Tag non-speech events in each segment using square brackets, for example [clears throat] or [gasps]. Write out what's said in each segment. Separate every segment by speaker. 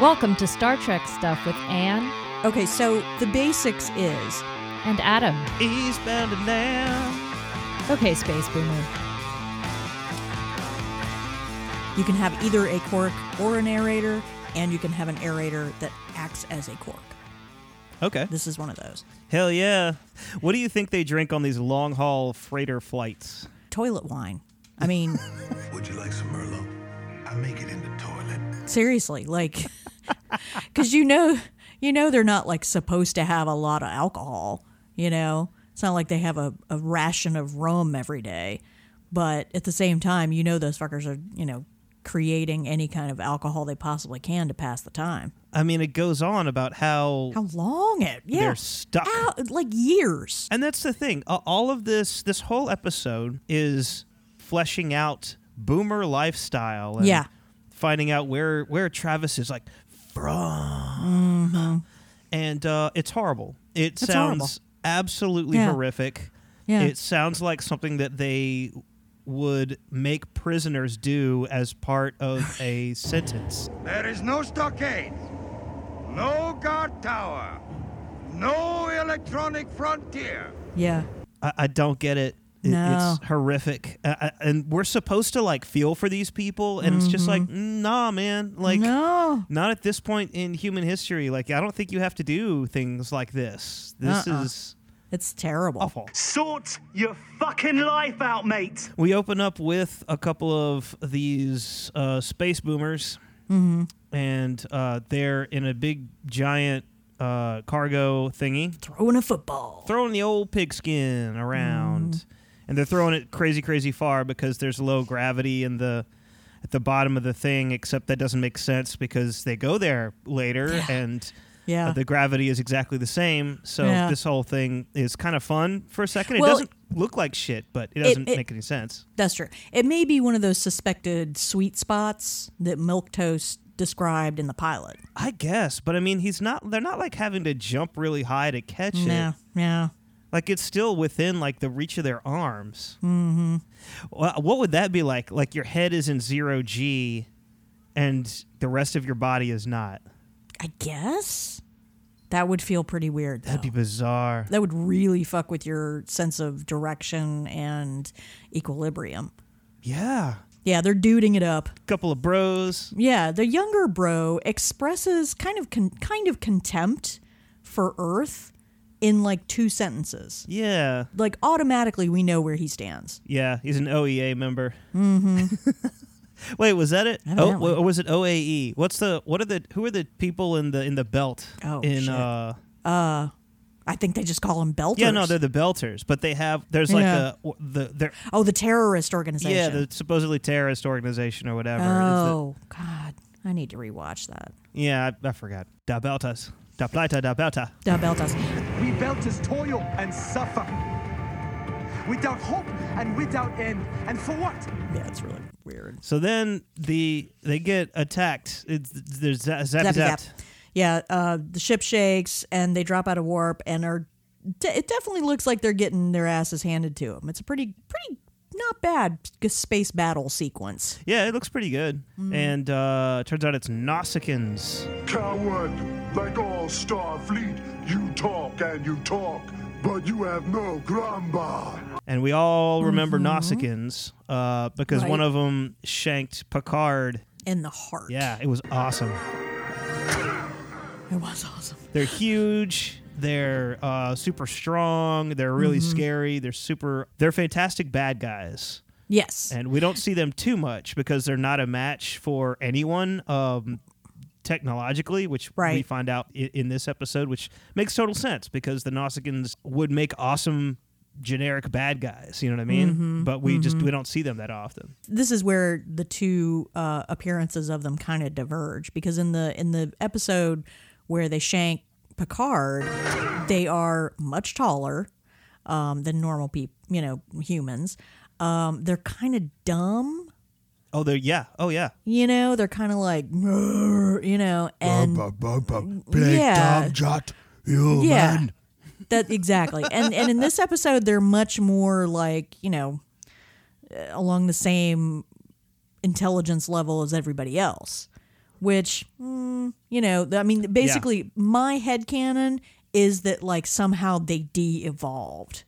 Speaker 1: Welcome to Star Trek Stuff with Anne
Speaker 2: Okay, so the basics is
Speaker 1: and Adam.
Speaker 3: Eastbound and down.
Speaker 1: Okay, Space Boomer.
Speaker 2: you can have either a cork or an aerator, and you can have an aerator that acts as a cork.
Speaker 3: Okay.
Speaker 2: This is one of those.
Speaker 3: Hell yeah. What do you think they drink on these long haul freighter flights?
Speaker 2: Toilet wine. I mean,
Speaker 4: Would you like some Merlot? I make it in the toilet.
Speaker 2: seriously, like, [laughs] because you know, you know, they're not like supposed to have a lot of alcohol. You know, it's not like they have a, a ration of rum every day. But at the same time, you know, those fuckers are, you know, creating any kind of alcohol they possibly can to pass the time.
Speaker 3: I mean, it goes on about how,
Speaker 2: How long it? Yeah,
Speaker 3: they're stuck.
Speaker 2: Ow, like years.
Speaker 3: And that's the thing. A- All of this, this whole episode is fleshing out boomer lifestyle and
Speaker 2: Yeah.
Speaker 3: finding out where, where Travis is like from. And uh, it's horrible. It
Speaker 2: Mm-hmm. It's
Speaker 3: sounds
Speaker 2: horrible.
Speaker 3: absolutely
Speaker 2: Yeah.
Speaker 3: horrific.
Speaker 2: Yeah.
Speaker 3: It sounds like something that they would make prisoners do as part of a sentence.
Speaker 5: There is no stockade, no guard tower, no electronic frontier.
Speaker 2: Yeah.
Speaker 3: I, I don't get it. It-
Speaker 2: No.
Speaker 3: It's horrific, I, I- and we're supposed to like feel for these people, and it's just like, nah, man, like,
Speaker 2: Mm-hmm. no.
Speaker 3: not at this point in human history. Like, I don't think you have to do things like this. This
Speaker 2: Uh-uh.
Speaker 3: is
Speaker 2: It's terrible.
Speaker 3: awful.
Speaker 6: Sort your fucking life out, mate.
Speaker 3: We open up with a couple of these uh, space boomers,
Speaker 2: Mm-hmm.
Speaker 3: and uh, they're in a big giant uh, cargo thingy,
Speaker 2: Throwing a football.
Speaker 3: throwing the old pigskin around,
Speaker 2: Mm.
Speaker 3: and they're throwing it crazy, crazy far because there's low gravity in the at the bottom of the thing. Except that doesn't make sense because they go there later
Speaker 2: Yeah.
Speaker 3: and.
Speaker 2: Yeah.
Speaker 3: uh, the gravity is exactly the same, so
Speaker 2: Yeah.
Speaker 3: this whole thing is kind of fun for a second. It
Speaker 2: Well,
Speaker 3: doesn't look like shit, but it doesn't
Speaker 2: it-
Speaker 3: make any sense.
Speaker 2: That's true. It may be one of those suspected sweet spots that Milk Toast described in the pilot.
Speaker 3: I guess, but I mean, he's not. They're not like having to jump really high to catch
Speaker 2: Yeah.
Speaker 3: it.
Speaker 2: Yeah.
Speaker 3: Like it's still within like the reach of their arms. Mm-hmm. Well, what would that be like? Like your head is in zero g, and the rest of your body is not.
Speaker 2: I guess that would feel pretty weird. Though.
Speaker 3: That'd be bizarre.
Speaker 2: that would really fuck with your sense of direction and equilibrium.
Speaker 3: Yeah.
Speaker 2: Yeah, they're duding it up.
Speaker 3: Couple of bros.
Speaker 2: Yeah, the younger bro expresses kind of con- kind of contempt for Earth in like two sentences.
Speaker 3: Yeah.
Speaker 2: Like automatically, we know where he stands.
Speaker 3: Yeah. He's an OEA member. Mm-hmm. [laughs] Wait, was that it? Oh,
Speaker 2: Evidently.
Speaker 3: wa- or was it OAE? What's the? What are the? Who are the people in the in the belt?
Speaker 2: Oh,
Speaker 3: in
Speaker 2: shit.
Speaker 3: uh.
Speaker 2: I think they just call him Belters.
Speaker 3: Yeah, no, they're the Belters, but they have there's like
Speaker 2: Yeah.
Speaker 3: a the they're
Speaker 2: oh the terrorist organization.
Speaker 3: yeah the supposedly terrorist organization or whatever. Is the-
Speaker 2: oh God, I need to rewatch that.
Speaker 3: yeah, I, I forgot. Da Beltas, da Plata, da Belta.
Speaker 2: The Belters.
Speaker 7: We Belters toil and suffer. Without hope and without end. And for what?
Speaker 2: Yeah, it's really weird.
Speaker 3: So then the they get attacked. It's, there's zap zap,
Speaker 2: Zappy
Speaker 3: zap.
Speaker 2: zap. Yeah, uh, the ship shakes and they drop out of warp and are. De- it definitely looks like they're getting their asses handed to them. It's a pretty, pretty not bad g- space battle sequence.
Speaker 3: Yeah, it looks pretty good.
Speaker 2: Mm-hmm.
Speaker 3: And uh, turns out it's Nausicaans.
Speaker 4: Coward! Like all Starfleet, you talk and you talk, but you have no grumba.
Speaker 3: And we all remember Nausicaans uh, because
Speaker 2: Mm-hmm.
Speaker 3: one
Speaker 2: Right.
Speaker 3: of them shanked Picard.
Speaker 2: In the heart.
Speaker 3: Yeah, it was awesome.
Speaker 2: It was awesome.
Speaker 3: They're huge. They're uh, super strong. They're really
Speaker 2: Mm-hmm.
Speaker 3: scary. They're super. They're fantastic bad guys,
Speaker 2: Yes.
Speaker 3: and we don't see them too much because they're not a match for anyone um, technologically, which we
Speaker 2: Right.
Speaker 3: find out in, in this episode, which makes total sense because the Nausicaans would make awesome generic bad guys. You know what I mean?
Speaker 2: Mm-hmm.
Speaker 3: But we just we don't see them that often.
Speaker 2: this is where the two uh, appearances of them kind of diverge because in the in the episode where they shank Picard, they are much taller um, than normal people, you know, humans. Um, they're kind of dumb,
Speaker 3: Oh, they're yeah. Oh, yeah.
Speaker 2: you know. They're kind of like, "Grr," you know, and
Speaker 4: Big
Speaker 2: Yeah.
Speaker 4: Tom Jot, you
Speaker 2: Yeah.
Speaker 4: man.
Speaker 2: That exactly. and and in this episode they're much more like, you know, uh, along the same intelligence level as everybody else. which mm, you know th- i mean basically my head canon is that like somehow they de-evolved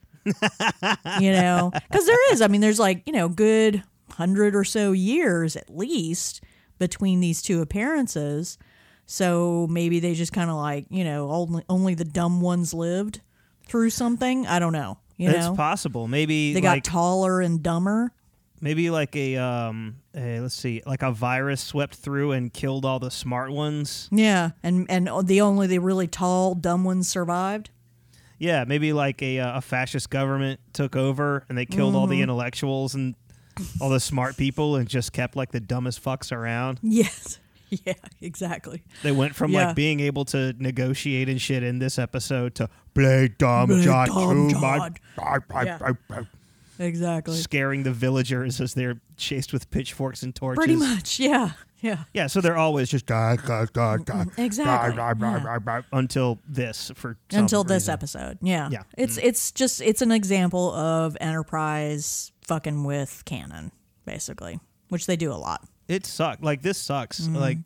Speaker 2: you know because there is i mean there's like you know good hundred or so years at least between these two appearances so maybe they just kind of like you know only, only the dumb ones lived through something i don't know you
Speaker 3: It's
Speaker 2: know
Speaker 3: possible. Maybe
Speaker 2: they got
Speaker 3: like
Speaker 2: taller and dumber
Speaker 3: maybe like a um a, let's see like a virus swept through and killed all the smart ones.
Speaker 2: yeah and and the only the really tall dumb ones survived [laughs]
Speaker 3: Yeah, maybe like a uh, a fascist government took over and they killed all
Speaker 2: Mm-hmm.
Speaker 3: the intellectuals and all the smart people and just kept like the dumbest fucks around.
Speaker 2: Yes. Yeah, exactly.
Speaker 3: They went from
Speaker 2: Yeah.
Speaker 3: like being able to negotiate and shit in this episode to play dumb
Speaker 2: Play
Speaker 3: John
Speaker 2: dumb
Speaker 3: too much."
Speaker 4: [laughs]
Speaker 2: John. Exactly.
Speaker 3: scaring the villagers as they're chased with pitchforks and torches.
Speaker 2: Pretty much. Yeah. Yeah.
Speaker 3: Yeah, so they're always just "Da, da, da, da,
Speaker 2: Exactly.
Speaker 3: da, da, da, da," until this for some
Speaker 2: Until this
Speaker 3: reason.
Speaker 2: episode. Yeah.
Speaker 3: Yeah.
Speaker 2: It's it's just it's an example of Enterprise fucking with canon, basically. Which they do a lot.
Speaker 3: it sucked. Like this sucks.
Speaker 2: Mm-hmm.
Speaker 3: Like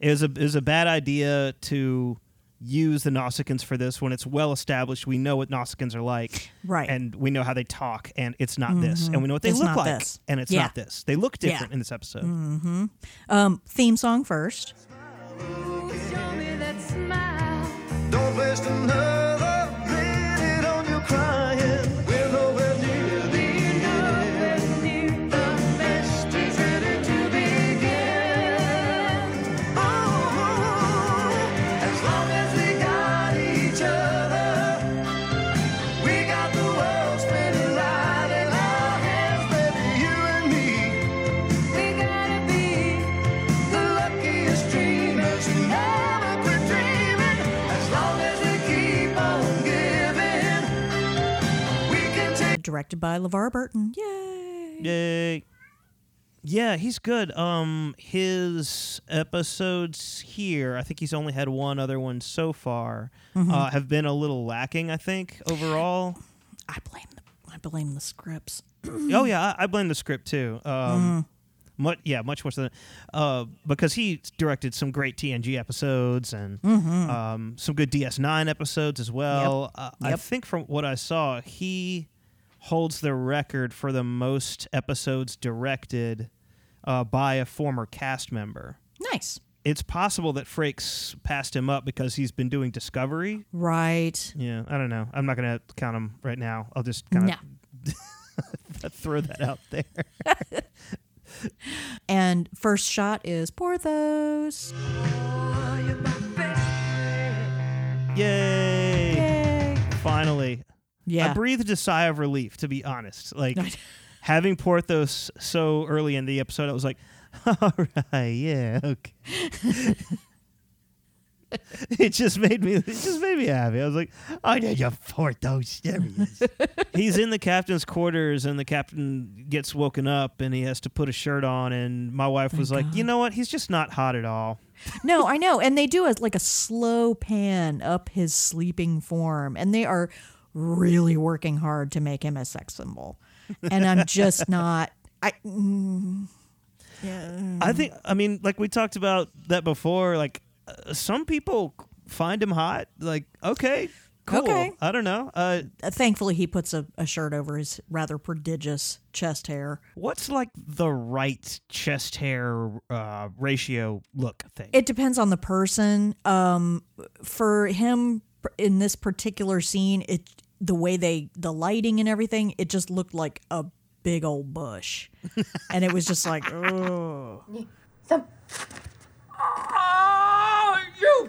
Speaker 3: it was a it was a bad idea to use the Nausicaans for this when it's well established. We know what Nausicaans are like,
Speaker 2: Right. Mm-hmm.
Speaker 3: And we know how they talk, and it's not this. And we know what they
Speaker 2: It's
Speaker 3: look
Speaker 2: not
Speaker 3: like,
Speaker 2: this.
Speaker 3: and it's
Speaker 2: Yeah.
Speaker 3: not this. They look
Speaker 2: Yeah. Mm-hmm.
Speaker 3: different in this episode.
Speaker 2: Um, theme song first.
Speaker 8: Don't waste another minute on your crying. We're nowhere near the end. The best is ready to begin. Oh, as long as we got each other, we got the world spinning right in our hands, baby, you and me. We gotta be the luckiest dreamers who never quit dreaming. As long as we keep on giving, we can take.
Speaker 2: Directed by LeVar Burton. Yay.
Speaker 3: Yay. Yeah, he's good. Um his episodes here, I think he's only had one other one so far,
Speaker 2: Mm-hmm.
Speaker 3: uh, have been a little lacking, I think, overall.
Speaker 2: I blame the I blame the scripts.
Speaker 3: oh yeah, I, I blame the script too.
Speaker 2: Uh-huh.
Speaker 3: Um much yeah, much worse than uh because he directed some great TNG episodes and um some good DS9 episodes as well. Uh, I
Speaker 2: Mm-hmm. Yep.
Speaker 3: think from what I saw, he holds the record for the most episodes directed uh, by a former cast member.
Speaker 2: Nice.
Speaker 3: It's possible that Frakes passed him up because he's been doing Discovery.
Speaker 2: Right.
Speaker 3: Yeah, I don't know. I'm not going to count him right now. I'll just kind
Speaker 2: No.
Speaker 3: of [laughs] throw that out there.
Speaker 2: And first shot is Porthos.
Speaker 3: Yay! Finally.
Speaker 2: Yeah.
Speaker 3: I breathed a sigh of relief, to be honest. [laughs] Like, having Porthos so early in the episode, I was like, [laughs] all right, yeah, okay. [laughs] it just made me it just made me happy. I was like, I did your Porthos. There he [laughs] is. He's in the captain's quarters and the captain gets woken up and he has to put a shirt on and my wife was like, you know what? He's just not hot at all.
Speaker 2: No, I know. And they do a, like a slow pan up his sleeping form, and they are really working hard to make him a sex symbol. And I'm just not. I mm,
Speaker 3: I think I mean like we talked about that before like uh, some people find him hot like okay cool
Speaker 2: Okay.
Speaker 3: I don't know uh
Speaker 2: thankfully he puts a, a shirt over his rather prodigious chest hair.
Speaker 3: what's like the right chest hair uh ratio look thing
Speaker 2: It depends on the person. Um, for him in this particular scene, it the way they the lighting and everything, it just looked like a big old bush, [laughs] and it was just like, oh.
Speaker 9: Oh, you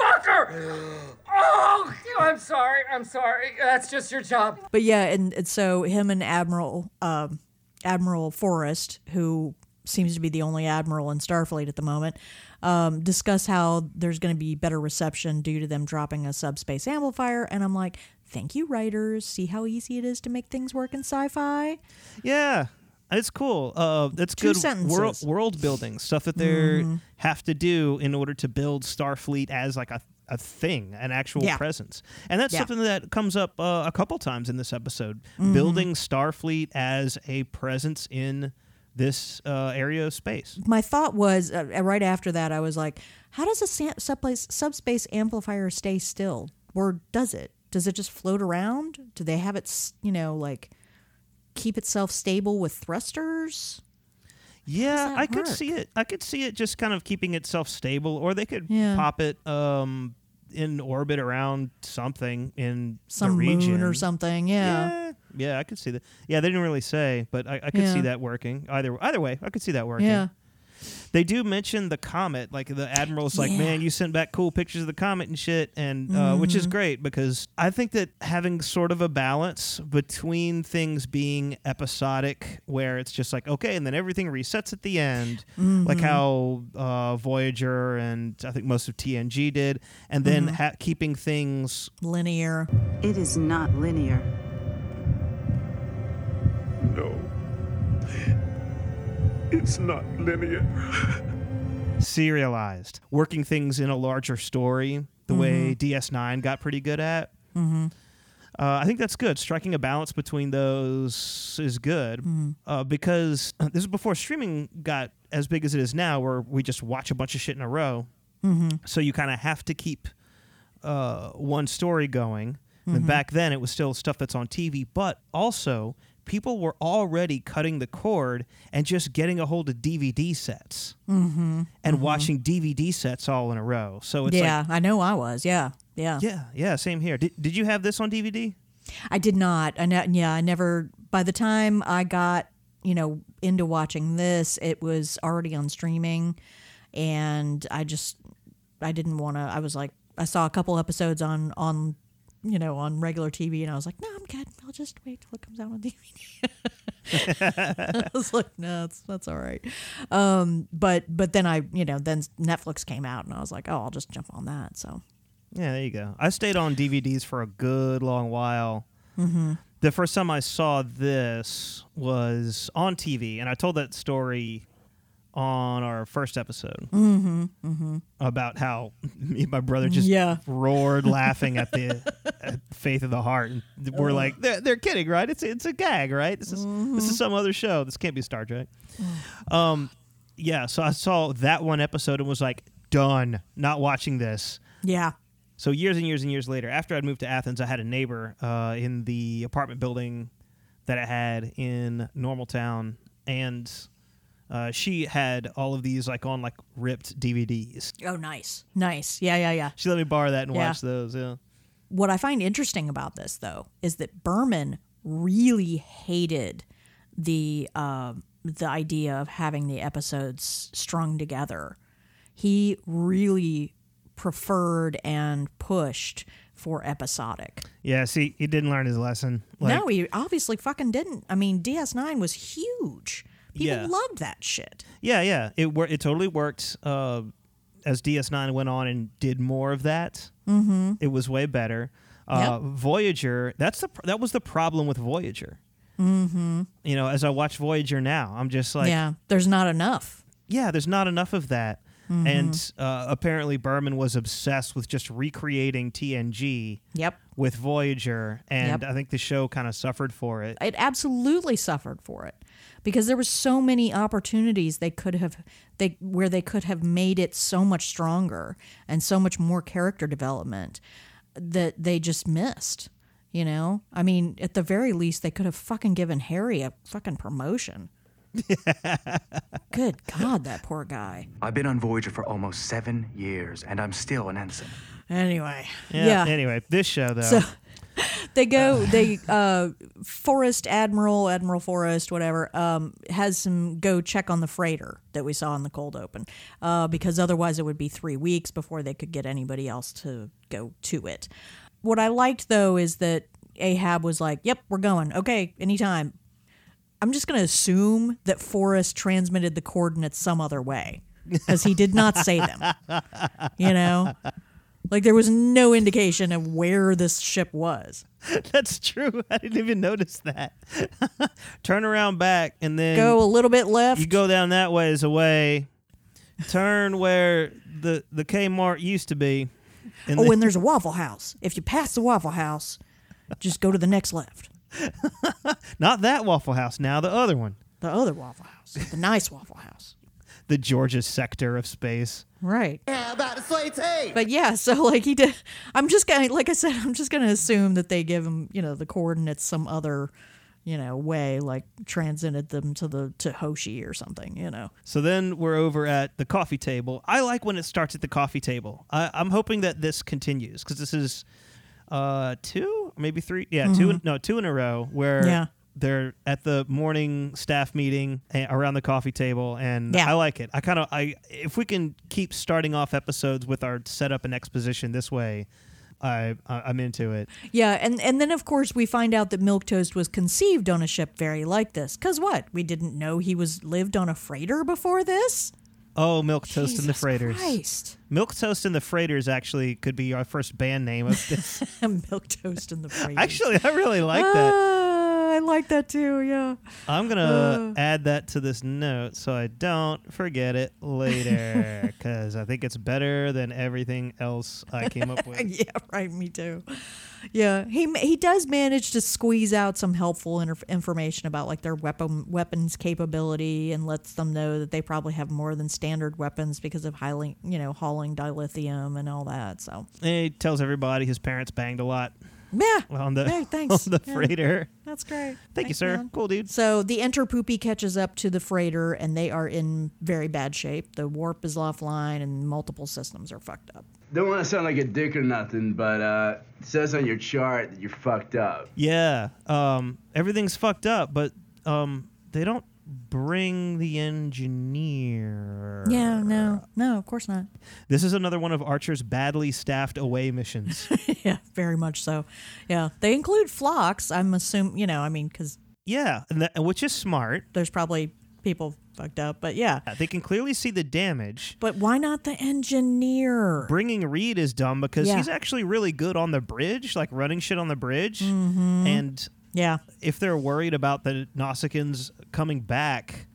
Speaker 9: fucker! Oh, I'm sorry. I'm sorry. That's just your job.
Speaker 2: But yeah, and, and so him and Admiral um, Admiral Forrest, who seems to be the only admiral in Starfleet at the moment, um, discuss how there's going to be better reception due to them dropping a subspace amplifier. And I'm like, thank you, writers. See how easy it is to make things work in sci-fi.
Speaker 3: yeah it's cool uh that's
Speaker 2: Two
Speaker 3: good world
Speaker 2: sentences. Mm-hmm.
Speaker 3: world building stuff that they are have to do in order to build Starfleet as like a a thing, an actual
Speaker 2: Yeah.
Speaker 3: presence, and that's
Speaker 2: Yeah. Mm-hmm.
Speaker 3: something that comes up uh, a couple times in this episode. Building Starfleet as a presence in this uh, area of space.
Speaker 2: my thought was uh, right after that i was like how does a sam- subspace, subspace amplifier stay still or does it does it just float around do they have it s- you know like keep itself stable with thrusters
Speaker 3: Yeah,
Speaker 2: that
Speaker 3: I could
Speaker 2: work?
Speaker 3: see it. I could see it just kind of keeping itself stable, or they could
Speaker 2: Yeah.
Speaker 3: pop it um, in orbit around something in the
Speaker 2: some
Speaker 3: region
Speaker 2: moon or something yeah,
Speaker 3: Yeah, yeah, I could see that. Yeah, they didn't really say, but I, I could see
Speaker 2: Yeah.
Speaker 3: that working. Either either way, I could see that working.
Speaker 2: yeah.
Speaker 3: They do mention the comet. Like the admiral's like,
Speaker 2: Yeah.
Speaker 3: man, you sent back cool pictures of the comet and shit, and uh, which
Speaker 2: Mm-hmm.
Speaker 3: is great because I think that having sort of a balance between things being episodic, where it's just like okay, and then everything resets at the end,
Speaker 2: Mm-hmm.
Speaker 3: like how uh, Voyager and I think most of TNG did, and then
Speaker 2: Mm-hmm.
Speaker 3: ha- keeping things
Speaker 2: linear
Speaker 10: It is not linear.
Speaker 4: No. It's not linear.
Speaker 3: serialized, working things in a larger story, the way DS9 got pretty good at. Mm-hmm. Uh, I think that's good. Striking a balance between those is good uh, because [clears throat] this is before streaming got as big as it is now, where we just watch a bunch of shit in a row. So you kind of have to keep uh, one story going. And back then, it was still stuff that's on TV, but also people were already cutting the cord and just getting a hold of DVD sets and watching DVD sets all in a row. So it's
Speaker 2: yeah
Speaker 3: like,
Speaker 2: i know i was yeah yeah
Speaker 3: yeah, yeah, same here. Did, did you have this on DVD?
Speaker 2: I did not. I ne- yeah, I never. By the time I got you know into watching this, it was already on streaming, and I just I didn't want to. I was like, I saw a couple episodes on on you know on regular TV, and I was like, no, I'm good. I'll just wait till it comes out on DVD. [laughs] I was like, no, that's that's all right. Um, but but then I you know then Netflix came out, and I was like, oh, I'll just jump on that. So
Speaker 3: Yeah, there you go. I stayed on DVDs for a good long while. The first time I saw this was on TV, and I told that story on our first episode mm-hmm, mm-hmm. about how [laughs] me and my brother just
Speaker 2: Yeah.
Speaker 3: [laughs] roared laughing at the at Faith of the Heart, and we're like, they're, "They're kidding, right? It's it's a gag, right? This is this is some other show. This can't be Star Trek." um, yeah, so I saw that one episode and was like, "Done, not watching this."
Speaker 2: yeah,
Speaker 3: So years and years and years later, after I'd moved to Athens, I had a neighbor uh, in the apartment building that I had in Normal Town, and uh, she had all of these like on like ripped DVDs.
Speaker 2: oh nice, nice, yeah, yeah, yeah.
Speaker 3: She let me borrow that and
Speaker 2: Yeah.
Speaker 3: watch those. Yeah.
Speaker 2: What I find interesting about this, though, is that Berman really hated the um the idea of having the episodes strung together. He really preferred and pushed for episodic.
Speaker 3: Yeah. See, he didn't learn his lesson.
Speaker 2: no, he obviously fucking didn't. I mean, DS9 was huge. People
Speaker 3: Yeah.
Speaker 2: loved that shit.
Speaker 3: Yeah, yeah. It wor- it totally worked. Uh, as DS9 went on and did more of that, mm-hmm. it was way better. Uh, Voyager, that's the pr- that was the problem with Voyager. Mm-hmm. You know, as I watch Voyager now, I'm just like, yeah,
Speaker 2: yeah, there's not enough.
Speaker 3: there's not enough of that. And uh, apparently, Berman was obsessed with just recreating TNG
Speaker 2: Yep.
Speaker 3: with Voyager, and
Speaker 2: Yep.
Speaker 3: I think the show kind of suffered for it.
Speaker 2: it absolutely suffered for it because there were so many opportunities they could have they where they could have made it so much stronger and so much more character development that they just missed you know i mean at the very least they could have fucking given harry a fucking promotion good god that poor guy
Speaker 5: I've been on Voyager for almost seven years, and I'm still an ensign.
Speaker 2: anyway
Speaker 3: Yeah.
Speaker 2: yeah,
Speaker 3: Anyway, this show though,
Speaker 2: they go they uh forest admiral admiral forest whatever um has some go check on the freighter that we saw in the cold open uh because otherwise it would be three weeks before they could get anybody else to go to it what i liked though is that ahab was like yep we're going okay anytime i'm just gonna assume that forest transmitted the coordinates some other way because he did not say them you know like there was no indication of where this ship was
Speaker 3: [laughs] That's true. I didn't even notice that. [laughs] Turn around back and then
Speaker 2: go a little bit left.
Speaker 3: you go down that way is a way. Turn where the the Kmart used to be. And
Speaker 2: oh,
Speaker 3: then-
Speaker 2: and there's a Waffle House. If you pass the Waffle House, just go to the next left.
Speaker 3: not that Waffle House, now the other one.
Speaker 2: the other Waffle House, the nice Waffle House.
Speaker 3: the Georgia sector of space.
Speaker 2: Right.
Speaker 8: How about a slate tape?
Speaker 2: But yeah, so like he did. I'm just gonna, like I said, I'm just gonna assume that they give him, you know, the coordinates some other, you know, way, like transmitted them to the to Hoshi or something, you know.
Speaker 3: So then we're over at the coffee table. I like when it starts at the coffee table. I, I'm hoping that this continues because this is uh, two, maybe three. Yeah, two. In, no, two in a row where
Speaker 2: Mm-hmm. Yeah.
Speaker 3: they're at the morning staff meeting eh, around the coffee table, and
Speaker 2: Yeah.
Speaker 3: I like it. I kind of I if we can keep starting off episodes with our setup and exposition this way, I, I I'm into it.
Speaker 2: Yeah, and and then of course we find out that Milk Toast was conceived on a ship very like this. Cause what? We didn't know he was lived on a freighter before this.
Speaker 3: Oh, milk toast and the
Speaker 2: Jesus
Speaker 3: freighters.
Speaker 2: Christ.
Speaker 3: Milk toast and the freighters actually could be our first band name
Speaker 2: [laughs]
Speaker 3: of this.
Speaker 2: Milk Toast and the freighters.
Speaker 3: Actually, I really like that.
Speaker 2: Ah, I like that too. Yeah. [laughs]
Speaker 3: I'm
Speaker 2: Uh.
Speaker 3: gonna add that to this note so I don't forget it
Speaker 2: [laughs]
Speaker 3: later, because I think it's better than everything else I came up with.
Speaker 2: [laughs] yeah, right. Me too. Yeah, he ma- he does manage to squeeze out some helpful inter- information about like their weapon weapons capability and lets them know that they probably have more than standard weapons because of highly you know hauling dilithium and all that. So
Speaker 3: And he tells everybody his parents banged a lot
Speaker 2: yeah,
Speaker 3: [laughs] on the
Speaker 2: Hey, thanks.
Speaker 3: [laughs] on the
Speaker 2: Yeah,
Speaker 3: freighter.
Speaker 2: That's great.
Speaker 3: Thank you,
Speaker 2: Thanks,
Speaker 3: sir.
Speaker 2: man.
Speaker 3: Cool dude.
Speaker 2: So the Enter Poopy catches up to the freighter, and they are in very bad shape. The warp is offline, and multiple systems are fucked up.
Speaker 11: Don't want to sound like a dick or nothing, but uh, it says on your chart that you're fucked up.
Speaker 3: Yeah, um, everything's fucked up, but um, they don't bring the engineer.
Speaker 2: [laughs] Yeah, no, no, of course not.
Speaker 3: This is another one of Archer's badly staffed
Speaker 2: [laughs]
Speaker 3: away missions.
Speaker 2: yeah, very much so. Yeah, they include flocks. I'm assuming, you know, I mean, because
Speaker 3: yeah, and that, which is smart.
Speaker 2: there's probably people fucked up, but yeah.
Speaker 3: They can clearly see the damage.
Speaker 2: But why not the engineer?
Speaker 3: Bringing Reed is dumb because
Speaker 2: Yeah.
Speaker 3: he's actually really good on the bridge, like running shit on the bridge.
Speaker 2: Mm-hmm.
Speaker 3: And
Speaker 2: Yeah,
Speaker 3: if they're worried about the Nausicaans coming back,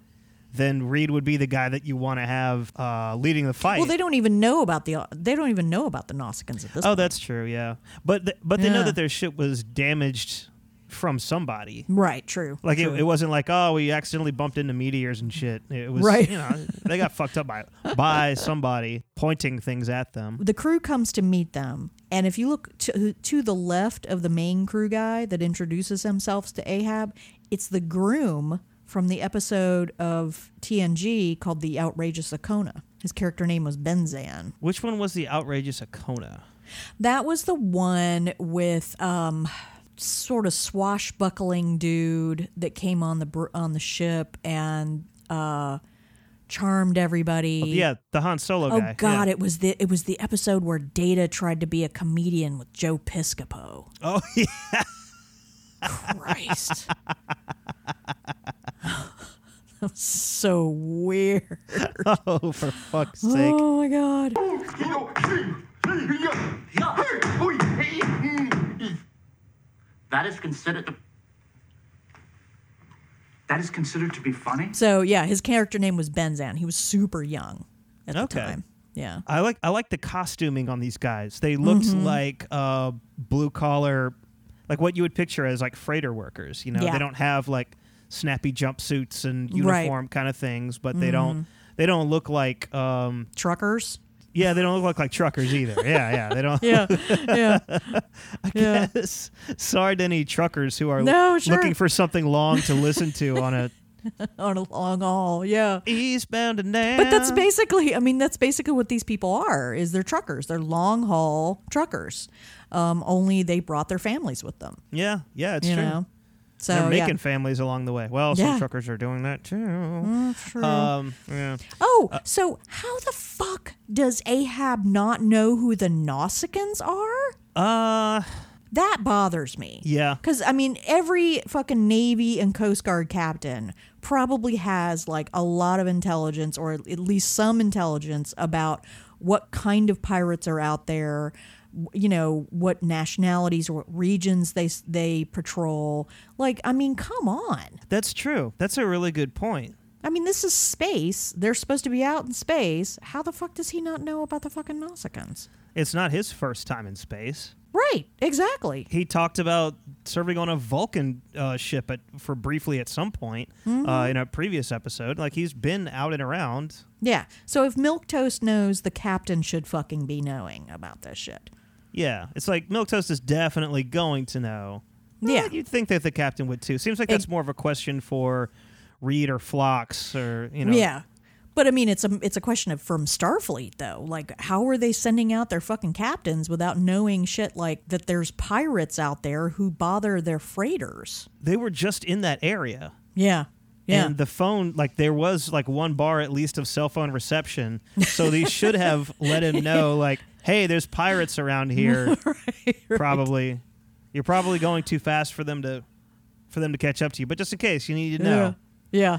Speaker 3: then Reed would be the guy that you want to have uh, leading the fight.
Speaker 2: well, they don't even know about the they don't even know about the Nausicaans at this.
Speaker 3: Oh,
Speaker 2: point.
Speaker 3: that's true. Yeah, but th- but they know
Speaker 2: Yeah.
Speaker 3: that their ship was damaged from somebody.
Speaker 2: right, true.
Speaker 3: Like it,
Speaker 2: true.
Speaker 3: it wasn't like oh we accidentally bumped into meteors and shit. It was
Speaker 2: Right.
Speaker 3: You know they got fucked up by
Speaker 2: [laughs]
Speaker 3: by somebody pointing things at them.
Speaker 2: the crew comes to meet them and if you look to, to the left of the main crew guy that introduces himself to ahab it's the groom from the episode of tng called the outrageous akona his character name was benzan
Speaker 3: Which one was the outrageous Akona?
Speaker 2: that was the one with um sort of swashbuckling dude that came on the br- on the ship and uh charmed everybody
Speaker 3: Yeah, the Han Solo
Speaker 2: Oh
Speaker 3: guy.
Speaker 2: God!
Speaker 3: yeah.
Speaker 2: It was the it was the episode where Data tried to be a comedian with Joe Piscopo.
Speaker 3: Oh [laughs] yeah. [laughs]
Speaker 2: Christ, that was so weird.
Speaker 3: Oh
Speaker 2: [gasps]
Speaker 3: for fuck's sake.
Speaker 2: Oh my God!
Speaker 9: That is considered.
Speaker 5: That is considered to be funny?
Speaker 2: So yeah, his character name was Benzan. He was super young at
Speaker 3: Okay.
Speaker 2: the time. Yeah,
Speaker 3: I like I like the costuming on these guys. They looked
Speaker 2: Mm-hmm.
Speaker 3: like uh, blue collar, like what you would picture as like freighter workers. You know,
Speaker 2: Yeah.
Speaker 3: they don't have like snappy jumpsuits and
Speaker 2: Right. Mm-hmm.
Speaker 3: uniform kind of things, but they don't they don't look like um,
Speaker 2: truckers.
Speaker 3: yeah they don't look like, like truckers either. Yeah, yeah, they [laughs]
Speaker 2: [laughs]
Speaker 3: don't.
Speaker 2: Yeah, yeah, yeah.
Speaker 3: Yes, sorry to any truckers who are
Speaker 2: No, sure.
Speaker 3: looking for something long to listen to
Speaker 2: [laughs]
Speaker 3: on a
Speaker 2: On a long haul. Yeah.
Speaker 3: eastbound and down.
Speaker 2: But that's basically, I mean, that's basically what these people are. Is they're truckers. They're long haul truckers. Um, only they brought their families with them.
Speaker 3: yeah, yeah, it's
Speaker 2: you
Speaker 3: true.
Speaker 2: know. So
Speaker 3: They're
Speaker 2: yeah.
Speaker 3: making families along the way. Well, some
Speaker 2: Yeah. Mm-hmm.
Speaker 3: truckers are doing that too. Um, yeah.
Speaker 2: oh,
Speaker 3: uh,
Speaker 2: so how the fuck does Ahab not know who the Nausicaans are?
Speaker 3: Uh,
Speaker 2: That bothers me.
Speaker 3: Yeah.
Speaker 2: Because, I mean, every fucking Navy and Coast Guard captain probably has, like, a lot of intelligence or at least some intelligence about what kind of pirates are out there, w- you know, what nationalities or what regions they, s- they patrol. Like, I mean, come on.
Speaker 3: that's true. That's a really good point.
Speaker 2: I mean, this is space. They're supposed to be out in space. How the fuck does he not know about the fucking Nausicaans?
Speaker 3: It's not his first time in space.
Speaker 2: Right, exactly.
Speaker 3: He talked about serving on a Vulcan uh, ship at, for briefly at some point
Speaker 2: Mm-hmm.
Speaker 3: uh, in a previous episode. Like he's been out and around.
Speaker 2: Yeah. So if Milktoast knows, the captain should fucking be knowing about this shit.
Speaker 3: Yeah, it's like Milktoast is definitely going to know.
Speaker 2: Yeah.
Speaker 3: Eh, you'd think that the captain would too. Seems like that's more of a question for Reed or Phlox or you know.
Speaker 2: Yeah. But I mean, it's a it's a question of from Starfleet though. Like, how are they sending out their fucking captains without knowing shit like that? There's pirates out there who bother their freighters.
Speaker 3: they were just in that area.
Speaker 2: Yeah, yeah.
Speaker 3: And the phone, like there was like one bar at least of cell phone reception,
Speaker 2: [laughs]
Speaker 3: so they should have let him know, like, hey, there's pirates
Speaker 2: [laughs]
Speaker 3: around here. Probably, you're probably going too fast for them to, for them to catch up to you. But just in case, you need to know.
Speaker 2: Yeah.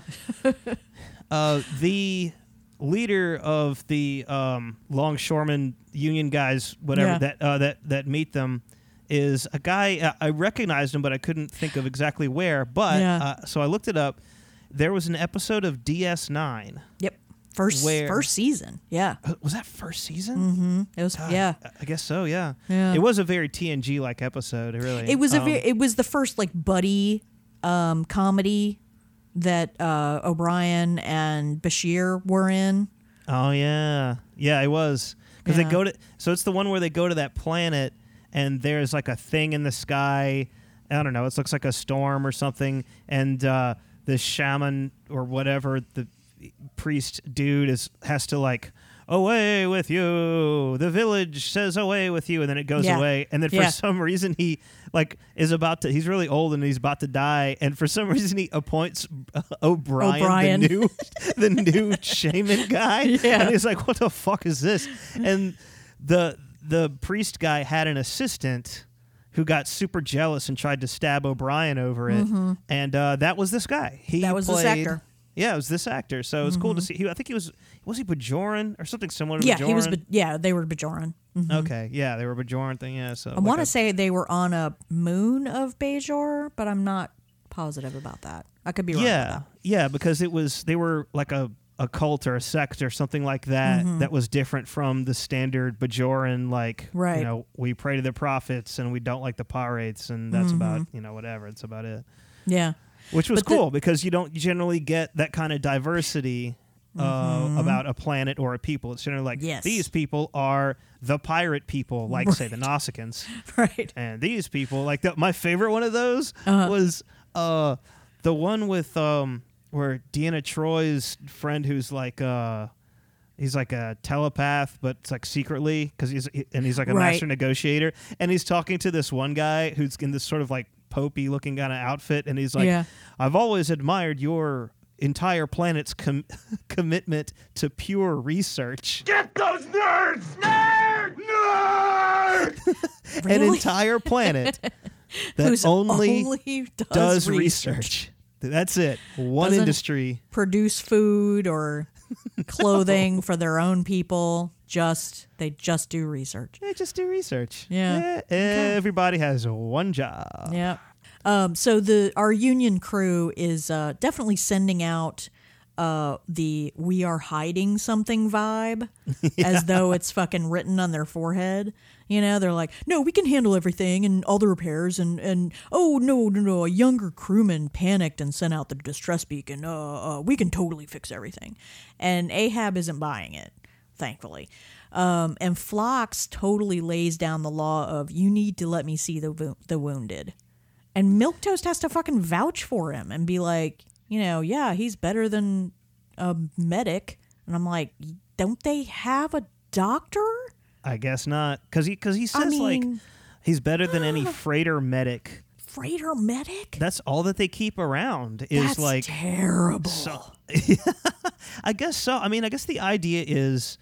Speaker 3: Uh, the leader of the um, longshoreman union guys, whatever
Speaker 2: Yeah.
Speaker 3: that uh, that that meet them, is a guy. Uh, I recognized him, but I couldn't think of exactly where. But
Speaker 2: Yeah.
Speaker 3: uh, so I looked it up. There was an episode of DS9.
Speaker 2: Yep. First
Speaker 3: Where-
Speaker 2: first season. Yeah.
Speaker 3: Uh, Was that first season?
Speaker 2: Mm-hmm. It was
Speaker 3: God,
Speaker 2: yeah.
Speaker 3: I- I guess so. Yeah.
Speaker 2: Yeah.
Speaker 3: It was a very TNG like episode. Really.
Speaker 2: It was a
Speaker 3: Um,
Speaker 2: very, it was the first like buddy um, comedy that uh, O'Brien and Bashir were in.
Speaker 3: Oh yeah, yeah, it was because
Speaker 2: Yeah.
Speaker 3: they go to. So it's the one where they go to that planet, and there's like a thing in the sky. I don't know. It looks like a storm or something, and uh, the shaman or whatever the priest dude is has to like away with you. The village says away with you, and then it goes
Speaker 2: Yeah.
Speaker 3: away. And then for
Speaker 2: Yeah.
Speaker 3: [laughs] some reason he like is about to. He's really old and he's about to die. And for some [laughs] reason he appoints uh, O'Brien,
Speaker 2: O'Brien.
Speaker 3: the new [laughs] the new shaman
Speaker 2: [laughs]
Speaker 3: guy.
Speaker 2: Yeah.
Speaker 3: And he's like, "What the fuck is this?" And the the priest guy had an assistant who got super jealous and tried to stab O'Brien over it. And uh, that was this guy. He
Speaker 2: Mm-hmm. That was this
Speaker 3: played-
Speaker 2: actor. Mm-hmm.
Speaker 3: Yeah, it was this actor. So it was cool to see. He, I think he was was he Bajoran or something similar to
Speaker 2: Yeah,
Speaker 3: Bajoran? Mm-hmm.
Speaker 2: he was. Ba- Yeah, they were Bajoran. Mhm.
Speaker 3: Okay, yeah, they were Bajoran thing. Yeah, so
Speaker 2: I want to say they were on a moon of Bajor, but I'm not positive about that. I could be wrong. about
Speaker 3: yeah, yeah, because it was they were like a a cult or a sect or something like that
Speaker 2: Mm-hmm.
Speaker 3: that was different from the standard Bajoran like
Speaker 2: Right.
Speaker 3: you know we pray to the prophets and we don't like the pirates and that's about you know whatever it's about it
Speaker 2: that. Yeah. [laughs]
Speaker 3: which was
Speaker 2: Mm-hmm. But the-
Speaker 3: cool because you don't generally get that kind of diversity uh, about a planet or a people it's generally like
Speaker 2: Mm-hmm. Yes.
Speaker 3: these people are the pirate people like say the Nausicaans
Speaker 2: Right.
Speaker 3: and these people like the, my favorite one of those
Speaker 2: Uh-huh.
Speaker 3: was uh the one with um where Deanna Troy's friend who's like uh he's like a telepath but it's like secretly cuz he's and he's like a
Speaker 2: Right.
Speaker 3: master negotiator and he's talking to this one guy who's in this sort of like popey looking kind of outfit and he's like
Speaker 2: Yeah.
Speaker 3: I've always admired your entire planet's com- [laughs] commitment to
Speaker 2: [laughs]
Speaker 3: pure research.
Speaker 4: Get those nerds! Nerds! Nerds!
Speaker 3: An
Speaker 2: Really? [laughs]
Speaker 3: entire planet that
Speaker 2: Who's
Speaker 3: only,
Speaker 2: does,
Speaker 3: does
Speaker 2: research.
Speaker 3: research. That's it. One
Speaker 2: Doesn't-
Speaker 3: industry.
Speaker 2: produce food
Speaker 3: [laughs]
Speaker 2: or clothing for their own people. Just they just do research.
Speaker 3: Yeah, just do research.
Speaker 2: Yeah.
Speaker 3: Everybody has one job.
Speaker 2: Yeah. Um, so the our union crew is uh, definitely sending out uh, the "we are hiding something" vibe, as though it's fucking written on their forehead. You know, they're like, "No, we can handle everything and all the repairs." And and oh no, no, no! A younger crewman panicked and sent out the distress beacon. Uh, uh, we can totally fix everything, and Ahab isn't buying it, thankfully. Um, and Phlox totally lays down the law of you need to let me see the wo- the wounded. And Milktoast has to fucking vouch for him and be like, you know, yeah, he's better than a medic. And I'm like, don't they have a doctor?
Speaker 3: I guess not. Because he, cause he
Speaker 2: I
Speaker 3: says, like,
Speaker 2: mean-
Speaker 3: he's better
Speaker 2: [sighs]
Speaker 3: than any freighter medic.
Speaker 2: Freighter medic?
Speaker 3: That's all that they keep around is
Speaker 2: That's
Speaker 3: like
Speaker 2: terrible.
Speaker 3: [laughs] I guess so. I mean, I guess the idea is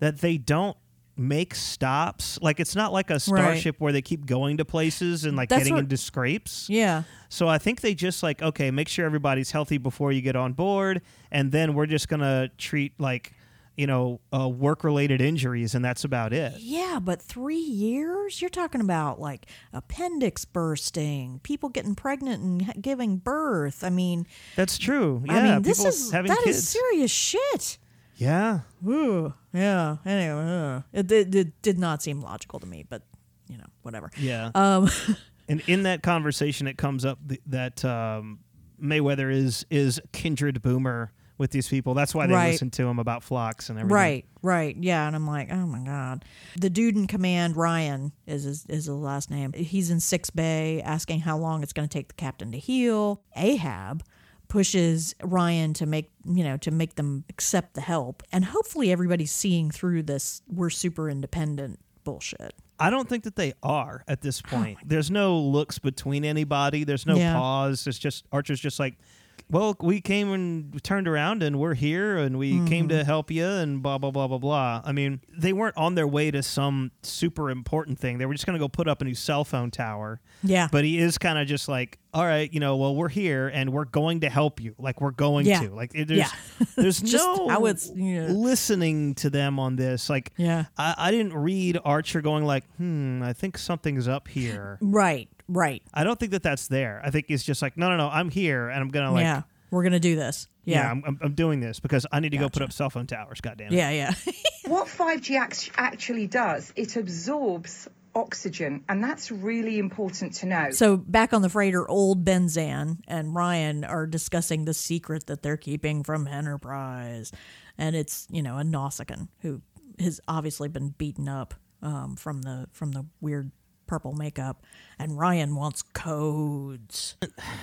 Speaker 3: that they don't make stops. Like it's not like a starship where they keep going to places and like
Speaker 2: That's
Speaker 3: getting
Speaker 2: what-
Speaker 3: into scrapes.
Speaker 2: yeah.
Speaker 3: So I think they just like okay, make sure everybody's healthy before you get on board, and then we're just gonna treat like you know uh, work related injuries, and that's about it.
Speaker 2: Yeah, but three years? You're talking about like appendix bursting, people getting pregnant and ha- giving birth. I mean,
Speaker 3: That's true. Yeah,
Speaker 2: I mean, this
Speaker 3: people
Speaker 2: is that
Speaker 3: having
Speaker 2: is
Speaker 3: kids.
Speaker 2: serious shit.
Speaker 3: yeah,
Speaker 2: Ooh, yeah. Anyway, uh, it, it, it did not seem logical to me, but you know, whatever.
Speaker 3: Yeah.
Speaker 2: [laughs] Um,
Speaker 3: Uh, and in that conversation, it comes up th- that um, Mayweather is is kindred boomer with these people. That's why they
Speaker 2: Right.
Speaker 3: listen to him about flocks and everything.
Speaker 2: Right, right, yeah, and I'm like, oh my god, the dude in command, Ryan, is his, is his last name. He's in Six Bay, asking how long it's going to take the captain to heal. Ahab pushes Ryan to make you know to make them accept the help, and hopefully everybody's seeing through this. We're super independent bullshit.
Speaker 3: I don't think that they are at this point. There's no looks between anybody. There's no
Speaker 2: Yeah.
Speaker 3: pause. It's just Archer's just like, well, we came and turned around and we're here and we came to help you and blah blah blah blah blah. I mean, they weren't on their way to some super important thing. They were just going to go put up a new cell phone tower.
Speaker 2: Yeah.
Speaker 3: But he is kind of just like, all right, you know, well, we're here and we're going to help you. Like we're going
Speaker 2: Yeah.
Speaker 3: to. Like it- there's
Speaker 2: Yeah. [laughs]
Speaker 3: there's
Speaker 2: Just
Speaker 3: no
Speaker 2: how it's- yeah.
Speaker 3: listening to them on this. Like
Speaker 2: Yeah.
Speaker 3: I, I didn't read Archer going like, hmm, I think something's up here.
Speaker 2: Right, right.
Speaker 3: I don't think that that's there. I think it's just like, no, no, no, I'm here and I'm gonna like,
Speaker 2: yeah, we're gonna do this.
Speaker 3: yeah,
Speaker 2: Yeah,
Speaker 3: I'm, I'm, I'm doing this because I need to go put up cell phone towers. Goddamn.
Speaker 2: yeah, yeah. [laughs]
Speaker 12: what 5G act- actually does, it absorbs oxygen, and that's really important to know.
Speaker 2: So back on the freighter, old Benzan and Ryan are discussing the secret that they're keeping from Enterprise, and it's you know a Nausicaan who has obviously been beaten up um, from the from the weird purple makeup, and Ryan wants codes.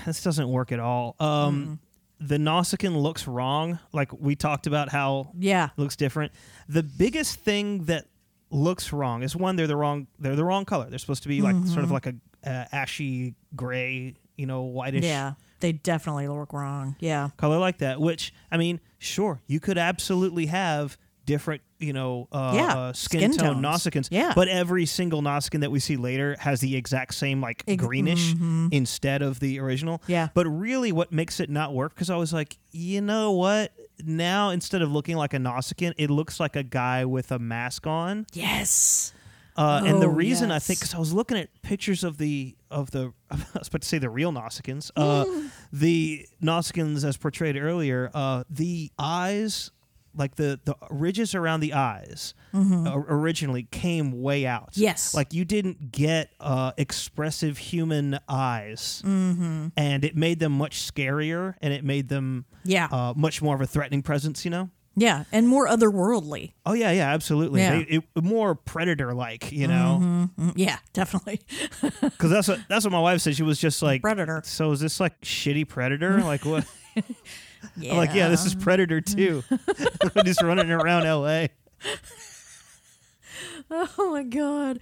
Speaker 3: this doesn't work at all. Um,
Speaker 2: Mm-hmm.
Speaker 3: The Nausicaan looks wrong. Like we talked about how
Speaker 2: Yeah.
Speaker 3: it looks different. The biggest thing that looks wrong is one they're the wrong they're the wrong color. They're supposed to be like sort of
Speaker 2: Mhm.
Speaker 3: like a uh, ashy gray, you know, whitish
Speaker 2: Yeah, they definitely look wrong. Yeah,
Speaker 3: color like that. Which I mean, sure, you could absolutely have different, you know, uh,
Speaker 2: Yeah,
Speaker 3: uh, skin,
Speaker 2: skin
Speaker 3: tone
Speaker 2: tones.
Speaker 3: Nausicaans.
Speaker 2: Yeah.
Speaker 3: but every single Nausicaan that we see later has the exact same like
Speaker 2: Ex-
Speaker 3: greenish
Speaker 2: mhm.
Speaker 3: instead of the original.
Speaker 2: Yeah.
Speaker 3: but really, what makes it not work? Because I was like, you know what? Now instead of looking like a Nausicaan, it looks like a guy with a mask on.
Speaker 2: yes.
Speaker 3: Uh, and the
Speaker 2: Oh,
Speaker 3: reason I think,
Speaker 2: yes.
Speaker 3: because I was looking at pictures of the of the, [laughs] I was about to say the real Nausicaans,
Speaker 2: [laughs]
Speaker 3: uh, the Nausicaans as portrayed earlier, uh, the eyes, like the the ridges around the eyes,
Speaker 2: Mm-hmm.
Speaker 8: Mhm.
Speaker 3: o- originally came way out.
Speaker 8: Yes.
Speaker 3: like you didn't get uh, expressive human eyes,
Speaker 2: Mm-hmm.
Speaker 8: Mhm.
Speaker 3: and it made them much scarier, and it made them
Speaker 2: Yeah.
Speaker 3: uh, much more of a threatening presence. You know.
Speaker 2: Yeah, and more otherworldly.
Speaker 3: Oh yeah, yeah, absolutely.
Speaker 2: Yeah.
Speaker 3: They, it, more predator-like, you know.
Speaker 2: Mhm. Mm, Yeah, definitely.
Speaker 3: Because that's what that's what my wife said. She was just like
Speaker 2: Predator.
Speaker 3: So is this like shitty
Speaker 2: [laughs]
Speaker 3: Predator? Like what? I'm [laughs] like, yeah, this is Predator too.
Speaker 2: [laughs]
Speaker 3: [laughs] just running around L.A.
Speaker 2: Oh my god.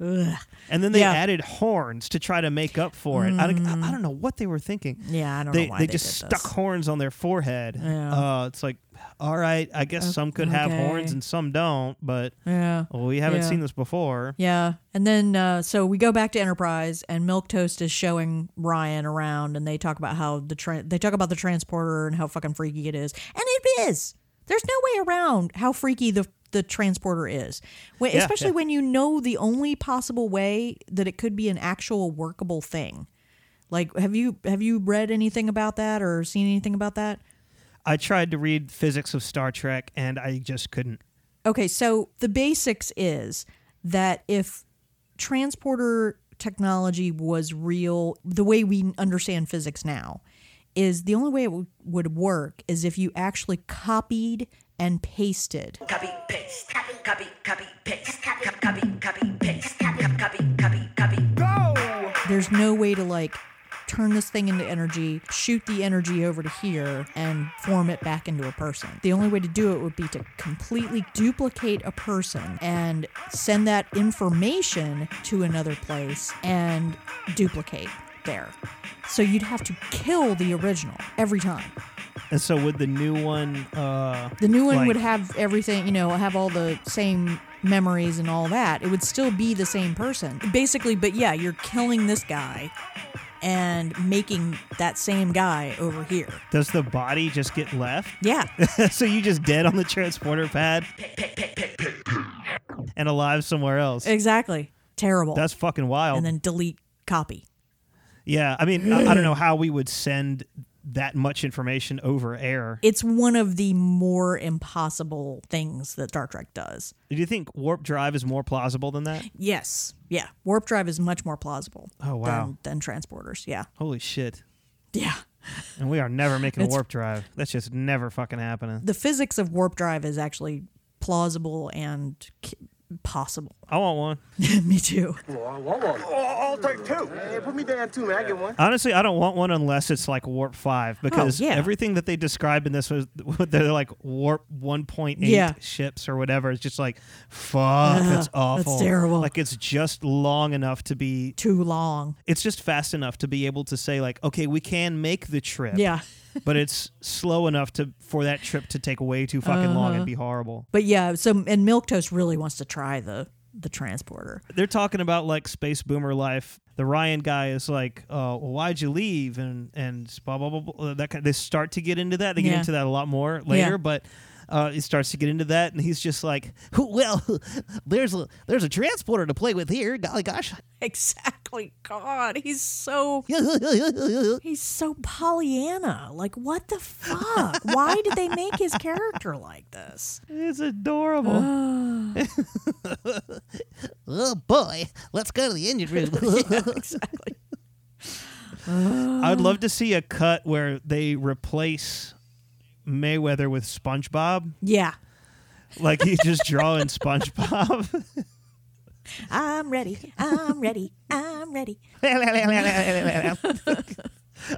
Speaker 2: Ugh.
Speaker 3: And then they
Speaker 2: Yeah.
Speaker 3: added horns to try to make up for it. I, don't, I- I don't know what they were thinking.
Speaker 2: Yeah, I don't know
Speaker 3: they,
Speaker 2: why
Speaker 3: they
Speaker 2: they
Speaker 3: just
Speaker 2: did
Speaker 3: stuck
Speaker 2: this.
Speaker 3: horns on their forehead.
Speaker 2: Yeah.
Speaker 3: Uh, it's like, all right, I guess
Speaker 2: O-
Speaker 3: some could have
Speaker 2: okay.
Speaker 3: horns and some don't, but
Speaker 2: Yeah.
Speaker 3: we haven't
Speaker 2: Yeah.
Speaker 3: seen this before.
Speaker 2: Yeah. And then uh, so we go back to Enterprise and Milk Toast is showing Ryan around and they talk about how the tra- they talk about the transporter and how fucking freaky it is. And it is. There's no way around how freaky the the transporter is. When,
Speaker 13: Yeah,
Speaker 2: especially
Speaker 13: yeah.
Speaker 2: when you know the only possible way that it could be an actual workable thing. Like have you have you read anything about that or seen anything about that?
Speaker 3: I tried to read physics of Star Trek and I just couldn't.
Speaker 2: Okay, so the basics is that if transporter technology was real, the way we understand physics now, is the only way it w- would work is if you actually copied and pasted.
Speaker 8: Copy, paste, copy, copy, copy, paste, copy, copy, copy, paste, copy, copy, copy, copy. Go!
Speaker 2: There's no way to like turn this thing into energy, shoot the energy over to here, and form it back into a person. The only way to do it would be to completely duplicate a person and send that information to another place and duplicate there. So you'd have to kill the original every time.
Speaker 3: And so would the new one. Uh,
Speaker 2: The new one
Speaker 3: like-
Speaker 2: would have everything, you know, have all the same memories and all that. It would still be the same person. Basically, but yeah, you're killing this guy and making that same guy over here.
Speaker 3: Does the body just get left?
Speaker 2: Yeah.
Speaker 3: [laughs] so you just dead on the transporter pad and alive somewhere else.
Speaker 2: [laughs] Exactly. Terrible.
Speaker 3: That's fucking wild.
Speaker 2: and then delete copy.
Speaker 3: yeah, I mean, I, I don't know how we would send that much information over air.
Speaker 2: It's one of the more impossible things that Star Trek does.
Speaker 3: Do you think warp drive is more plausible than that?
Speaker 2: Yes. Yeah. Warp drive is much more plausible
Speaker 3: Oh, wow.
Speaker 2: than, than transporters. Yeah.
Speaker 3: Holy shit.
Speaker 2: Yeah.
Speaker 3: And we are never making a
Speaker 2: It's-
Speaker 3: warp drive. That's just never fucking happening.
Speaker 2: The physics of warp drive is actually plausible and c- possible. [laughs]
Speaker 3: I want one.
Speaker 2: Me too.
Speaker 8: I'll take two. Yeah, put me down too, man. I get one.
Speaker 3: Honestly, I don't want one unless it's like warp five because
Speaker 8: Oh, yeah.
Speaker 3: everything that they describe in this was [laughs] they're like warp one point eight
Speaker 8: Yeah.
Speaker 3: ships or whatever. It's just like fuck,
Speaker 8: Ugh,
Speaker 3: that's
Speaker 8: Uh-huh. that's
Speaker 3: awful.
Speaker 8: terrible.
Speaker 3: Like it's just long enough to be
Speaker 2: too long.
Speaker 3: It's just fast enough to be able to say like, okay, we can make the trip.
Speaker 2: Yeah.
Speaker 3: but it's slow enough to for that trip to take way too fucking long
Speaker 2: Uh-huh.
Speaker 3: and be horrible.
Speaker 2: But yeah, so and Milktoast really wants to try the the transporter. [laughs]
Speaker 3: they're talking about like space boomer life. The Ryan guy is like, uh, well, "Why'd you leave?" and and blah blah blah. blah. That kind they start to get into that. They get
Speaker 8: Yeah.
Speaker 3: into that a lot more later,
Speaker 8: Yeah.
Speaker 3: but uh, he starts to get into that, and he's just like, [laughs] "Well, there's a there's a transporter to play with here. Golly gosh, [laughs]
Speaker 2: Exactly. God, he's so he's so Pollyanna. Like, what the fuck? Why did they make his character like this?
Speaker 3: It's adorable. [laughs] oh boy, let's go to the engine room."
Speaker 8: [laughs]
Speaker 3: [laughs]
Speaker 2: exactly.
Speaker 3: I would love to see a cut where they replace Mayweather with SpongeBob.
Speaker 2: Yeah.
Speaker 3: Like he's just drawing SpongeBob. [laughs]
Speaker 2: I'm ready. I'm ready. I'm ready.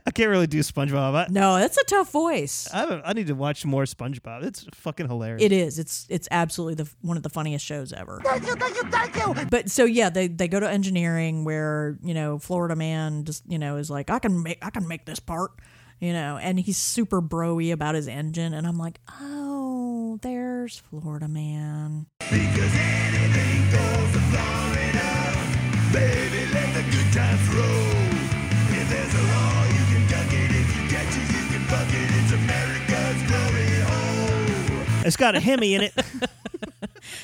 Speaker 3: I can't really do SpongeBob. I,
Speaker 2: no, that's a tough voice.
Speaker 3: I, don't- I need to watch more SpongeBob. It's fucking hilarious.
Speaker 2: It is. It's it's absolutely the one of the funniest shows ever.
Speaker 8: Thank you, thank you, thank you.
Speaker 2: But so yeah, they, they go to engineering where you know Florida man just you know is like I can make I can make this part, you know, and he's super broy about his engine, and I'm like, oh, there's Florida man.
Speaker 8: Baby, let the good times roll. If there's a law, you can duck it. If you catch it, you can fuck it. It's America's glory hole.
Speaker 3: It's got a Hemi in it.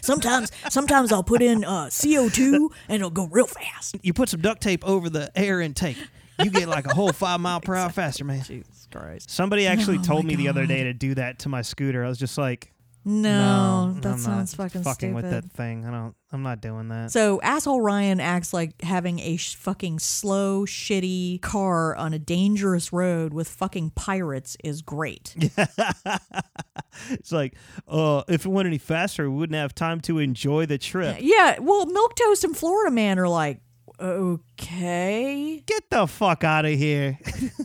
Speaker 2: Sometimes sometimes I'll put in uh, CO2 and it'll go real fast.
Speaker 3: You put some duct tape over the air intake. You get like a whole five mile per hour faster, man.
Speaker 2: Jesus Christ.
Speaker 3: Somebody actually
Speaker 2: Oh
Speaker 3: told
Speaker 2: my
Speaker 3: me the other
Speaker 2: God.
Speaker 3: day to do that to my scooter. I was just like, "Mm,
Speaker 2: No,
Speaker 3: I'm
Speaker 2: Oh, that
Speaker 3: not
Speaker 2: sounds fucking
Speaker 3: with
Speaker 2: stupid."
Speaker 3: that thing. I don't. I'm not doing that.
Speaker 2: So asshole Ryan acts like having a sh- fucking slow, shitty car on a dangerous road with fucking pirates is great.
Speaker 3: [laughs] it's like, uh, if it went any faster, we wouldn't have time to enjoy the trip.
Speaker 2: Yeah, well, Milk Toast and Florida Man are like, okay.
Speaker 3: Get the fuck out of here.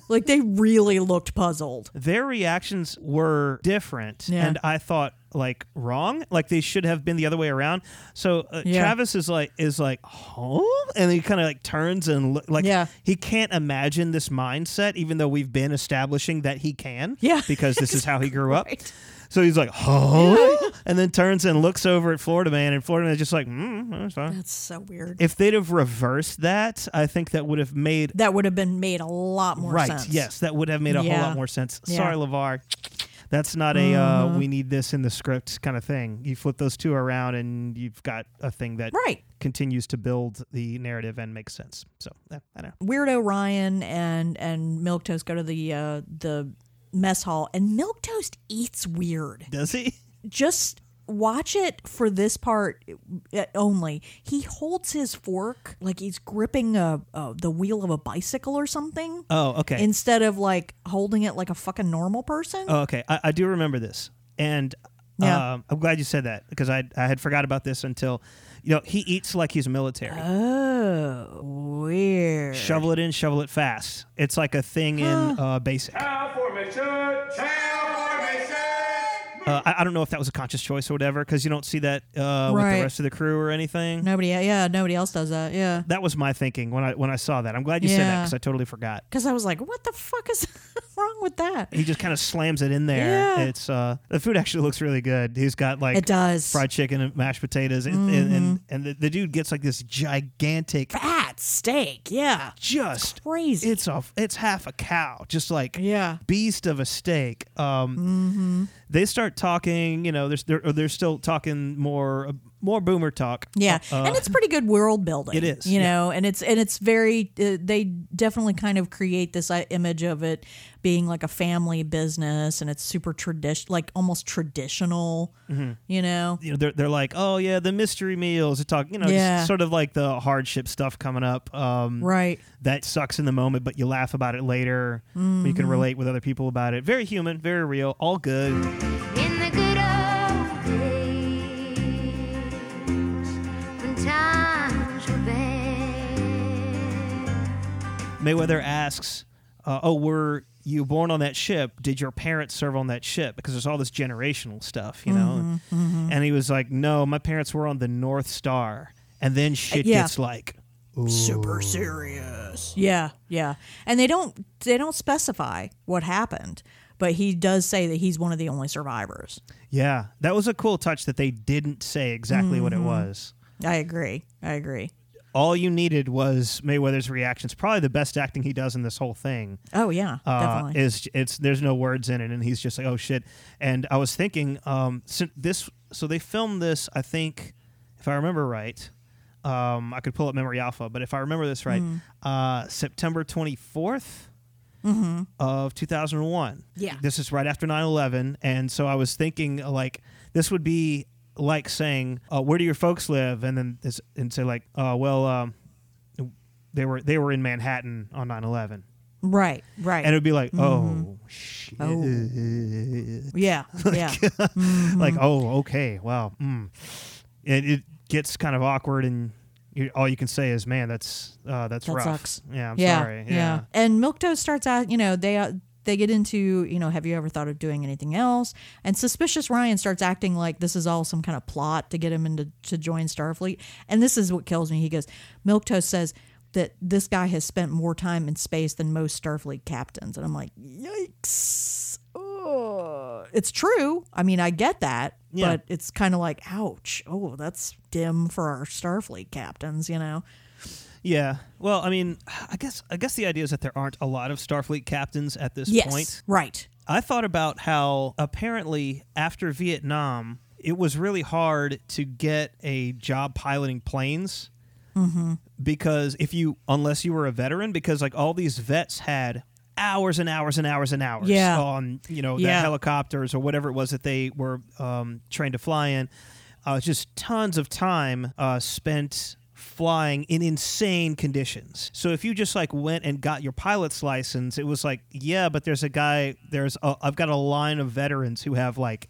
Speaker 2: like, they really looked puzzled.
Speaker 3: Their reactions were different,
Speaker 2: Yeah.
Speaker 3: and I thought like wrong, like they should have been the other way around. So uh,
Speaker 2: Yeah.
Speaker 3: Travis is like is like home, and he kind of like turns and look, like
Speaker 2: Yeah.
Speaker 3: he can't imagine this mindset, even though we've been establishing that he can,
Speaker 2: yeah, [laughs]
Speaker 3: because this is how he grew up. So he's like, huh? And then turns and looks over at Florida Man, and Florida Man's just like, mm, that's fine.
Speaker 2: That's so weird.
Speaker 3: If they'd have reversed that, I think that would have made
Speaker 2: that would have been made a lot more
Speaker 3: right.
Speaker 2: sense.
Speaker 3: Yes, that would have made a whole
Speaker 2: Yeah.
Speaker 3: lot more sense.
Speaker 2: Yeah.
Speaker 3: Sorry, Levar. That's not a uh,
Speaker 2: Mhm.
Speaker 3: we need this in the script kind of thing. You flip those two around, and you've got a thing that
Speaker 2: Right.
Speaker 3: continues to build the narrative and makes sense. So yeah, I know.
Speaker 2: Weirdo Ryan and and Milk Toast go to the uh, the mess hall, and Milk Toast eats weird.
Speaker 3: Does
Speaker 2: [laughs]
Speaker 3: he?
Speaker 2: Just watch it for this part uh, only. He holds his fork like he's gripping a, a the wheel of a bicycle or something.
Speaker 3: Oh, okay.
Speaker 2: Instead of like holding it like a fucking normal person.
Speaker 3: Oh, okay. I, I do remember this, and
Speaker 2: Yeah.
Speaker 3: um, I'm glad you said that because I I had forgot about this until, you know, he eats like he's military.
Speaker 2: Oh, weird.
Speaker 3: Shovel it in, shovel it fast. It's like a thing in uh, basic.
Speaker 8: Cow formation. Cow formation.
Speaker 3: Uh, I, I don't know if that was a conscious choice or whatever because you don't see that uh, with
Speaker 2: Right.
Speaker 3: the rest of the crew or anything.
Speaker 2: Nobody, yeah, nobody else does that, yeah.
Speaker 3: That was my thinking when I when I saw that. I'm glad you said that
Speaker 2: Yeah.
Speaker 3: because I totally forgot.
Speaker 2: Because I was like, what the fuck is [laughs] wrong with that?
Speaker 3: He just kind of slams it in there.
Speaker 2: Yeah.
Speaker 3: It's uh, the food actually looks really good. He's got like
Speaker 2: It does. Mm-hmm.
Speaker 3: fried chicken and mashed potatoes, and and, and, and the, the dude gets like this gigantic
Speaker 2: fat steak. Yeah,
Speaker 3: just
Speaker 2: crazy.
Speaker 3: It's a it's half a cow, just like
Speaker 2: yeah, Mm-hmm.
Speaker 3: beast of a steak. Um, they start talking. You know, they're they're, or they're still talking more more boomer talk.
Speaker 2: Yeah,
Speaker 3: Uh,
Speaker 2: and it's pretty good world building.
Speaker 3: It is,
Speaker 2: you
Speaker 3: yeah.
Speaker 2: know, and it's and it's very. Uh, they definitely kind of create this uh, image of it being like a family business, and it's super tradition, like almost traditional.
Speaker 3: Mhm.
Speaker 2: You know,
Speaker 3: you know, they're, they're like, oh yeah, the mystery meals. They're talking, you know,
Speaker 2: Yeah.
Speaker 3: just sort of like the hardship stuff coming up. Um,
Speaker 2: Right.
Speaker 3: That sucks in the moment, but you laugh about it later. You can
Speaker 2: Mm-hmm.
Speaker 8: Mhm.
Speaker 3: relate with other people about it. Very human, very real, all good.
Speaker 8: In the good old days, when times were bad.
Speaker 3: Mayweather asks, uh, oh, were you born on that ship? Did your parents serve on that ship? Because there's all this generational stuff, you know.
Speaker 2: Mm-hmm,
Speaker 8: Mhm, mhm.
Speaker 3: And he was like, no, my parents were on the North Star. And then shit
Speaker 2: yeah.
Speaker 3: gets like
Speaker 2: super serious. Yeah, yeah, and they don't they don't specify what happened, but he does say that he's one of the only survivors.
Speaker 3: Yeah, that was a cool touch that they didn't say exactly what it
Speaker 2: Mhm.
Speaker 3: was.
Speaker 2: I agree. I agree.
Speaker 3: All you needed was Mayweather's reactions. Probably the best acting he does in this whole thing.
Speaker 2: Oh yeah,
Speaker 3: Uh,
Speaker 2: definitely.
Speaker 3: Is it's there's no words in it, and he's just like, oh shit. And I was thinking, um, sin this so they filmed this. I think, if I remember right, um, I could pull up Memory Alpha, but if I remember this right,
Speaker 8: Mhm.
Speaker 3: uh, September 24th
Speaker 8: Mm-hmm.
Speaker 3: of 2001.
Speaker 8: Yeah.
Speaker 3: This is right after 9 11. And so I was thinking, uh, like, this would be like saying, uh, Where do your folks live? And then this, and say, like, uh, Well, um, they were they were in Manhattan on 9 11.
Speaker 2: Right, right.
Speaker 3: And it would be like,
Speaker 2: Mhm.
Speaker 3: Oh, shit. [laughs]
Speaker 2: Yeah, yeah. Mhm.
Speaker 3: Like, oh, okay. Wow. Mm. It, it gets kind of awkward and. You, all you can say is, "Man, that's uh, that's
Speaker 2: that
Speaker 3: rough."
Speaker 2: sucks.
Speaker 3: Yeah, I'm sorry.
Speaker 2: And Milk Toast starts out, you know, they uh, they get into, you know, have you ever thought of doing anything else? And suspicious Ryan starts acting like this is all some kind of plot to get him into to join Starfleet. And this is what kills me. He goes, Milk Toast says that this guy has spent more time in space than most Starfleet captains. And I'm like, yikes. Ugh. It's true. I mean, I get that,
Speaker 8: Yeah.
Speaker 2: but it's kind of like, ouch. Oh, that's dim for our Starfleet captains, you know.
Speaker 3: Yeah. Well, I mean, I guess I guess the idea is that there aren't a lot of Starfleet captains at this
Speaker 2: Yes,
Speaker 3: point.
Speaker 2: right.
Speaker 3: I thought about how apparently after Vietnam, it was really hard to get a job piloting planes
Speaker 8: Mm-hmm.
Speaker 3: because if you unless you were a veteran because like all these vets had hours and hours and hours and hours
Speaker 8: Yeah.
Speaker 3: on you know the
Speaker 8: Yeah.
Speaker 3: helicopters or whatever it was that they were um, trained to fly in uh, just tons of time uh, spent flying in insane conditions so if you just like went and got your pilot's license it was like yeah but there's a guy there's a, i've got a line of veterans who have like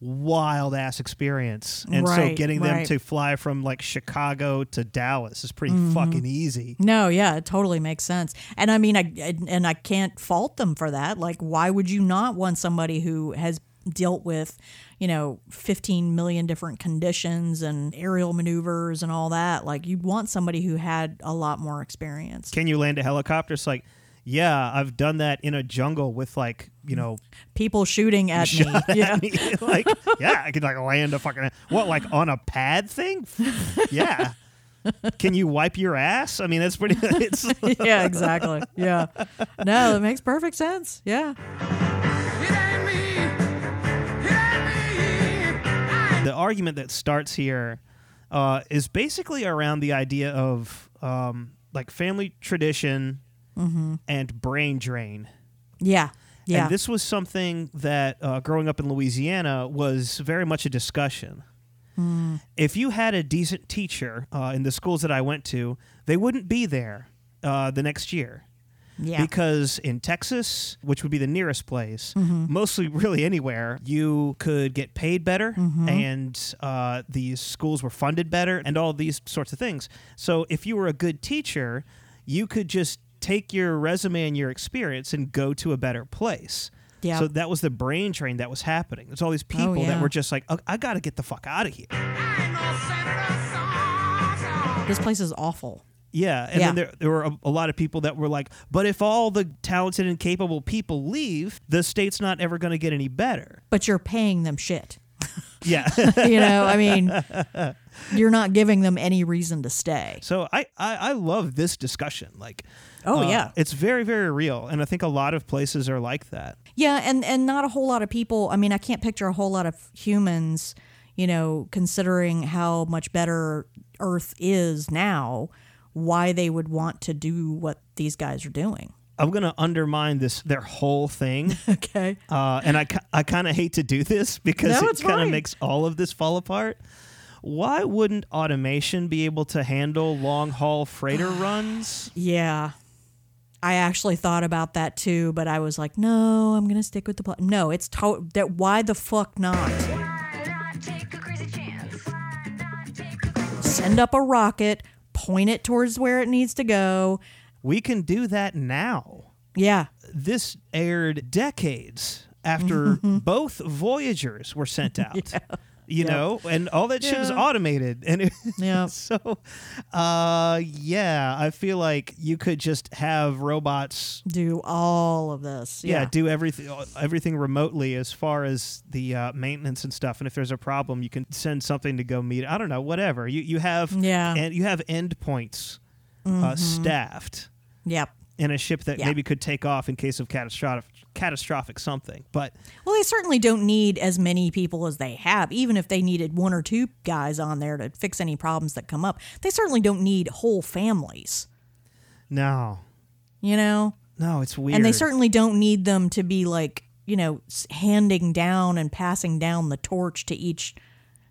Speaker 3: wild ass experience and so
Speaker 2: Right,
Speaker 3: getting them
Speaker 2: right.
Speaker 3: to fly from like Chicago to Dallas is pretty
Speaker 2: Mhm.
Speaker 3: fucking easy.
Speaker 2: No, yeah, it totally makes sense. And I mean, I and and I can't fault them for that. Like, why would you not want somebody who has dealt with, you know, 15 million different conditions and aerial maneuvers and all that? Like, you'd want somebody who had a lot more experience.
Speaker 3: Can you land a helicopter? It's like, yeah, I've done that in a jungle with like, you
Speaker 2: Mm.
Speaker 3: know,
Speaker 2: People shooting at me.
Speaker 3: shot at
Speaker 2: yeah.
Speaker 3: me. [laughs] like, yeah, I could like land a fucking what, like on a pad thing? yeah. Can you wipe your ass? I mean, that's pretty. [laughs] It's
Speaker 2: [laughs] yeah, exactly. Yeah. No, it makes perfect sense. Yeah.
Speaker 3: the argument that starts here uh, is basically around the idea of um, like family tradition
Speaker 2: Mhm.
Speaker 3: and brain drain.
Speaker 2: Yeah. Yeah.
Speaker 3: And this was something that uh, growing up in Louisiana was very much a discussion.
Speaker 8: Mm.
Speaker 3: If you had a decent teacher uh, in the schools that I went to, they wouldn't be there uh, the next year.
Speaker 8: Yeah.
Speaker 3: Because in Texas, which would be the nearest place,
Speaker 8: Mhm.
Speaker 3: mostly [laughs] really anywhere, you could get paid better
Speaker 8: Mhm.
Speaker 3: and uh, these schools were funded better and all these sorts of things. So if you were a good teacher, you could just take your resume and your experience and go to a better place.
Speaker 8: Yeah.
Speaker 3: So that was the brain train that was happening. There's all these people
Speaker 8: yeah.
Speaker 3: that were just like, "Oh, I got to get the fuck out of here.
Speaker 2: This place is awful.
Speaker 3: Yeah, and
Speaker 2: Yeah.
Speaker 3: then there, there were a, a lot of people that were like, "But if all the talented and capable people leave, the state's not ever going to get any better."
Speaker 2: But you're paying them shit. [laughs]
Speaker 3: Yeah, [laughs]
Speaker 2: you know, I mean, you're not giving them any reason to stay.
Speaker 3: So I I, I love this discussion. Like, uh,
Speaker 2: Oh, yeah.
Speaker 3: it's very very real, and I think a lot of places are like that.
Speaker 2: Yeah, and and not a whole lot of people. I mean, I can't picture a whole lot of humans, you know, considering how much better Earth is now, why they would want to do what these guys are doing.
Speaker 3: I'm gonna undermine this their whole
Speaker 2: [laughs]
Speaker 3: thing.
Speaker 2: okay.
Speaker 3: Uh, and I ki- I kind of hate to do this because
Speaker 2: No,
Speaker 3: it
Speaker 2: it's
Speaker 3: kind of
Speaker 2: fine.
Speaker 3: makes all of this fall apart. Why wouldn't automation be able to handle long haul
Speaker 2: [sighs]
Speaker 3: freighter runs?
Speaker 2: Yeah. I actually thought about that too, but I was like, no, I'm gonna stick with the pla- no. It's to- that why the fuck not? Send up a rocket, point it towards where it needs to go.
Speaker 3: We can do that now.
Speaker 2: Yeah,
Speaker 3: This aired decades after both Voyagers
Speaker 2: [laughs]
Speaker 3: were sent out. You
Speaker 2: Mm-hmm. Yep.
Speaker 3: know, and all that shit was
Speaker 2: Yeah.
Speaker 3: automated, and it, [laughs]
Speaker 2: yeah,
Speaker 3: so uh, yeah, I feel like you could just have robots
Speaker 2: do all of this.
Speaker 3: yeah,
Speaker 2: Yeah,
Speaker 3: do everything everything remotely as far as the uh, maintenance and stuff. And if there's a problem, you can send something to go meet. I don't know, whatever. You you have
Speaker 2: Yeah.
Speaker 3: and you have endpoints uh,
Speaker 2: Mhm.
Speaker 3: staffed
Speaker 2: yep.
Speaker 3: in a ship that
Speaker 2: Yeah.
Speaker 3: maybe could take off in case of catastrophic catastrophic something. But
Speaker 2: Well, they certainly don't need as many people as they have, even if they needed one or two guys on there to fix any problems that come up. They certainly don't need whole families,
Speaker 3: no,
Speaker 2: you know?
Speaker 3: no, it's weird.
Speaker 2: And they certainly don't need them to be like, you know, s- handing down and passing down the torch to each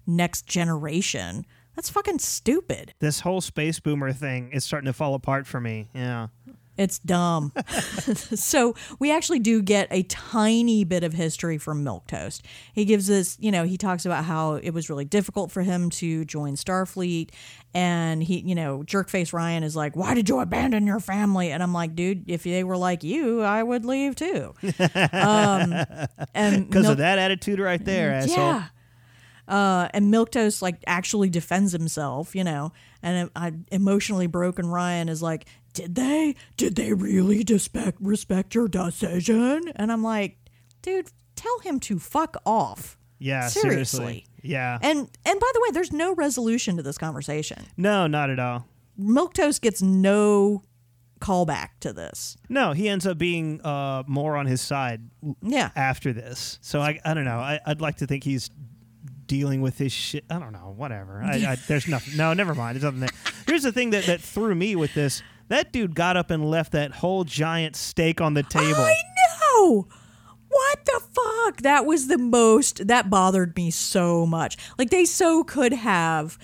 Speaker 2: next generation. That's fucking stupid.
Speaker 3: this whole space boomer thing is starting to fall apart for me. Yeah.
Speaker 2: It's dumb. [laughs] so we actually do get a tiny bit of history from Milk Toast. He gives us, you know, he talks about how it was really difficult for him to join Starfleet, and he, you know, Jerkface Ryan is like, "Why did you abandon your family?" And I'm like, "Dude, if they were like you, I would leave too." um, and
Speaker 3: Because
Speaker 2: Milk-
Speaker 3: of that attitude right there, asshole.
Speaker 2: Mm, yeah. Uh, and Milktoast like actually defends himself, you know. And I, I emotionally broken Ryan is like, did they? Did they really respect respect your decision? And I'm like, dude, tell him to fuck off.
Speaker 3: Yeah,
Speaker 2: seriously.
Speaker 3: Yeah.
Speaker 2: And and by the way, there's no resolution to this conversation.
Speaker 3: no, not at all.
Speaker 2: Milktoast gets no callback to this.
Speaker 3: No, he ends up being uh, more on his side.
Speaker 2: Yeah.
Speaker 3: After this, so I, I don't know. I, I'd like to think he's dealing with his shit. I don't know. Whatever.
Speaker 2: [laughs]
Speaker 3: I, I, there's nothing. No, never mind. There's nothing. There. Here's the thing that that threw me with this. That dude got up and left that whole giant steak on the table.
Speaker 2: I know. What the fuck? That was the most that bothered me so much. Like they so could have,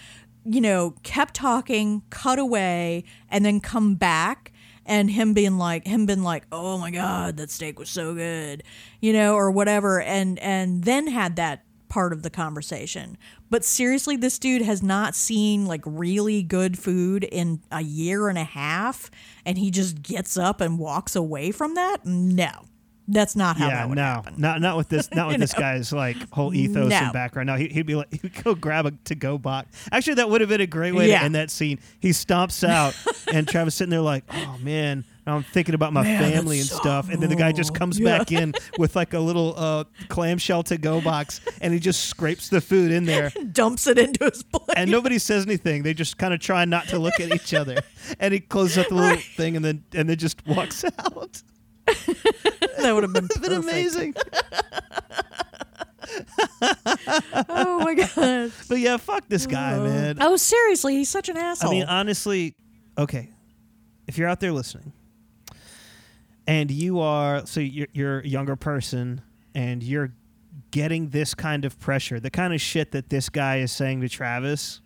Speaker 2: you know, kept talking, cut away, and then come back and him being like him being like, "Oh my god, that steak was so good." You know, or whatever and and then had that part of the conversation. But seriously, this dude has not seen like really good food in a year and a half, and he just gets up and walks away from that. No, that's not how
Speaker 3: yeah,
Speaker 2: that would
Speaker 3: no,
Speaker 2: happen.
Speaker 3: not not with this, not
Speaker 2: [laughs]
Speaker 3: with
Speaker 2: You
Speaker 3: this
Speaker 2: know?
Speaker 3: guy's like whole ethos
Speaker 2: No.
Speaker 3: and background. No, he, he'd be like, he'd go grab a to go box. Actually, that would have been a great way
Speaker 2: Yeah.
Speaker 3: to end that scene. He stomps out, and Travis sitting there like, oh man, now I'm thinking about my
Speaker 2: Man, that
Speaker 3: family and stuff. And then the guy just comes
Speaker 2: Yeah.
Speaker 3: back in with like a little uh, clamshell to go box, and he just scrapes the food
Speaker 2: [laughs]
Speaker 3: in there.
Speaker 2: Dumps it into his [laughs] plate.
Speaker 3: And nobody says anything. They just kind of try not to look at
Speaker 2: [laughs]
Speaker 3: each other. And he closes up the little thing, and then and then just walks [laughs] out.
Speaker 2: that would have
Speaker 3: [laughs]
Speaker 2: been,
Speaker 3: Been
Speaker 2: perfect.
Speaker 3: amazing.
Speaker 2: Oh my god!
Speaker 3: But yeah, fuck this [laughs] guy, man.
Speaker 2: [laughs] Oh, seriously, he's such an asshole.
Speaker 3: I mean, honestly, okay. If you're out there listening, and you are so you're, you're a younger person, and you're getting this kind of pressure, the kind of shit that this guy is saying to Travis,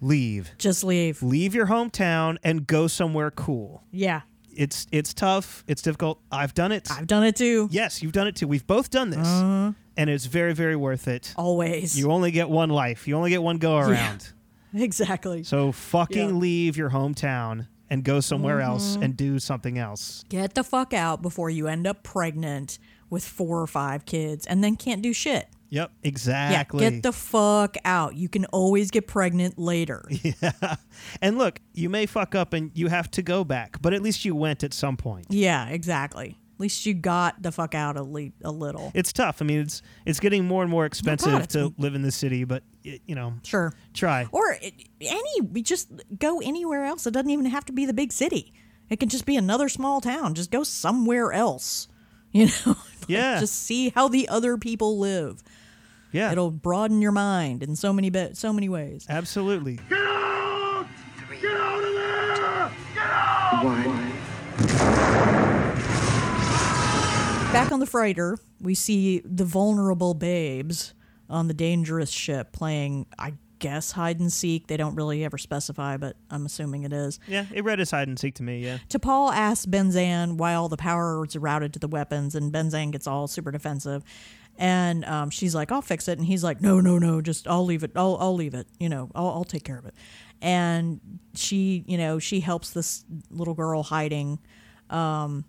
Speaker 3: leave,
Speaker 2: just leave.
Speaker 3: leave your hometown and go somewhere cool.
Speaker 2: Yeah,
Speaker 3: It's it's tough. It's difficult. I've done it.
Speaker 2: I've done it too.
Speaker 3: yes, you've done it too. We've both done this, and it's very very worth it.
Speaker 2: Always. [laughs]
Speaker 3: You only get one life. You only get one go around.
Speaker 2: exactly.
Speaker 3: So fucking
Speaker 2: Yeah. Mm-hmm.
Speaker 3: leave your hometown and go somewhere else and do something else.
Speaker 2: Get the fuck out before you end up pregnant with four or five kids and then can't do shit.
Speaker 3: Yep, exactly.
Speaker 2: Yeah, get the fuck out. You can always get pregnant
Speaker 3: [laughs]
Speaker 2: later.
Speaker 3: and look, you may fuck up and you have to go back, but at least you went at some point.
Speaker 2: yeah, exactly. At least you got the fuck out a, le- a little.
Speaker 3: It's tough. I mean, it's it's getting more and more expensive
Speaker 2: it's-
Speaker 3: to live in the city, but y- you know,
Speaker 2: Sure.
Speaker 3: try.
Speaker 2: Or it- any, we just go anywhere else. It doesn't even have to be the big city. It can just be another small town. Just go somewhere else. [laughs] You know? Like,
Speaker 3: Yeah.
Speaker 2: Just see how the other people live.
Speaker 3: Yeah.
Speaker 2: It'll broaden your mind in so many be- so many ways.
Speaker 3: Absolutely.
Speaker 8: Get out of there! Get out! One.
Speaker 2: Back on the freighter, we see the vulnerable babes on the dangerous ship playing, I guess, hide and seek. They don't really ever specify, but I'm assuming it is.
Speaker 3: Yeah, it read as hide and seek to me. Yeah.
Speaker 2: T'Pol asks Benzan why all the power is routed to the weapons, and Benzan gets all super defensive. And um, she's like, "I'll fix it," and he's like, "No, no, no, just I'll leave it. I'll, I'll leave it. You know, I'll, I'll take care of it." And she, you know, she helps this little girl hiding, um,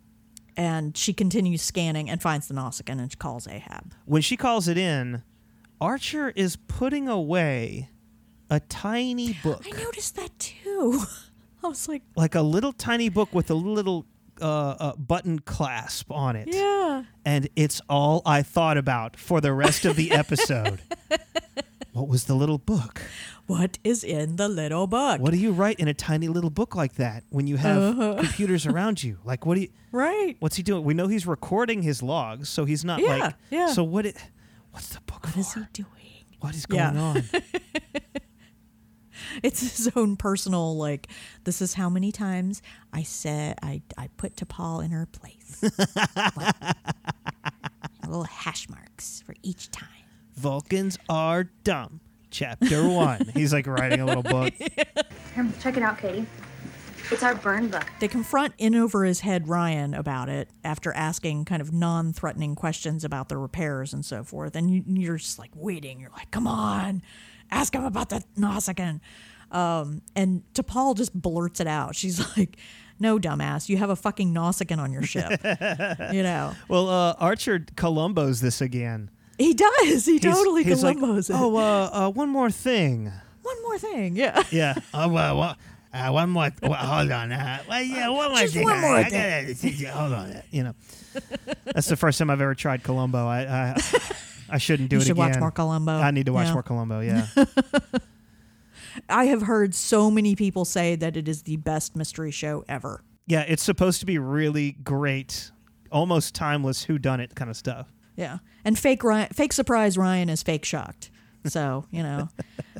Speaker 2: and she continues scanning and finds the Nausicaan and calls Ahab.
Speaker 3: When she calls it in, Archer is putting away a tiny book,
Speaker 2: I noticed that too. [laughs] I was like,
Speaker 3: like a little tiny book with a little uh, uh, button clasp on it.
Speaker 2: "Yeah,
Speaker 3: And it's all I thought about for the rest of
Speaker 2: [laughs]
Speaker 3: the episode. what was the little book?
Speaker 2: what is in the little book?"
Speaker 3: What do you write in a tiny little book like that when you have
Speaker 2: Uh-huh.
Speaker 3: computers around you? Like, what do you?
Speaker 2: Right.
Speaker 3: What's he doing? We know he's recording his logs, so he's not
Speaker 2: Yeah,
Speaker 3: like.
Speaker 2: yeah.
Speaker 3: So what? It, what's the book for?
Speaker 2: What is he doing?
Speaker 3: What is going
Speaker 2: Yeah. [laughs]
Speaker 3: on?
Speaker 2: it's his own personal like this is how many times i said i i put to paul in her place Like, little hash marks for each time
Speaker 3: Vulcans are dumb. Chapter one. He's like writing a
Speaker 2: [laughs]
Speaker 3: little book.
Speaker 13: Here, check it out, Katie. It's our burn book.
Speaker 2: they confront in over his head ryan about it after asking kind of non-threatening questions about the repairs and so forth and you, you're just like waiting you're like come on ask him about the nausicaan um, and T'Pol just blurts it out. She's [laughs] like, "No, dumbass, you have a fucking Nausicaan on your ship." you know,
Speaker 3: Well, uh, Archer Columbo's this again.
Speaker 2: He does. He
Speaker 3: He's-
Speaker 2: totally
Speaker 3: he's like,
Speaker 2: Columbos it.
Speaker 3: Oh, uh, uh, one more thing.
Speaker 2: One more thing. Yeah.
Speaker 3: Yeah. Oh, well, well, uh, one more. Well, hold on. Uh, well, yeah, one more
Speaker 8: Just
Speaker 3: thing.
Speaker 8: one
Speaker 3: I-
Speaker 8: more
Speaker 3: I gotta- hold on. uh, You [laughs] know, that's the first time I've ever tried Columbo. I I, I shouldn't do
Speaker 2: You
Speaker 3: it
Speaker 2: should
Speaker 3: again.
Speaker 2: watch more Columbo.
Speaker 3: I need to watch
Speaker 2: Yeah.
Speaker 3: more
Speaker 2: [laughs]
Speaker 3: Columbo. Yeah.
Speaker 2: [laughs] I have heard so many people say that it is the best mystery show ever.
Speaker 3: yeah. It's supposed to be really great, almost timeless. Who done it kind of stuff.
Speaker 2: Yeah. And fake Ryan, fake surprise Ryan is fake shocked. So, you [laughs] know.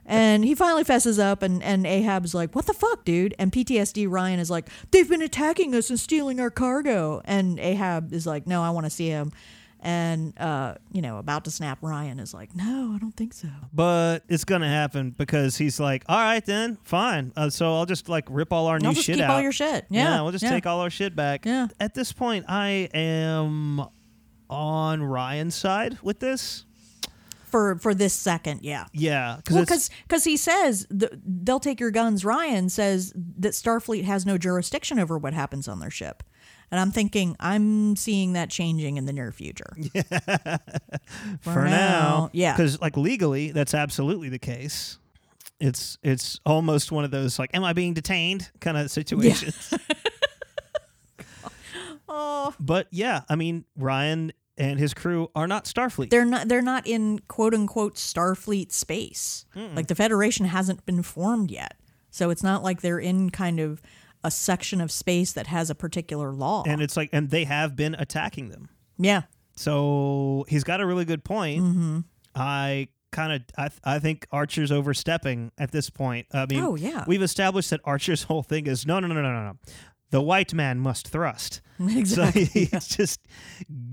Speaker 2: and he finally fesses up and and Ahab's like, "What the fuck, dude?" And PTSD Ryan is like, "They've been attacking us and stealing our cargo." And Ahab is like, "No, I want to see him." And uh, you know, about to snap Ryan is like, "No, I don't think so."
Speaker 3: But it's gonna happen because he's like, all right, then, fine. Uh, so I'll just like rip all our new
Speaker 2: I'll just
Speaker 3: shit
Speaker 2: keep
Speaker 3: out.
Speaker 2: all your shit. Yeah,
Speaker 3: we'll just
Speaker 2: yeah.
Speaker 3: take all our shit back. Yeah. At this point, I am on Ryan's side with this.
Speaker 2: For for this second, yeah.
Speaker 3: Yeah, because
Speaker 2: Well, because he says th they'll take your guns. Ryan says that Starfleet has no jurisdiction over what happens on their ship, and I'm thinking I'm seeing that changing in the near
Speaker 3: [laughs]
Speaker 2: future. Yeah,
Speaker 3: for, now,
Speaker 2: yeah.
Speaker 3: because like legally, that's absolutely the case. It's it's almost one of those like, am I being detained kind of situations.
Speaker 2: [laughs] oh,
Speaker 3: [laughs] But yeah, I mean, Ryan and his crew are not Starfleet.
Speaker 2: they're not they're not in quote unquote Starfleet space.
Speaker 3: Mm-mm.
Speaker 2: Like the Federation hasn't been formed yet, so it's not like they're in kind of a section of space that has a particular law.
Speaker 3: and it's like, and they have been attacking them.
Speaker 2: yeah,
Speaker 3: So he's got a really good point.
Speaker 2: Mhm.
Speaker 3: I kind of I, th- I think Archer's overstepping at this point. I mean,
Speaker 2: Oh, yeah.
Speaker 3: we've established that Archer's [laughs] whole thing is no, no, no, no, no, no. The white man
Speaker 2: [laughs]
Speaker 3: must thrust.
Speaker 2: Exactly,
Speaker 3: So [laughs] he's just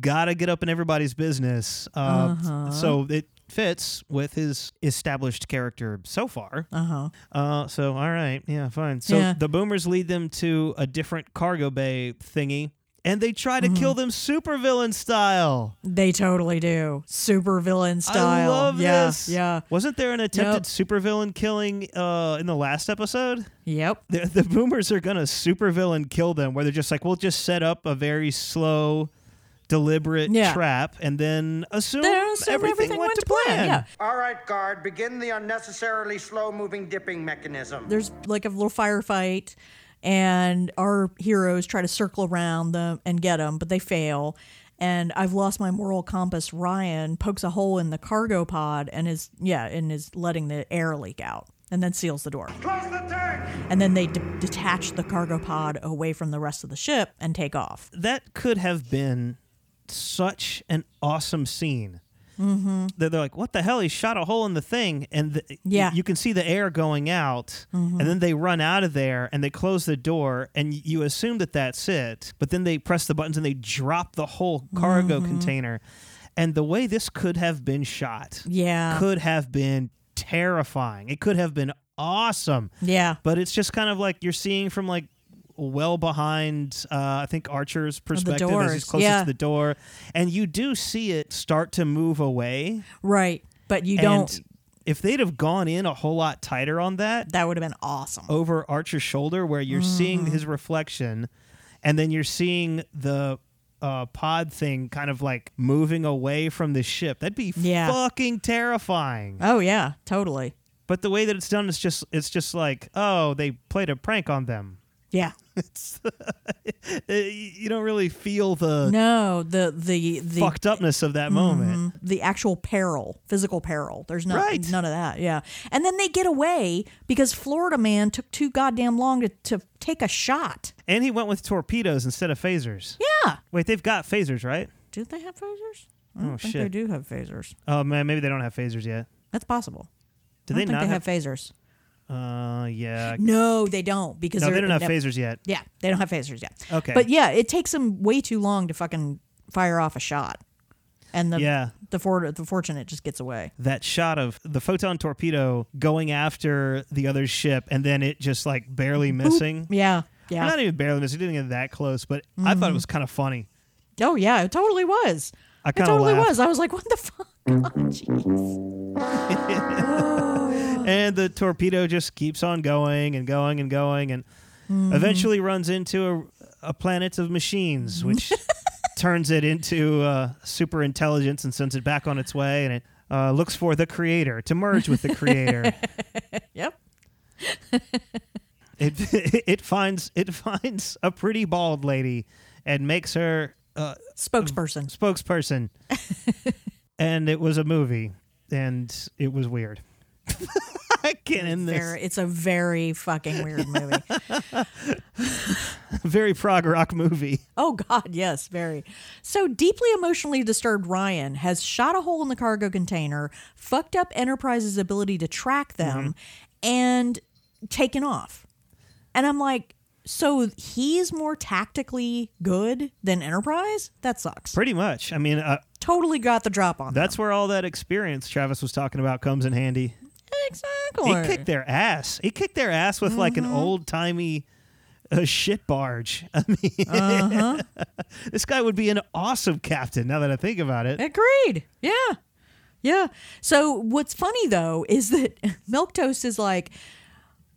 Speaker 3: got to get up in everybody's business. Uh,
Speaker 2: Uh-huh.
Speaker 3: So it fits with his established character so far.
Speaker 2: Uh-huh.
Speaker 3: Uh, so all right, yeah, fine. So
Speaker 2: Yeah.
Speaker 3: the boomers lead them to a different cargo bay thingy, and they try to kill
Speaker 2: Mm-hmm.
Speaker 3: them supervillain style.
Speaker 2: they totally do super villain style.
Speaker 3: I love
Speaker 2: yeah,
Speaker 3: this.
Speaker 2: yeah.
Speaker 3: Wasn't there an attempted
Speaker 2: Nope.
Speaker 3: supervillain killing uh, in the last episode?
Speaker 2: Yep.
Speaker 3: The, the boomers are gonna supervillain kill them, where they're just like, we'll just set up a very slow, deliberate
Speaker 14: Yeah.
Speaker 3: trap, and then assume,
Speaker 14: They'll
Speaker 3: everything,
Speaker 14: assume
Speaker 3: went, to plan.
Speaker 14: All right, guard, begin the unnecessarily slow moving dipping mechanism.
Speaker 2: there's like a little firefight and our heroes try to circle around them and get them but they fail and i've lost my moral compass ryan pokes a hole in the cargo pod and is yeah and is letting the air leak out and then seals the door and then they d- detach the cargo pod away from the rest of the ship and take off
Speaker 3: That could have been such an awesome scene
Speaker 2: Mm-hmm.
Speaker 3: They're, they're like, "What the hell? He shot a hole in the thing," and the,
Speaker 2: Yeah.
Speaker 3: you can see the air going out,
Speaker 2: Mhm.
Speaker 3: and then they run out of there and they close the door, and y- you assume that that's it, but then they press the buttons and they drop the whole cargo
Speaker 2: Mhm.
Speaker 3: container, and the way this could have been shot,
Speaker 2: Yeah.
Speaker 3: could have been terrifying. It could have been awesome.
Speaker 2: Yeah.
Speaker 3: But it's just kind of like you're seeing from like well behind uh, I think Archer's perspective as
Speaker 2: doors,
Speaker 3: he's closest
Speaker 2: yeah.
Speaker 3: to the door. And you do see it start to move away.
Speaker 2: Right. But you
Speaker 3: And
Speaker 2: don't.
Speaker 3: if they'd have gone in a whole lot tighter on that,
Speaker 2: that would have been awesome.
Speaker 3: Over Archer's shoulder where you're seeing
Speaker 2: Mm-hmm.
Speaker 3: his reflection and then you're seeing the uh, pod thing kind of like moving away from the ship. That'd be
Speaker 2: Yeah.
Speaker 3: fucking terrifying.
Speaker 2: Oh yeah, totally.
Speaker 3: But the way that it's done is just it's just like, oh, they played a prank on them.
Speaker 2: Yeah.
Speaker 3: It's [laughs] Eh, you don't really feel the
Speaker 2: no the the the
Speaker 3: fucked upness of that moment.
Speaker 2: Mhm. The actual peril, physical peril. There's not,
Speaker 3: Right.
Speaker 2: none of that. Yeah. And then they get away because Florida man took too goddamn long to, to take a shot.
Speaker 3: And he went with torpedoes instead of phasers.
Speaker 2: Yeah.
Speaker 3: Wait, they've got phasers, right?
Speaker 2: Do they have phasers? I don't
Speaker 3: Oh
Speaker 2: think
Speaker 3: shit.
Speaker 2: They do have phasers.
Speaker 3: Oh man, maybe they don't have phasers yet.
Speaker 2: That's possible. I
Speaker 3: Do they
Speaker 2: don't think
Speaker 3: not
Speaker 2: they
Speaker 3: have,
Speaker 2: have phasers?
Speaker 3: Uh yeah.
Speaker 2: No, they don't because
Speaker 3: No, they
Speaker 2: they're-
Speaker 3: don't have
Speaker 2: they're-
Speaker 3: phasers yet.
Speaker 2: Yeah, they don't have phasers yet.
Speaker 3: Okay.
Speaker 2: But yeah, it takes them way too long to fucking fire off a shot, and the
Speaker 3: Yeah.
Speaker 2: the for, the fortunate just gets away.
Speaker 3: that shot of the photon torpedo going after the other ship and then it just like barely missing.
Speaker 2: Yeah, yeah. Mm-hmm.
Speaker 3: Not even barely missing. It didn't get that close, but I thought it was kind of funny.
Speaker 2: Oh yeah, it totally was.
Speaker 3: I
Speaker 2: It
Speaker 3: kinda
Speaker 2: totally
Speaker 3: laughed.
Speaker 2: was. I was like, what the fuck? [laughs] Oh,
Speaker 3: and the torpedo just keeps on going and going and going and
Speaker 2: Mhm.
Speaker 3: eventually runs into a, a planet of machines which turns it into uh, super intelligence and sends it back on its way and it uh, looks for the creator to merge with the creator
Speaker 2: yep.
Speaker 3: it, [laughs] it finds it finds a pretty bald lady and makes her uh,
Speaker 2: spokesperson
Speaker 3: spokesperson and it was a movie and it was weird [laughs] I can't end this.
Speaker 2: Very- it's a very fucking weird
Speaker 3: [laughs]
Speaker 2: movie.
Speaker 3: very prog rock movie
Speaker 2: oh God, yes, very. So deeply emotionally disturbed Ryan has shot a hole in the cargo container, fucked up Enterprise's ability to track
Speaker 3: Mm-hmm.
Speaker 2: them, and taken off. And I'm like, so he's more tactically good than Enterprise? That sucks.
Speaker 3: pretty much i mean uh,
Speaker 2: Totally got the drop on that.
Speaker 3: That's where all that experience Travis was talking about comes in handy.
Speaker 2: Exactly.
Speaker 3: He kicked their ass. He kicked their ass with like an old timey uh, shit barge. [laughs] I mean, [laughs] this guy would be an awesome captain now that I think about it.
Speaker 2: Agreed. Yeah. Yeah. So what's funny though is that [laughs] Milktoast is like,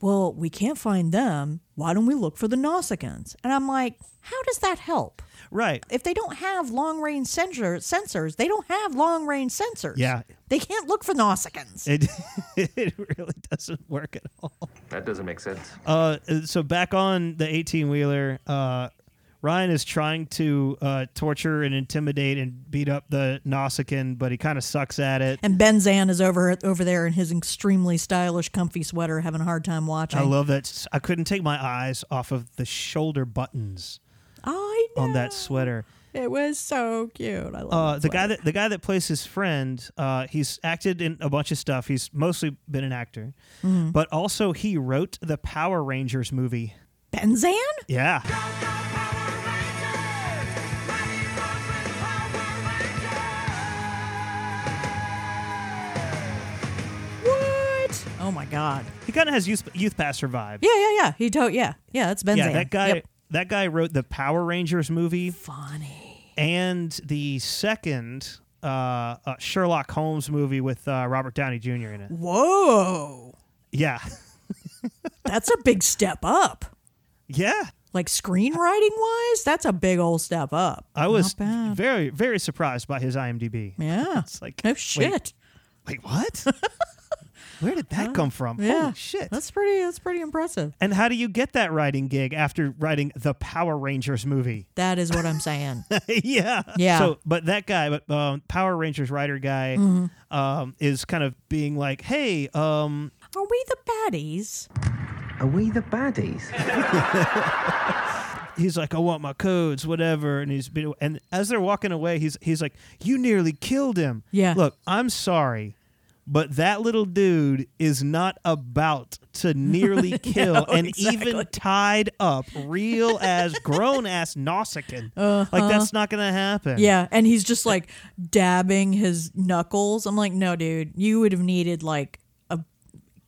Speaker 2: well, we can't find them. Why don't we look for the Nausicaans? And I'm like, how does that help?
Speaker 3: Right.
Speaker 2: If they don't have long range sensor- sensors, they don't have long range sensors.
Speaker 3: Yeah.
Speaker 2: They can't look for Nausicaans.
Speaker 3: It, [laughs] it really doesn't work at all.
Speaker 15: That doesn't make sense.
Speaker 3: Uh, so back on the 18 wheeler, uh, Ryan is trying to uh, torture and intimidate and beat up the Nausicaan, but he kind of sucks at it.
Speaker 2: And Ben Zan is over over there in his extremely stylish, comfy sweater, having a hard time watching.
Speaker 3: I love that. s- I couldn't take my eyes off of the shoulder buttons
Speaker 2: I
Speaker 3: on that sweater.
Speaker 2: It was so cute. I love
Speaker 3: Uh,
Speaker 2: that
Speaker 3: the guy that the guy that plays his friend, uh, he's acted in a bunch of stuff. He's mostly been an actor,
Speaker 2: Mhm.
Speaker 3: but also he wrote the Power Rangers movie.
Speaker 2: Ben Zan?
Speaker 3: Yeah,
Speaker 2: What? Oh my god.
Speaker 3: he kind of has youth youth pastor vibe.
Speaker 2: Yeah, yeah, yeah. He told. Yeah, yeah. That's Ben
Speaker 3: yeah,
Speaker 2: Zan.
Speaker 3: that guy.
Speaker 2: Yep.
Speaker 3: That guy wrote the Power Rangers movie. Funny. And the second uh, uh, Sherlock Holmes movie with uh, Robert Downey Jr. in it.
Speaker 2: Whoa,
Speaker 3: Yeah, [laughs]
Speaker 2: that's a big step up.
Speaker 3: yeah.
Speaker 2: Like screenwriting wise, that's a big old step up.
Speaker 3: I was very very surprised by his IMDb.
Speaker 2: Yeah.
Speaker 3: [laughs] it's like
Speaker 2: No
Speaker 3: wait,
Speaker 2: shit. [laughs]
Speaker 3: Wait, what? Where did that come from?
Speaker 2: yeah.
Speaker 3: Holy shit.
Speaker 2: That's pretty. That's pretty impressive.
Speaker 3: And how do you get that writing gig after writing the Power Rangers movie? [laughs]
Speaker 2: That is what I'm saying.
Speaker 3: yeah.
Speaker 2: Yeah.
Speaker 3: So, but that guy, but um, Power Rangers writer guy,
Speaker 2: Mhm.
Speaker 3: um, is kind of being like, "Hey, um,
Speaker 2: Are we the baddies?
Speaker 5: Are we the baddies?
Speaker 3: he's like, I want my codes, whatever. And he's been, and as they're walking away, he's he's like, you nearly killed him.
Speaker 2: Yeah.
Speaker 3: Look, I'm sorry, but that little dude is not about to
Speaker 2: [laughs]
Speaker 3: nearly kill and even tied up, real as grown ass Nausicaan. Like
Speaker 2: Uh-huh.
Speaker 3: that's not gonna happen.
Speaker 2: Yeah, and he's just like dabbing his knuckles. I'm like, no, dude, you would have needed like a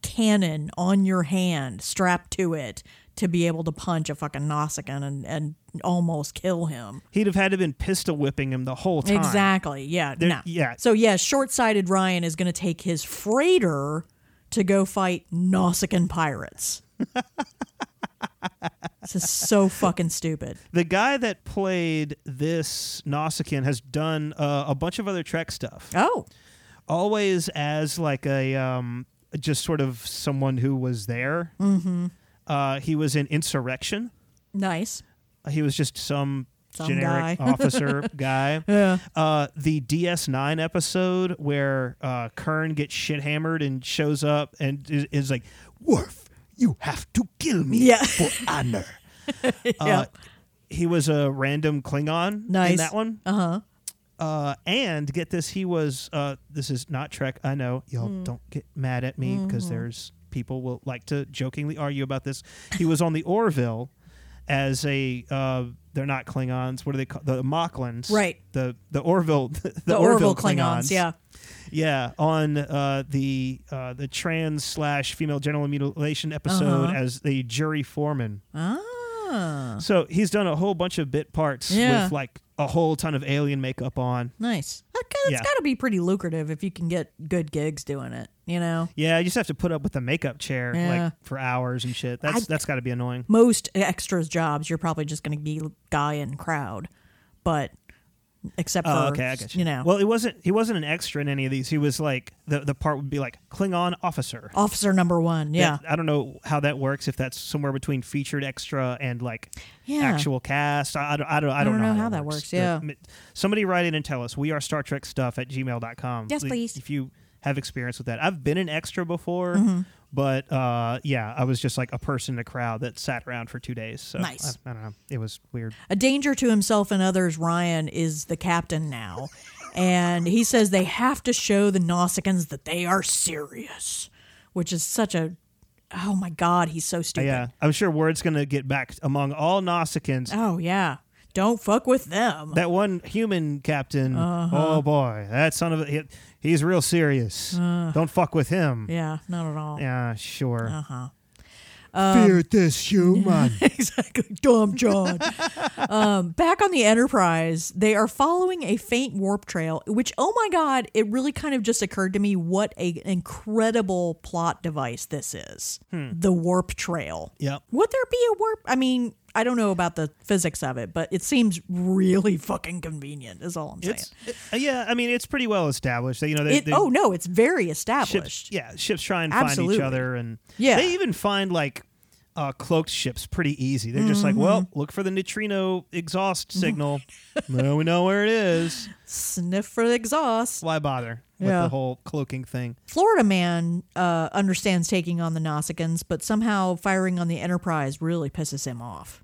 Speaker 2: cannon on your hand strapped to it to be able to punch a fucking Nausicaan and, and almost kill him.
Speaker 3: He'd have had to been pistol whipping him the whole time.
Speaker 2: Exactly. Yeah.
Speaker 3: There-
Speaker 2: no.
Speaker 3: yeah.
Speaker 2: So yeah, short-sighted Ryan is going to take his freighter to go fight Nausicaan [laughs] pirates. this is so fucking stupid.
Speaker 3: The guy that played this Nausicaan has done uh, a bunch of other Trek stuff.
Speaker 2: Oh,
Speaker 3: always as like a um, just sort of someone who was there.
Speaker 8: Mm-hmm.
Speaker 2: Mhm.
Speaker 3: Uh, he was in Insurrection. Uh,
Speaker 2: Nice.
Speaker 3: He was just some,
Speaker 2: Some
Speaker 3: generic
Speaker 2: guy.
Speaker 8: [laughs]
Speaker 3: officer guy.
Speaker 2: Yeah.
Speaker 3: Uh, the DS9 episode where uh, Kern gets shit hammered and shows up and is, is like, Worf, you have to kill me
Speaker 8: Yeah.
Speaker 3: for honor.
Speaker 8: [laughs] Yeah.
Speaker 3: uh, he was a random Klingon in
Speaker 8: Nice.
Speaker 3: that one.
Speaker 2: Uh-huh.
Speaker 3: Uh, and get this, he was. Uh, this is not Trek. I know y'all
Speaker 2: Hmm.
Speaker 8: Mm.
Speaker 3: don't get mad at me because
Speaker 2: Mm-hmm.
Speaker 8: Mhm.
Speaker 3: there's people will like to jokingly argue about this. He was on the Orville as a. Uh, they're not Klingons. What are they called? The Mocklins.
Speaker 2: Right.
Speaker 3: The the Orville. [laughs] The,
Speaker 2: The
Speaker 3: Orville,
Speaker 2: Orville Klingons, yeah.
Speaker 3: Yeah. On uh, the uh, the trans slash female genital mutilation episode
Speaker 2: Uh-huh. Uh.
Speaker 3: as the jury foreman.
Speaker 2: Ah.
Speaker 3: So he's done a whole bunch of bit parts
Speaker 2: Yeah.
Speaker 3: with like a whole ton of alien makeup on.
Speaker 2: Nice. Okay,
Speaker 3: Yeah.
Speaker 2: it's got to be pretty lucrative if you can get good gigs doing it. You know,
Speaker 3: Yeah, you just have to put up with the makeup chair
Speaker 2: Yeah.
Speaker 3: like for hours and shit. That's
Speaker 2: I-
Speaker 3: that's got to be annoying.
Speaker 2: most extras jobs you're probably just going to be guy in crowd, but except for
Speaker 3: Oh, okay, I got you.
Speaker 2: you know
Speaker 3: well, it wasn't he wasn't an extra in any of these. He was like the the part would be like Klingon officer.
Speaker 2: officer number one. Yeah.
Speaker 3: That- I don't know how that works. If that's somewhere between featured extra and like
Speaker 2: Yeah.
Speaker 3: actual cast, I, I don't, I don't, I don't, know, how that works.
Speaker 2: works, yeah.
Speaker 3: The- somebody write in and tell us. We are Star Trek stuff at gmail.com.
Speaker 2: Yes,
Speaker 3: If-
Speaker 2: please.
Speaker 3: If you have experience with that, I've been an extra before,
Speaker 2: Mhm.
Speaker 3: but uh, yeah, I was just like a person in a crowd that sat around for two days. So
Speaker 2: Nice.
Speaker 3: I, I don't know. It was weird.
Speaker 2: A danger to himself and others, Ryan is the captain now. and he says they have to show the Nausicaans that they are serious, which is such a. Oh my God, he's so stupid.
Speaker 3: Yeah, uh, I'm sure word's gonna get back among all Nausicaans.
Speaker 2: Oh, yeah. Don't fuck with them.
Speaker 3: That one human captain.
Speaker 2: Uh-huh.
Speaker 3: Oh boy, that son of a he, he's real serious.
Speaker 2: Uh.
Speaker 3: Don't fuck with him.
Speaker 2: Yeah, not at all.
Speaker 3: Yeah, sure.
Speaker 2: Uh huh. Um,
Speaker 3: Fear this
Speaker 2: [laughs]
Speaker 3: human.
Speaker 2: [laughs] exactly. Dumb
Speaker 3: [laughs]
Speaker 2: John. um, back on the Enterprise, they are following a faint warp trail, which, oh my God, it really kind of just occurred to me what a incredible plot device this is.
Speaker 8: Hmm.
Speaker 2: The warp trail.
Speaker 3: Yep.
Speaker 2: Would there be a warp? I mean, I don't know about the physics of it, but it seems really fucking convenient, is all I'm saying.
Speaker 3: It's uh, yeah. I mean, it's pretty well established. They- You know, they,
Speaker 2: It,
Speaker 3: they-
Speaker 2: oh no, it's very established.
Speaker 3: ships. Yeah, ships try and find
Speaker 2: Absolutely.
Speaker 3: each other, and
Speaker 2: Yeah.
Speaker 3: they even find like uh, cloaked ships pretty easy. They're just
Speaker 2: Mm-hmm.
Speaker 3: like, well, look for the neutrino exhaust signal. now we know where
Speaker 2: [laughs]
Speaker 3: it is.
Speaker 2: Sniff for the exhaust.
Speaker 3: Why bother with
Speaker 2: Yeah.
Speaker 3: the whole cloaking thing?
Speaker 2: Florida man uh, understands taking on the Nausicaans, but somehow firing on the Enterprise really pisses him off.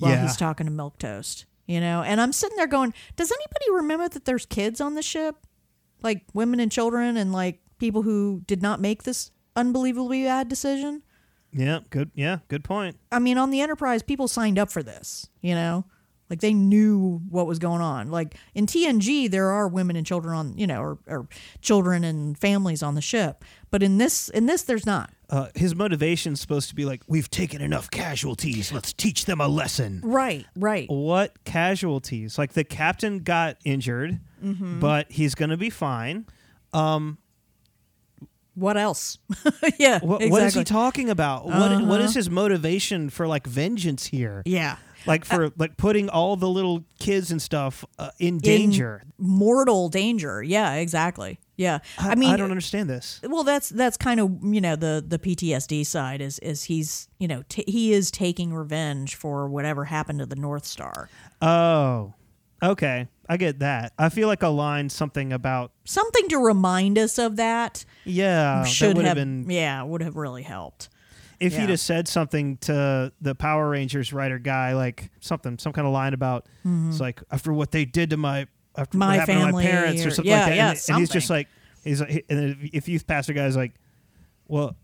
Speaker 2: While
Speaker 8: Yeah.
Speaker 2: he's talking to Milk Toast, you know, and I'm sitting there going, "Does anybody remember that there's kids on the ship, like women and children, and like people who did not make this unbelievably bad decision?"
Speaker 3: Yeah, good. Yeah, good point.
Speaker 2: I mean, on the Enterprise, people signed up for this, you know? Like they knew what was going on. Like in TNG, there are women and children on, you know, or, or children and families on the ship. But in this, in this, there's not.
Speaker 3: Uh, his motivation's supposed to be like, we've taken enough casualties. Let's teach them a lesson.
Speaker 2: Right, right.
Speaker 3: What casualties? Like the captain got injured,
Speaker 2: Mhm.
Speaker 3: but he's going to be fine. Um,
Speaker 2: What else? [laughs] yeah.
Speaker 3: what, what is he
Speaker 2: exactly.
Speaker 3: talking about? What what
Speaker 2: Uh-huh.
Speaker 3: is his motivation for like vengeance here?
Speaker 2: Yeah.
Speaker 3: Like for like putting all the little kids and stuff uh, in danger.
Speaker 2: In mortal danger. Yeah, exactly. Yeah. I, mean,
Speaker 3: I don't understand this.
Speaker 2: well that's that's kind of you know the the PTSD side is is he's you know t- he is taking revenge for whatever happened to the North Star.
Speaker 3: Oh. Okay. I get that. I feel like a line something about
Speaker 2: Something to remind us of that
Speaker 3: yeah, Oh, that
Speaker 2: should
Speaker 3: would
Speaker 2: have
Speaker 3: have been
Speaker 2: yeah would have really helped.
Speaker 3: if
Speaker 2: Yeah.
Speaker 3: you'd have said something to the Power Rangers writer guy, like something, some kind of line about
Speaker 2: Mhm.
Speaker 3: it's like after what they did to my after
Speaker 2: My
Speaker 3: what happened
Speaker 2: family
Speaker 3: to my parents or,
Speaker 2: or-
Speaker 3: something
Speaker 2: yeah,
Speaker 3: like that,
Speaker 2: yeah,
Speaker 3: and, and he's just
Speaker 2: something.
Speaker 3: like he's like, and if- if youth pastor guy's like, well,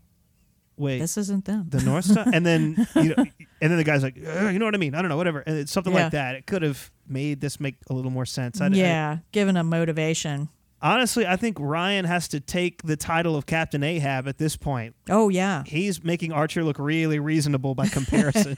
Speaker 3: wait,
Speaker 2: This isn't them.
Speaker 3: the North Star,
Speaker 2: [laughs]
Speaker 3: and then you know, and then the guy's like, "Uh, you know what I mean? I don't know, whatever, and it's something
Speaker 2: Yeah.
Speaker 3: like that. It could have made this make a little more sense. I, I-
Speaker 2: yeah, giving them motivation.
Speaker 3: honestly, I think Ryan has to take the title of Captain Ahab at this point.
Speaker 2: Oh yeah,
Speaker 3: He's making Archer look really
Speaker 2: [laughs]
Speaker 3: reasonable by comparison.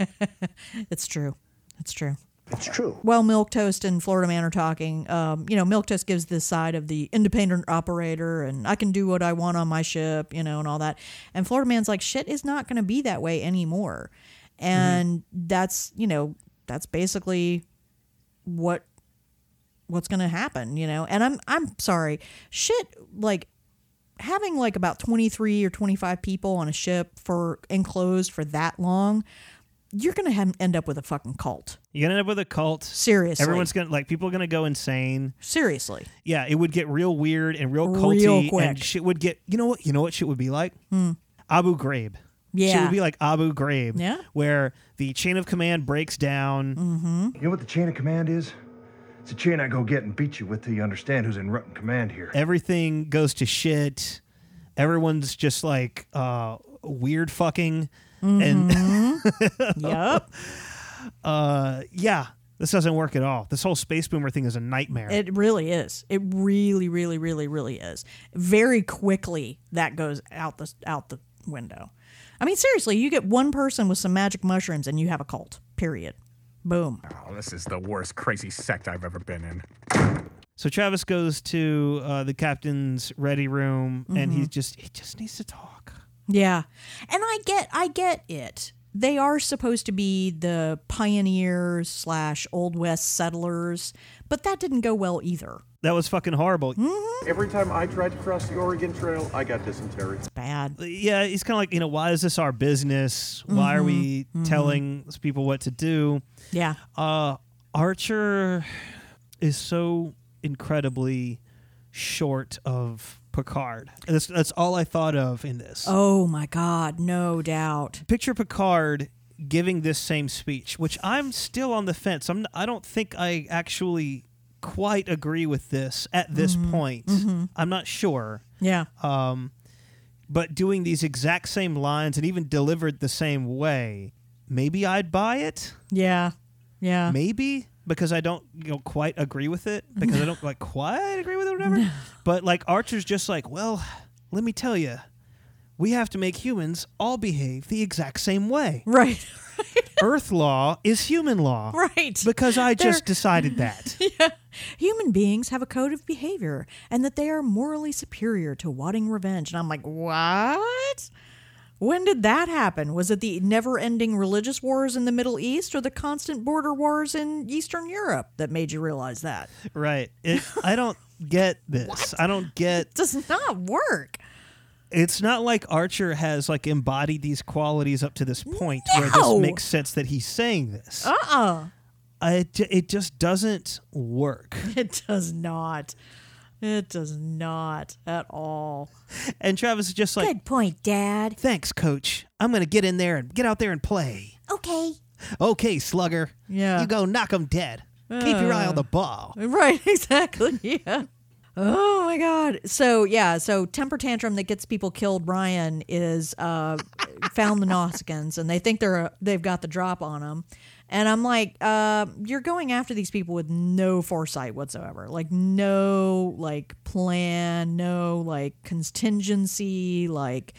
Speaker 2: it's true. It's true. It's true. Well, Milk Toast and Florida Man are talking. Um, you know, Milk Toast gives this side of the independent operator, and I can do what I want on my ship, you know, and all that. And Florida Man's like, shit is not going to be that way anymore. And that's you know, that's basically what what's going to happen, you know. And I'm I'm sorry, shit, like having like about 23 or 25 people on a ship for enclosed for that long you're gonna hem- end up with a fucking cult
Speaker 3: You're gonna end up with a cult.
Speaker 2: Seriously.
Speaker 3: everyone's gonna like people are gonna go insane.
Speaker 2: seriously
Speaker 3: Yeah, it would get real weird and real
Speaker 2: Real
Speaker 3: culty,
Speaker 2: quick. Hmm.
Speaker 3: and shit would get. You know what? You know what shit would be like? Abu Ghraib. Shit
Speaker 2: Yeah.
Speaker 3: would be like Abu Ghraib.
Speaker 2: Yeah. Hmm.
Speaker 3: Where the chain of command breaks down. Mm-hmm.
Speaker 15: You know what the chain of command is? It's a chain I go get and beat you with till you understand who's in rotten command here.
Speaker 3: Everything goes to shit. Everyone's just like uh, weird fucking.
Speaker 2: Mm-hmm.
Speaker 3: And
Speaker 2: yep.
Speaker 3: Uh, yeah, this doesn't work at all. This whole space boomer thing is a
Speaker 2: [laughs]
Speaker 3: nightmare.
Speaker 2: it really is it really really really really is very quickly that goes out the out the window i mean seriously you get one person with some magic mushrooms and you have a cult period boom
Speaker 16: Oh, this is the worst crazy sect I've ever been in.
Speaker 3: So Travis goes to uh, the captain's ready room, and he's just he just needs to talk.
Speaker 2: Yeah. And I get I get it. They are supposed to be the pioneers slash old west settlers, but that didn't go well either.
Speaker 3: That was fucking horrible.
Speaker 17: Every time I tried to cross the Oregon Trail, I got dysentery. It's
Speaker 2: bad.
Speaker 3: Yeah, he's kind of like you know why is this our business? Why are we
Speaker 17: Mhm, mhm.
Speaker 3: telling people what to do?
Speaker 2: Yeah.
Speaker 3: Uh, Archer is so incredibly short of Picard. That's that's all I thought of in this.
Speaker 2: Oh my god, no doubt.
Speaker 3: Picture Picard giving this same speech, which I'm still on the fence. I'm I don't think I actually quite agree with this at this
Speaker 2: Mhm,
Speaker 3: point.
Speaker 2: mhm.
Speaker 3: I'm not sure.
Speaker 2: Yeah.
Speaker 3: Um, but doing these exact same lines and even delivered the same way, maybe I'd buy it.
Speaker 2: Yeah. Yeah.
Speaker 3: Maybe because I don't you know, quite agree with it because I don't like quite agree with it or whatever. But like Archer's just like, well, let me tell you, we have to make humans all behave the exact same way.
Speaker 2: Right. [laughs]
Speaker 3: Earth law is human law. [laughs]
Speaker 2: Right.
Speaker 3: Because I
Speaker 2: They're-
Speaker 3: just
Speaker 2: [laughs]
Speaker 3: decided that.
Speaker 2: Human beings have a code of behavior and that they are morally superior to wanting revenge. And I'm like, what? When did that happen? Was it the never ending religious wars in the Middle East or the constant border wars in Eastern Europe that made you realize that?
Speaker 3: right. It, I don't get this. I don't get
Speaker 2: does not work.
Speaker 3: It's not like Archer has like embodied these qualities up to this point where
Speaker 2: No.
Speaker 3: this makes sense that he's saying this.
Speaker 2: Uh uh
Speaker 3: I, it just doesn't work.
Speaker 2: [laughs] It does not. It does not at all.
Speaker 3: And Travis is just like,
Speaker 2: Good point, Dad.
Speaker 3: Thanks, Coach. I'm going to get in there and get out there and play.
Speaker 2: Okay.
Speaker 3: Okay, Slugger.
Speaker 2: Yeah.
Speaker 3: You go knock 'em dead. Keep your eye on the ball.
Speaker 2: Right, [laughs] exactly. Yeah. Oh my God. So yeah, so temper tantrum that gets people killed. Ryan is uh, found the Nausicaans, and they think they're uh, they've got the drop on them. And I'm like, uh, you're going after these people with no foresight whatsoever, like no like plan, no like contingency, like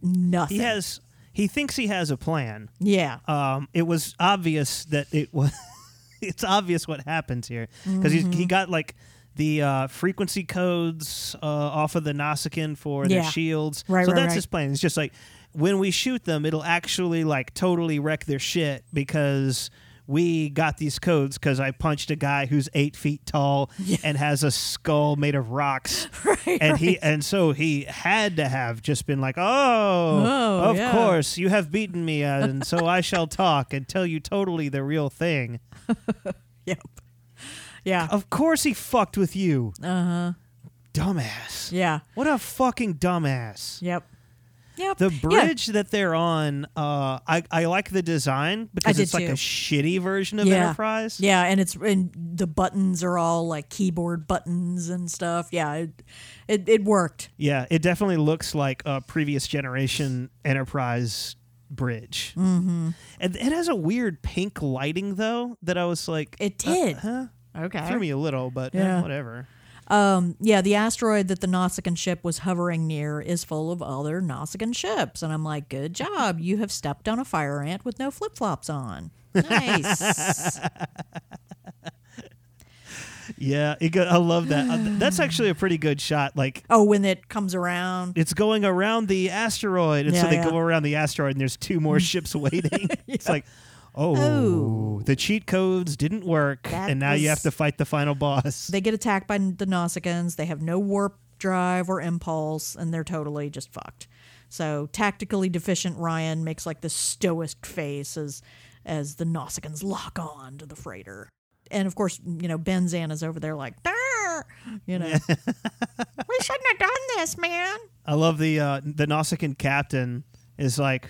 Speaker 2: nothing.
Speaker 3: He has. He thinks he has a plan.
Speaker 2: Yeah. [laughs]
Speaker 3: Um, it was obvious that it was. [laughs] it's obvious what happens here because
Speaker 2: Mhm.
Speaker 3: he he got like the uh, frequency codes uh, off of the Nausicaan for
Speaker 2: Yeah.
Speaker 3: their shields.
Speaker 2: Right,
Speaker 3: So
Speaker 2: right,
Speaker 3: that's
Speaker 2: right.
Speaker 3: his plan. It's just like when we shoot them, it'll actually like totally wreck their shit because. We got these codes because I punched a guy who's eight
Speaker 2: [laughs]
Speaker 3: feet tall and has a skull made of rocks, and he and so he had to have just been like, "Oh,
Speaker 2: Oh,
Speaker 3: of
Speaker 2: yeah.
Speaker 3: course, you have beaten me, uh, and so I shall talk and tell you totally the real
Speaker 2: [laughs]
Speaker 3: thing."
Speaker 2: Yeah.
Speaker 3: Of course, he fucked with you,
Speaker 2: Uh huh.
Speaker 3: dumbass.
Speaker 2: Yeah.
Speaker 3: What a fucking dumbass.
Speaker 2: Yep. Yep.
Speaker 3: The
Speaker 2: Yeah.
Speaker 3: bridge that they're on, uh, I I like the design because
Speaker 2: did
Speaker 3: it's like
Speaker 2: too.
Speaker 3: a shitty version of
Speaker 2: yeah.
Speaker 3: Enterprise.
Speaker 2: Yeah, and it's and the buttons are all like keyboard buttons and stuff. Yeah, it it, it worked.
Speaker 3: Yeah, it definitely looks like a previous generation Enterprise bridge.
Speaker 2: Mhm.
Speaker 3: And it has a weird pink lighting though that I was like,
Speaker 2: it did.
Speaker 3: Uh, huh?
Speaker 2: Okay.
Speaker 3: threw me a little, but eh,
Speaker 2: Yeah.
Speaker 3: whatever.
Speaker 2: Um, yeah, the asteroid that the Nausicaan ship was hovering near is full of other Nausicaan ships, and I'm like, good job, you have stepped on a fire ant with no flip flops on. Nice.
Speaker 3: Yeah, it go- I love that. Uh, th- That's actually a pretty good shot. Like
Speaker 2: [laughs] oh, when it comes around,
Speaker 3: it's going around the asteroid, and so
Speaker 2: Yeah,
Speaker 3: they
Speaker 2: yeah.
Speaker 3: go around the asteroid, and there's two
Speaker 2: [laughs]
Speaker 3: more ships waiting. It's like, oh, the cheat codes didn't work,
Speaker 2: That
Speaker 3: and now you have
Speaker 2: was-
Speaker 3: to fight the final boss.
Speaker 2: they get attacked by the Nausicaans. They have no warp drive or impulse, and they're totally just fucked. So tactically deficient Ryan makes like this stoic face as as the Nausicaans lock on to the freighter. And of course, you know, Ben Zan is over there like, "Durr," you [laughs] know, we shouldn't have done this, man.
Speaker 3: I love the uh, the Nausicaan captain is like,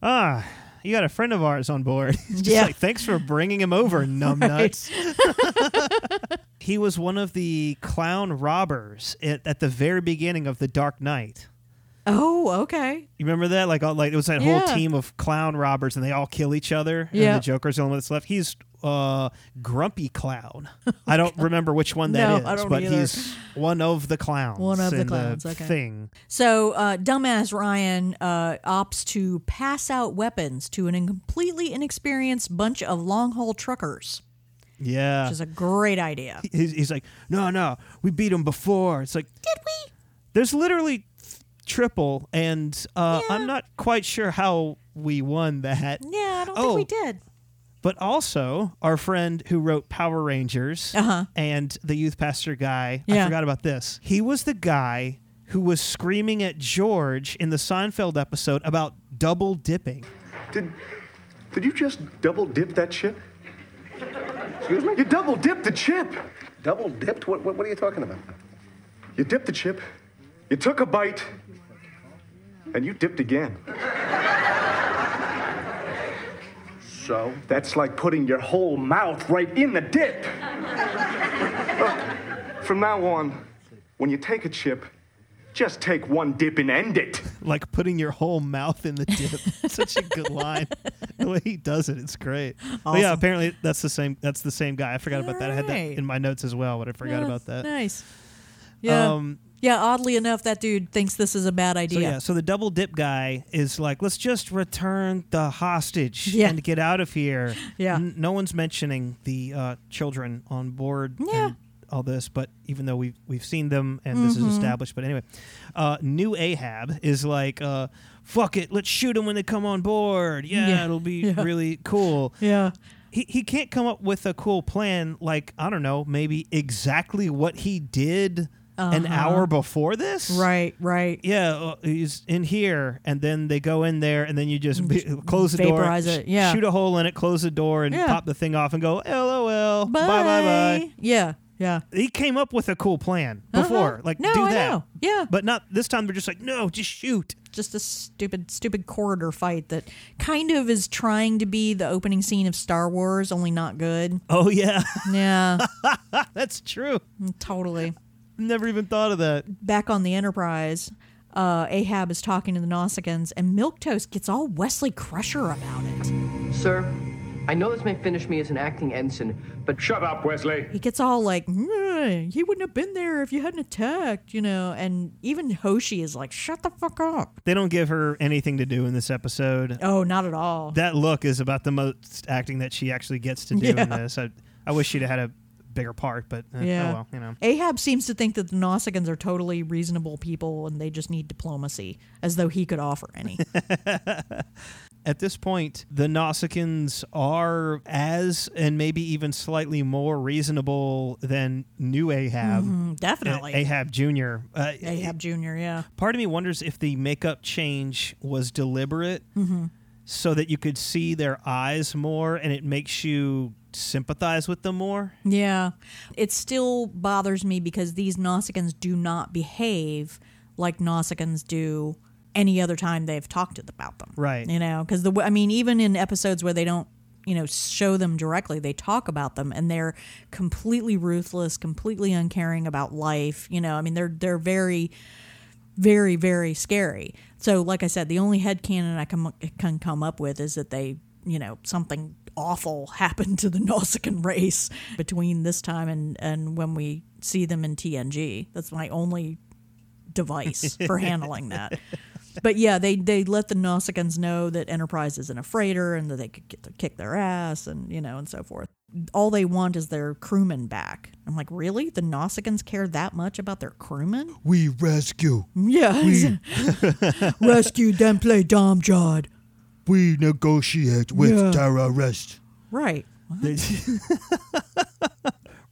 Speaker 3: ah, you got a friend of ours on board. [laughs] It's just
Speaker 2: Yeah.
Speaker 3: like, thanks for bringing
Speaker 2: [laughs]
Speaker 3: him over, numbnuts. he was one of the clown robbers at, at the very beginning of the Dark Knight.
Speaker 2: Oh, okay.
Speaker 3: You remember that? Like, all, like it was that
Speaker 2: Yeah.
Speaker 3: whole team of clown robbers, and they all kill each other.
Speaker 2: Yeah.
Speaker 3: And the Joker's the only one that's left. He's uh, Grumpy Clown.
Speaker 2: [laughs]
Speaker 3: I don't remember which one that
Speaker 2: No,
Speaker 3: is,
Speaker 2: I don't
Speaker 3: but
Speaker 2: either.
Speaker 3: he's one of the clowns.
Speaker 2: One of the
Speaker 3: in
Speaker 2: clowns. okay.
Speaker 3: Thing.
Speaker 2: So, uh, dumbass Ryan uh, opts to pass out weapons to an completely inexperienced bunch of long haul truckers,
Speaker 3: Yeah.
Speaker 2: which is a great
Speaker 3: [laughs]
Speaker 2: idea.
Speaker 3: he's, he's like, no, no, we beat him before. It's like, did we? There's literally triple, and uh, I'm not quite sure how we won that.
Speaker 2: Yeah, I don't
Speaker 3: Oh.
Speaker 2: think we did.
Speaker 3: But also, our friend who wrote Power Rangers
Speaker 2: Uh-huh.
Speaker 3: and the youth pastor guy,
Speaker 2: Yeah.
Speaker 3: I forgot about this. He was the guy who was screaming at George in the Seinfeld episode about double dipping.
Speaker 17: Did did you just double dip that chip? Excuse me? You double dipped the chip. Double dipped? What, what, what are you talking about? You dipped the chip, you took a bite, and you dipped again. So? That's like putting your whole mouth right in the dip. Look, from now on, when you take a chip, just take one dip and end it.
Speaker 3: Like putting your whole mouth in the
Speaker 2: [laughs]
Speaker 3: dip. Such a good line. The way he does it, it's great. But yeah,
Speaker 2: Awesome.
Speaker 3: apparently that's the same that's the same guy. I forgot about that. I had that
Speaker 2: Alright.
Speaker 3: in my notes as well, but I forgot
Speaker 2: Yeah,
Speaker 3: about that.
Speaker 2: Nice. Yeah.
Speaker 3: Um,
Speaker 2: yeah, oddly enough, that dude thinks this is a bad
Speaker 3: So
Speaker 2: idea.
Speaker 3: yeah, so the double dip guy is like, let's just return the hostage
Speaker 2: Yeah.
Speaker 3: and get out of here.
Speaker 2: [laughs] Yeah.
Speaker 3: N- no one's mentioning the uh, children on board.
Speaker 2: Yeah.
Speaker 3: and all this, but even though we've we've seen them and this
Speaker 2: Mhm.
Speaker 3: is established, but anyway, uh, new Ahab is like, uh, fuck it, let's shoot them when they come on board. Yeah,
Speaker 2: Yeah.
Speaker 3: it'll be
Speaker 2: [laughs] Yeah.
Speaker 3: really cool.
Speaker 2: Yeah.
Speaker 3: He, he can't come up with a cool plan like I don't know maybe exactly what he did an
Speaker 2: Uh-huh.
Speaker 3: hour before this
Speaker 2: Right, right.
Speaker 3: yeah, uh, he's in here, and then they go in there, and then you just b- close the
Speaker 2: vaporize
Speaker 3: door,
Speaker 2: it, yeah.
Speaker 3: shoot a hole in it, close the door, and
Speaker 2: Yeah.
Speaker 3: pop the thing off, and go, lol, bye,
Speaker 2: Bye.
Speaker 3: bye, bye.
Speaker 2: Yeah, yeah. Uh-huh.
Speaker 3: He came up with a cool plan before, like
Speaker 2: No,
Speaker 3: do
Speaker 2: I
Speaker 3: that,
Speaker 2: know. yeah.
Speaker 3: But not this time. They're just like, no, just shoot.
Speaker 2: Just a stupid, stupid corridor fight that kind of is trying to be the opening scene of Star Wars, only not
Speaker 3: [laughs]
Speaker 2: good.
Speaker 3: Oh yeah,
Speaker 2: Yeah,
Speaker 3: that's true.
Speaker 2: totally.
Speaker 3: Never even thought of that.
Speaker 2: Back on the Enterprise, uh, Ahab is talking to the Nausicaans, and Milktoast gets all Wesley Crusher about it.
Speaker 18: Sir, I know this may finish me as an acting ensign, but. Shut up, Wesley!
Speaker 2: He gets all like, "Mm, he wouldn't have been there if you hadn't attacked, you know. And even Hoshi is like, shut the fuck up.
Speaker 3: They don't give her anything to do in this episode.
Speaker 2: Oh, not at all.
Speaker 3: That look is about the most acting that she actually gets to do in
Speaker 2: Yeah.
Speaker 3: this. I, I wish she'd have had a bigger part, but eh,
Speaker 2: yeah.
Speaker 3: oh well, you know.
Speaker 2: Ahab seems to think that the Nausicaans are totally reasonable people and they just need diplomacy, as though he could offer
Speaker 3: [laughs]
Speaker 2: any.
Speaker 3: At this point, the Nausicaans are as and maybe even slightly more reasonable than new Ahab.
Speaker 2: Mhm, definitely.
Speaker 3: Uh, Ahab Jr. Uh,
Speaker 2: Ahab Jr., yeah.
Speaker 3: Part of me wonders if the makeup change was deliberate
Speaker 2: Mhm.
Speaker 3: so that you could see their eyes more and it makes you sympathize with them more.
Speaker 2: Yeah. It still bothers me because these Nausicaans do not behave like Nausicaans do any other time they've talked about them.
Speaker 3: Right.
Speaker 2: You know, because the w- I mean, even in episodes where they don't, you know, show them directly, they talk about them, and they're completely ruthless, completely uncaring about life. You know, I mean, they're they're very, very, very scary. So, like I said, the only headcanon I can can come up with is that they, you know, something awful [laughs] happened to the Nausicaan race between this time and and when we see them in TNG. That's my only device for handling that. But yeah, they they let the Nausicaans know that Enterprise isn't a freighter and that they could get to kick their ass and you know and so forth. All they want is their crewmen back. I'm like, really? The Nausicaans care that much about their crewmen?
Speaker 8: We rescue.
Speaker 2: Yeah,
Speaker 3: [laughs]
Speaker 2: rescue them, play dom jod.
Speaker 8: We negotiate with
Speaker 2: Yeah.
Speaker 8: terrorists.
Speaker 2: Right.
Speaker 3: They- [laughs]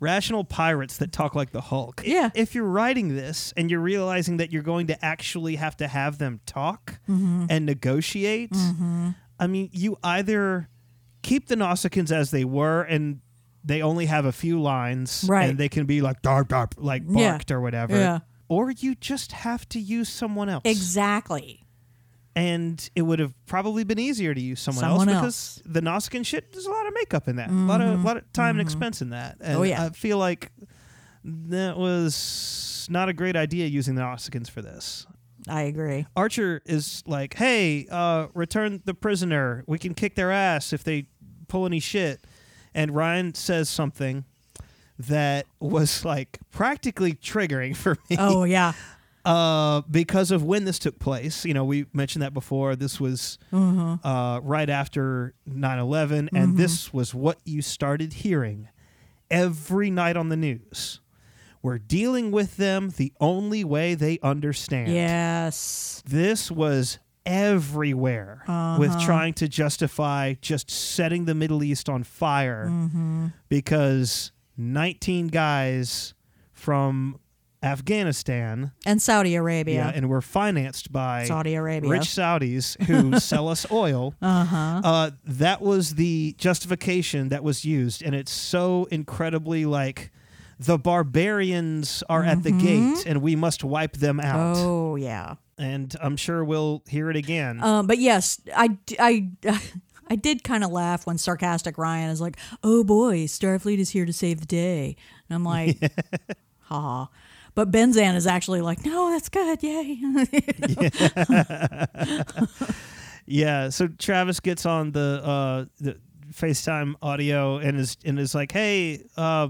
Speaker 3: Rational pirates that talk like the Hulk.
Speaker 2: Yeah.
Speaker 3: If you're writing this and you're realizing that you're going to actually have to have them talk
Speaker 8: Mhm.
Speaker 3: and negotiate,
Speaker 8: Mm-hmm.
Speaker 3: I mean, you either keep the Nausicaans as they were and they only have a few lines
Speaker 8: Right.
Speaker 3: and they can be like darp darp like
Speaker 8: Yeah.
Speaker 3: barked or whatever.
Speaker 8: Yeah.
Speaker 3: Or you just have to use someone else.
Speaker 2: Exactly.
Speaker 3: And it would have probably been easier to use someone,
Speaker 8: Someone
Speaker 3: else because the Nausicaan shit, there's a lot of makeup in that. A lot of
Speaker 8: Mhm.
Speaker 3: lot of time and
Speaker 8: Mhm.
Speaker 3: expense in that. And
Speaker 8: Oh, yeah.
Speaker 3: I feel like that was not a great idea using the Nausicaans for this.
Speaker 2: I agree.
Speaker 3: Archer is like, hey, uh, return the prisoner. We can kick their ass if they pull any shit. And Ryan says something that was like practically triggering for me.
Speaker 2: Oh,
Speaker 3: [laughs]
Speaker 2: yeah.
Speaker 3: Uh, because of when this took place. You know, we mentioned that before. This was
Speaker 8: Mhm.
Speaker 3: uh, right after 9 11,
Speaker 8: Mhm.
Speaker 3: and this was what you started hearing every night on the news. We're dealing with them the only way they understand.
Speaker 2: Yes.
Speaker 3: This was everywhere with
Speaker 8: Uh-huh.
Speaker 3: trying to justify just setting the Middle East on fire
Speaker 8: Mhm.
Speaker 3: because 19 guys from Afghanistan
Speaker 2: And Saudi Arabia.
Speaker 3: yeah, and we're financed by
Speaker 2: Saudi Arabia.
Speaker 3: rich Saudis who
Speaker 2: [laughs]
Speaker 3: sell us oil.
Speaker 2: Uh-huh.
Speaker 3: Uh, that was the justification that was used, and it's so incredibly like the barbarians are at the gate, and we must wipe them out.
Speaker 2: Mm-hmm. Oh yeah,
Speaker 3: and I'm sure we'll hear it again.
Speaker 2: Um, but yes, I, I, [laughs] I did kind of laugh when sarcastic Ryan is like, "Oh boy, Starfleet is here to save the day," and I'm
Speaker 3: [laughs]
Speaker 2: like, "Ha ha." But Benzan is actually like, "No, that's good, yay." [laughs]
Speaker 3: yeah. So Travis gets on the uh, the FaceTime audio and is and is like, "Hey, uh,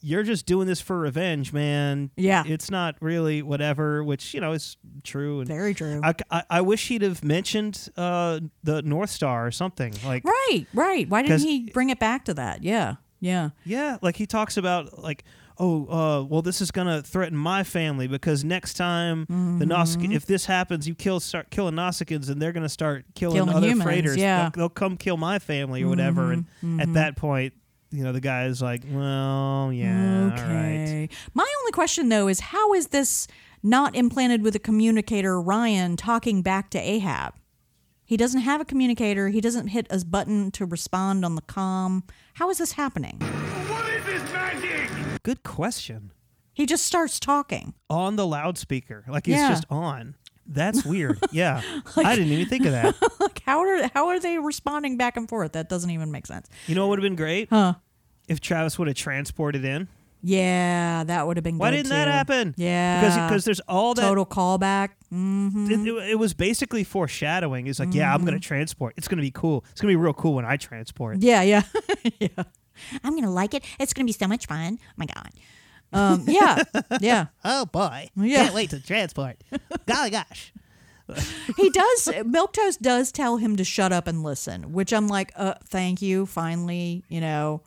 Speaker 3: you're just doing this for revenge, man.
Speaker 8: Yeah.
Speaker 3: it's not really whatever." Which you know is true and
Speaker 2: very true.
Speaker 3: I, I, I wish he'd have mentioned uh, the North Star or something like
Speaker 2: right, right. Why didn't
Speaker 3: 'Cause-
Speaker 2: he bring it back to that? Yeah, yeah.
Speaker 3: Yeah, like he talks about like, oh, uh, well, this is gonna threaten my family because next time the Nausicaa, if this happens, you kill start killing Nausicaans and they're gonna start killing,
Speaker 8: Killing
Speaker 3: other
Speaker 8: humans,
Speaker 3: freighters.
Speaker 8: yeah.
Speaker 3: They'll, they'll come kill my family or whatever. And at that point, you know, the guy is like, well, yeah, all right.
Speaker 2: Okay. My only question though is, how is this not implanted with a communicator? Ryan talking back to Ahab. He doesn't have a communicator. He doesn't hit a button to respond on the comm. How is this happening?
Speaker 8: What is this magic?
Speaker 3: Good question.
Speaker 2: He just starts talking. [laughs]
Speaker 3: On the loudspeaker, like he's
Speaker 2: Yeah.
Speaker 3: just on. That's weird. yeah, I didn't even think of that.
Speaker 2: like how are how are they responding back and forth? That doesn't even make sense.
Speaker 3: You know, what would have been great
Speaker 2: Huh.
Speaker 3: if Travis would have transported in.
Speaker 2: Yeah, that would have been.
Speaker 3: Why
Speaker 2: good
Speaker 3: didn't that
Speaker 2: too.
Speaker 3: happen?
Speaker 2: Yeah,
Speaker 3: because because there's all that
Speaker 2: total callback. Mm-hmm.
Speaker 3: It, it- it was basically foreshadowing. It's like, yeah, I'm gonna transport. It's gonna be cool. It's gonna be real cool when I transport.
Speaker 2: Yeah, yeah, [laughs] yeah. I'm gonna like it. It's gonna be so much fun. Oh my god. Um, [laughs] yeah, yeah.
Speaker 3: Oh boy,
Speaker 2: Yeah.
Speaker 3: can't wait to
Speaker 2: [laughs]
Speaker 3: transport. Golly gosh.
Speaker 2: He does. Milktoast does tell him to shut up and listen, which I'm like, uh, thank you. Finally, you know,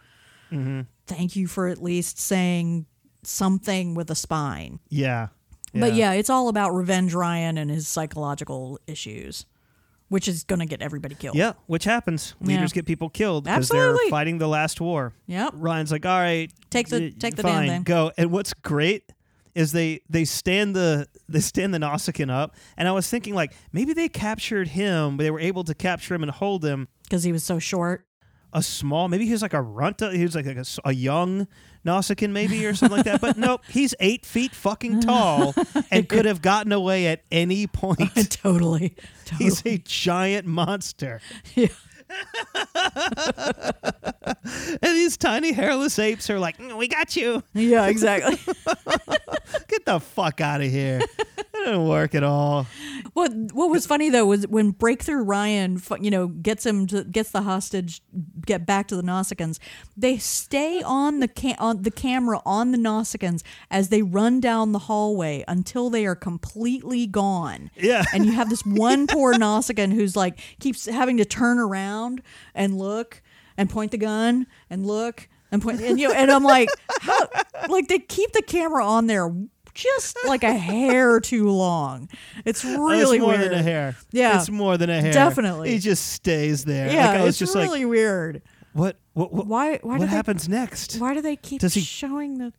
Speaker 3: Mm-hmm.
Speaker 2: thank you for at least saying something with a spine.
Speaker 3: Yeah.
Speaker 2: But yeah, it's all about revenge Ryan and his psychological issues, which is going to get everybody killed.
Speaker 3: Yeah, which happens.
Speaker 2: Yeah.
Speaker 3: Leaders get people killed because they're
Speaker 2: Absolutely.
Speaker 3: fighting the last war.
Speaker 2: Yep.
Speaker 3: Ryan's like, all right,
Speaker 2: Take the-
Speaker 3: y-
Speaker 2: take the damn
Speaker 3: fine,
Speaker 2: thing."
Speaker 3: go. And what's great is they they stand the they stand the Nausicaan up, and I was thinking like maybe they captured him, but they were able to capture him and hold him
Speaker 2: Because he was so short. [laughs]
Speaker 3: a small, maybe he was like a runta, he was like, like a, s- a young Nausicaan maybe or something like that. But [laughs] nope, he's eight feet
Speaker 2: [laughs]
Speaker 3: fucking tall and could have gotten away at any point.
Speaker 2: totally,
Speaker 3: He's a giant monster.
Speaker 2: [laughs] Yeah.
Speaker 3: [laughs] and these tiny hairless apes are like, "Mm, we got you. [laughs]
Speaker 2: Yeah, exactly.
Speaker 3: Get the fuck out of here. That didn't work at all.
Speaker 2: What What was funny though was when Breakthrough Ryan, fu- you know, gets him to, gets the hostage get back to the Nausicaans. They stay on the ca- on the camera on the Nausicaans as they run down the hallway until they are completely gone.
Speaker 3: Yeah,
Speaker 2: and you have this one poor Nausicaan who's like keeps having to turn around and look and point the gun and look and point and you know, and I'm like, how, like they keep the camera on there just like a hair too long. It's really
Speaker 3: Oh, it's more
Speaker 2: weird.
Speaker 3: than a hair.
Speaker 2: Yeah,
Speaker 3: it's more than a hair.
Speaker 2: Definitely.
Speaker 3: he just stays there.
Speaker 2: Yeah,
Speaker 3: like, I was
Speaker 2: it's
Speaker 3: just
Speaker 2: really
Speaker 3: like,
Speaker 2: weird.
Speaker 3: what? What? What,
Speaker 2: Why? Why do
Speaker 3: what
Speaker 2: they-
Speaker 3: happens next?
Speaker 2: Why do they keep
Speaker 3: Does he-
Speaker 2: showing the?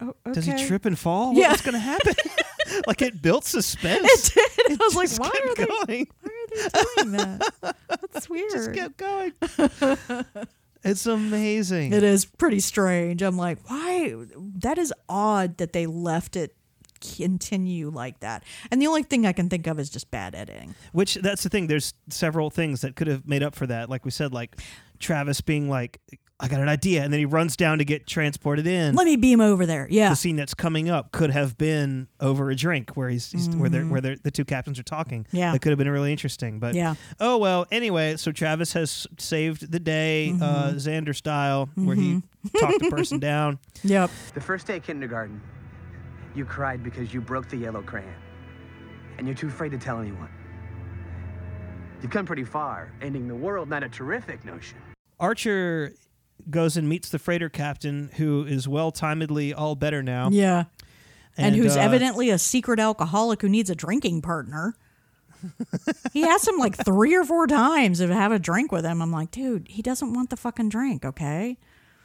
Speaker 2: Oh, okay.
Speaker 3: Does he trip and fall?
Speaker 2: Yeah.
Speaker 3: What's going
Speaker 2: [laughs]
Speaker 3: to happen? [laughs] like it built suspense.
Speaker 2: I was like,
Speaker 3: just
Speaker 2: why
Speaker 3: kept
Speaker 2: are they?
Speaker 3: going.
Speaker 2: Why are they doing that? That's weird.
Speaker 3: [laughs] Just kept going.
Speaker 2: [laughs]
Speaker 3: It's amazing.
Speaker 2: It is pretty strange. I'm like, why? That is odd that they left it continue like that. And the only thing I can think of is just bad editing.
Speaker 3: Which that's the thing. There's several things that could have made up for that. Like we said, like Travis being like, I got an idea, and then he runs down to get transported in.
Speaker 2: Let me beam over there. Yeah.
Speaker 3: The scene that's coming up could have been over a drink where he's, he's where they're, where they're, the two captains are talking.
Speaker 2: Yeah.
Speaker 3: that could have been really interesting. But
Speaker 2: Yeah.
Speaker 3: oh well. Anyway, so Travis has saved the day, uh,
Speaker 2: Mm-hmm.
Speaker 3: Xander style, where he [laughs] talked
Speaker 2: [laughs]
Speaker 3: a person down.
Speaker 2: Yep.
Speaker 5: The first day of kindergarten, you cried because you broke the yellow crayon. And you're too afraid to tell anyone. You've come pretty far. Ending the world, not a terrific notion.
Speaker 3: Archer goes and meets the freighter captain, who is well timedly all better now.
Speaker 2: Yeah. And, who's
Speaker 3: uh,
Speaker 2: evidently a secret alcoholic who needs a drinking partner. he asked him like three or four times to have a drink with him. I'm like, dude, he doesn't want the fucking drink, okay?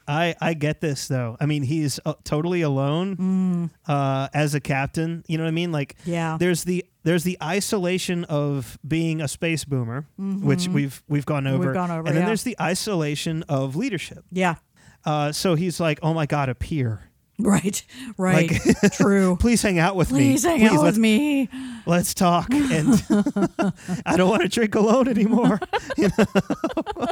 Speaker 3: I, I get this though. I mean, he's uh, totally alone uh, as a captain. You know what I mean? Like,
Speaker 2: Mm. Yeah.
Speaker 3: There's the there's the isolation of being a space boomer, which
Speaker 2: Mhm.
Speaker 3: we've we've gone
Speaker 2: We've
Speaker 3: over.
Speaker 2: gone over,
Speaker 3: And then
Speaker 2: yeah.
Speaker 3: there's the isolation of leadership.
Speaker 2: Yeah. [laughs]
Speaker 3: Uh, so he's like, oh my god, a peer.
Speaker 2: Right. Right.
Speaker 3: Like, [laughs]
Speaker 2: True.
Speaker 3: Please hang out with me.
Speaker 2: Please hang out
Speaker 3: let's-
Speaker 2: with me.
Speaker 3: Let's talk.
Speaker 2: [laughs]
Speaker 3: And I don't want to drink alone anymore. You know?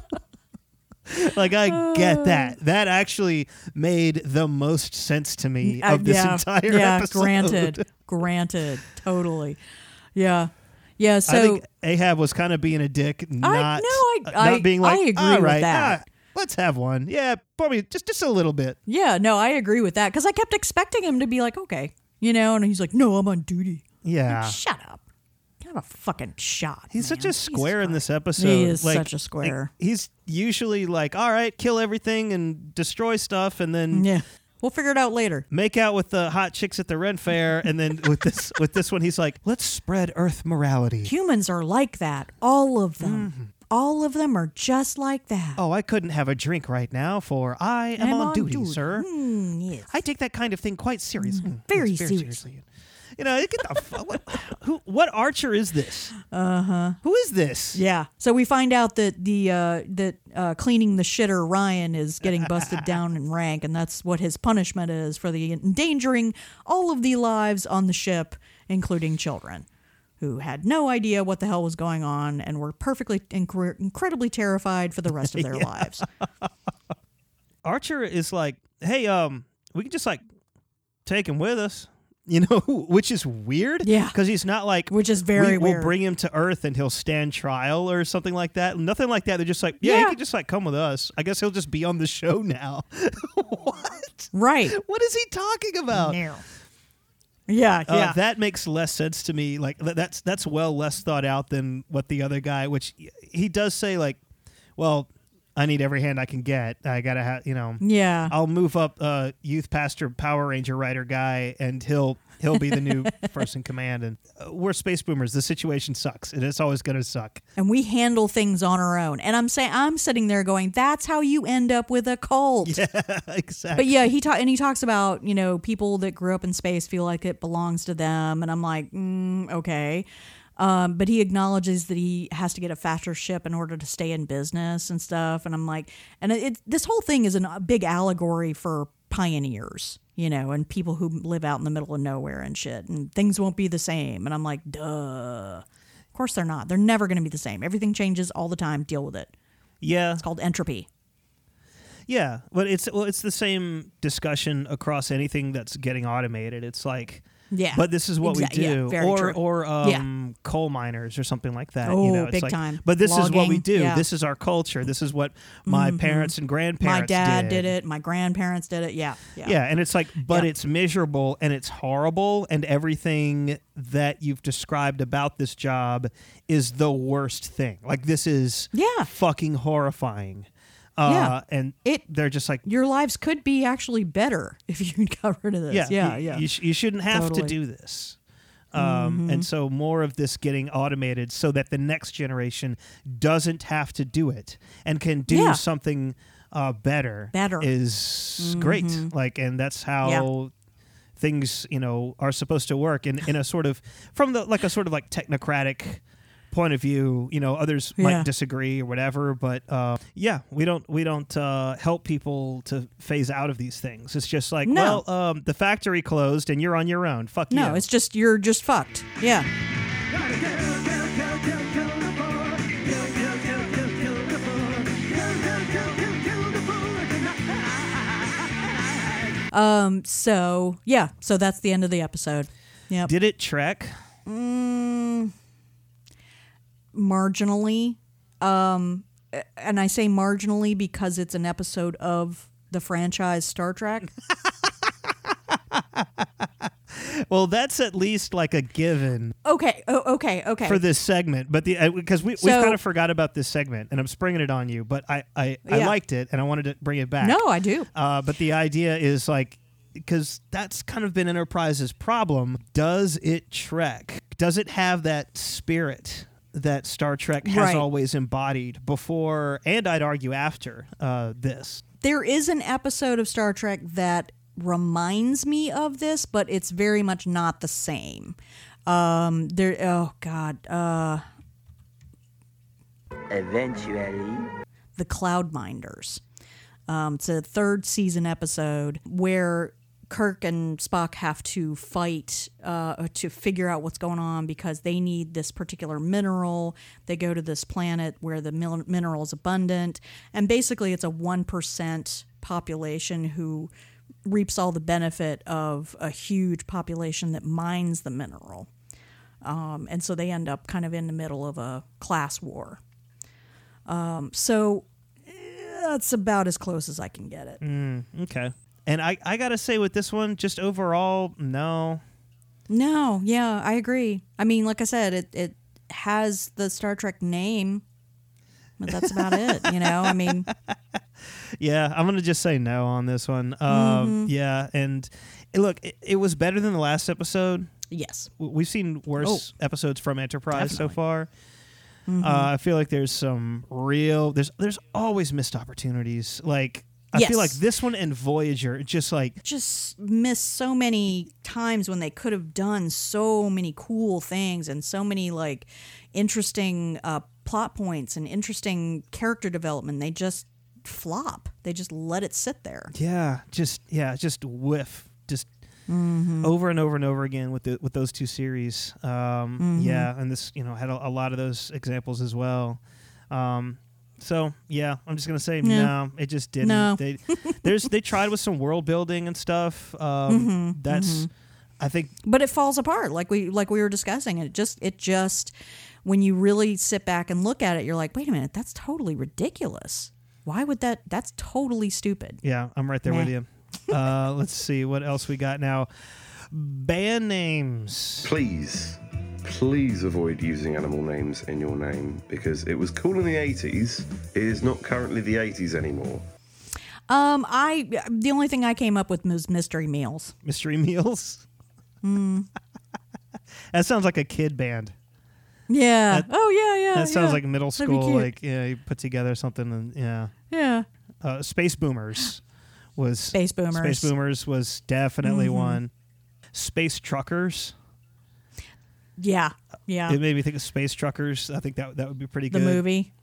Speaker 3: like I get
Speaker 2: Uh.
Speaker 3: that. That actually made the most sense to me
Speaker 2: Uh,
Speaker 3: of this
Speaker 2: yeah,
Speaker 3: entire
Speaker 2: yeah,
Speaker 3: episode. [laughs]
Speaker 2: granted, granted, totally, yeah, yeah. So
Speaker 3: I think Ahab was kind of being a dick, not
Speaker 2: no, I-
Speaker 3: uh,
Speaker 2: I-
Speaker 3: not being like,
Speaker 2: I agree
Speaker 3: all
Speaker 2: with
Speaker 3: right,
Speaker 2: that.
Speaker 3: ah, let's have one. Yeah, probably just just a little bit.
Speaker 2: yeah, no, I agree with that because I kept expecting him to be like, okay, you know, and he's like, no, I'm on duty.
Speaker 3: Yeah.
Speaker 2: Like, shut up, have a fucking shot.
Speaker 3: Ah. He's such a square in this episode.
Speaker 2: He is
Speaker 3: Like,
Speaker 2: such a square.
Speaker 3: like, he's usually like, all right, kill everything and destroy stuff, and then
Speaker 2: yeah, we'll figure it out later.
Speaker 3: make out with the hot chicks at the Ren Fair,
Speaker 2: [laughs]
Speaker 3: and then with this with this one, he's like, let's spread Earth morality.
Speaker 2: Humans are like that, all of them, all of them are just like that.
Speaker 3: Mm-hmm. Oh, I couldn't have a drink right now, for I am
Speaker 2: I'm
Speaker 3: on,
Speaker 2: on
Speaker 3: duty,
Speaker 2: duty.
Speaker 3: sir.
Speaker 2: Mm, yes.
Speaker 3: I take that kind of thing quite mm, seriously.
Speaker 2: very seriously.
Speaker 3: You know, get the fu- what, who, what Archer is this?
Speaker 2: Uh huh.
Speaker 3: Who is this?
Speaker 2: Yeah. So we find out that the uh, that uh, cleaning the shitter Ryan is getting
Speaker 3: [laughs]
Speaker 2: busted down in rank, and that's what his punishment is for the endangering all of the lives on the ship, including children, who had no idea what the hell was going on and were perfectly inc- incredibly terrified for the rest
Speaker 3: [laughs]
Speaker 2: of their
Speaker 3: Yeah.
Speaker 2: lives.
Speaker 3: Archer is like, hey, um, we can just like take him with us. [laughs] You know, which is weird.
Speaker 2: Yeah.
Speaker 3: because he's not like
Speaker 2: Which is very
Speaker 3: we, We'll
Speaker 2: weird.
Speaker 3: bring him to Earth and he'll stand trial or something like that. Nothing like that. They're just like, yeah, he
Speaker 2: Yeah.
Speaker 3: can just like come with us. I guess he'll just be on the show now. [laughs] what?
Speaker 2: Right.
Speaker 3: What is he talking about?
Speaker 2: Now. Yeah.
Speaker 3: Uh,
Speaker 2: Yeah.
Speaker 3: that makes less sense to me. Like th- that's that's well less thought out than what the other guy. Which y- he does say like, well, I need every hand I can get. I gotta have you know.
Speaker 2: Yeah.
Speaker 3: I'll move up uh, youth pastor Power Ranger writer guy, and he'll he'll be the new
Speaker 2: [laughs]
Speaker 3: first in command. And uh, we're space boomers. The situation sucks, and it's always gonna suck. [laughs]
Speaker 2: and we handle things on our own. And I'm saying I'm sitting there going, that's how you end up with a cult.
Speaker 3: exactly.
Speaker 2: But yeah, he ta- and he talks about you know people that grew up in space feel like it belongs to them, and I'm like, mm, okay. Um, but he acknowledges that he has to get a faster ship in order to stay in business and stuff. And I'm like, and it, it- this whole thing is an, a big allegory for pioneers, you know, and people who live out in the middle of nowhere and shit. And things won't be the same. And I'm like, duh. Of course they're not. They're never going to be the same. Everything changes all the time. Deal with it.
Speaker 3: Yeah.
Speaker 2: It's called entropy.
Speaker 3: Yeah, but it's well, it's the same discussion across anything that's getting automated. It's like,
Speaker 2: Yeah.
Speaker 3: but this is what
Speaker 2: Exa-
Speaker 3: we
Speaker 2: yeah,
Speaker 3: do,
Speaker 2: very
Speaker 3: or
Speaker 2: true.
Speaker 3: or
Speaker 2: Yeah.
Speaker 3: um, coal miners or something like that.
Speaker 2: Oh,
Speaker 3: you know, it's
Speaker 2: big
Speaker 3: like,
Speaker 2: time.
Speaker 3: But this is what we
Speaker 2: Logging,
Speaker 3: do.
Speaker 2: yeah.
Speaker 3: This is our culture. This is what my
Speaker 2: Mhm.
Speaker 3: parents and grandparents.
Speaker 2: My dad did. it. My grandparents did it. Yeah. Yeah.
Speaker 3: Yeah. and it's like, but it's miserable and it's horrible, and everything that you've described about this job is the worst thing. Like this is
Speaker 2: yeah
Speaker 3: fucking horrifying. Uh, and
Speaker 2: it
Speaker 3: they're just like
Speaker 2: your lives could be actually better [laughs] if you got rid of this. Yeah, yeah.
Speaker 3: you, You, sh- you shouldn't have to
Speaker 2: Totally.
Speaker 3: do this. Um,
Speaker 2: Mhm.
Speaker 3: And so more of this getting automated so that the next generation doesn't have to do it and can do
Speaker 2: Yeah.
Speaker 3: something uh, better.
Speaker 2: Better.
Speaker 3: is great.
Speaker 2: Mhm.
Speaker 3: Like, and that's how. Things you know are supposed to work in, in a sort of from the like a sort of like technocratic point of view. You know, others
Speaker 2: Yeah.
Speaker 3: might disagree or whatever, but uh, yeah, we don't we don't uh, help people to phase out of these things. It's just like,
Speaker 2: No.
Speaker 3: well, um, the factory closed and you're on your own. Fuck
Speaker 2: no,
Speaker 3: you.
Speaker 2: it's just you're just fucked. Yeah. Um. So yeah. So that's the end of the episode. Yeah.
Speaker 3: Did it trek?
Speaker 2: Mm, marginally. Um, a- and I say marginally because it's an episode of the franchise Star
Speaker 3: [laughs]
Speaker 2: Trek.
Speaker 3: Well, that's at least like a given
Speaker 2: okay. Oh, okay. Okay.
Speaker 3: for this segment. But the because we we
Speaker 2: So-
Speaker 3: kind of forgot about this segment, and I'm springing it on you. But I I, I
Speaker 2: Yeah.
Speaker 3: liked it, and I wanted to bring it back.
Speaker 2: No, I do.
Speaker 3: Uh, but the idea is like because that's kind of been Enterprise's problem. Does it trek? Does it have that spirit that Star Trek has
Speaker 2: Right.
Speaker 3: always embodied before, and I'd argue after uh, this?
Speaker 2: There is an episode of Star Trek that reminds me of this, but it's very much not the same. Um, there. Oh God. Uh,
Speaker 8: Eventually.
Speaker 2: the Cloudminders. Um, it's a third season episode where Kirk and Spock have to fight uh, to figure out what's going on because they need this particular mineral. They go to this planet where the mil- mineral is abundant, and basically, it's a one percent population who reaps all the benefit of a huge population that mines the mineral. Um, and so they end up kind of in the middle of a class war. Um, so eh, that's about as close as I can get it.
Speaker 3: Mm, okay. And I, I gotta say with this one, just overall, no.
Speaker 2: No, yeah, I agree. I mean, like I said, it it has the Star Trek name, but that's about it. You know, I mean,
Speaker 3: Yeah, I'm gonna just say no on this one. Um,
Speaker 2: Mhm.
Speaker 3: Yeah, and eh, look, it, it was better than the last episode.
Speaker 2: Yes,
Speaker 3: W- we've seen worse episodes from Enterprise so
Speaker 2: Definitely.
Speaker 3: far.
Speaker 2: Mhm.
Speaker 3: Uh, I feel like there's some real there's there's always missed opportunities. Like I
Speaker 2: Yes.
Speaker 3: feel like this one and Voyager just like
Speaker 2: just miss so many times when they could have done so many cool things and so many like interesting uh, plot points and interesting character development. They just flop. They just let it sit there.
Speaker 3: yeah, just yeah, just whiff, just over and over and over again with the with those two series. Um,
Speaker 2: Mhm.
Speaker 3: Yeah, and this you know had a, a lot of those examples as well. Um, so yeah, I'm just gonna say
Speaker 2: No.
Speaker 3: no. It just didn't.
Speaker 2: No.
Speaker 3: They there's they tried with some world building and stuff. Um,
Speaker 2: Mhm,
Speaker 3: That's
Speaker 2: mhm.
Speaker 3: I think
Speaker 2: but it falls apart like we like we were discussing it just it just when you really sit back and look at it you're like wait a minute that's totally ridiculous why would that that's totally stupid
Speaker 3: yeah, I'm right there with
Speaker 2: Meh.
Speaker 3: you. Uh, [laughs] let's see what else we got now. Band names.
Speaker 19: Please, please avoid using animal names in your name because it was cool in the 80s. It is not currently the 80s anymore.
Speaker 2: um i the only thing i came up with was mystery meals
Speaker 3: Mystery [laughs] meals.
Speaker 2: mm.
Speaker 3: That sounds like a kid band.
Speaker 2: yeah
Speaker 3: That-
Speaker 2: oh yeah yeah
Speaker 3: that sounds
Speaker 2: yeah.
Speaker 3: like middle
Speaker 2: That'd be
Speaker 3: school.
Speaker 2: cute.
Speaker 3: Like yeah, you put together something and yeah.
Speaker 2: yeah
Speaker 3: uh, Space Boomers was
Speaker 2: Space Boomers. Mm-hmm.
Speaker 3: Space Boomers was definitely
Speaker 2: Mhm.
Speaker 3: one. Space Truckers.
Speaker 2: yeah Yeah.
Speaker 3: It made me think of Space Truckers. I think that that would be pretty
Speaker 2: The
Speaker 3: good.
Speaker 2: movie.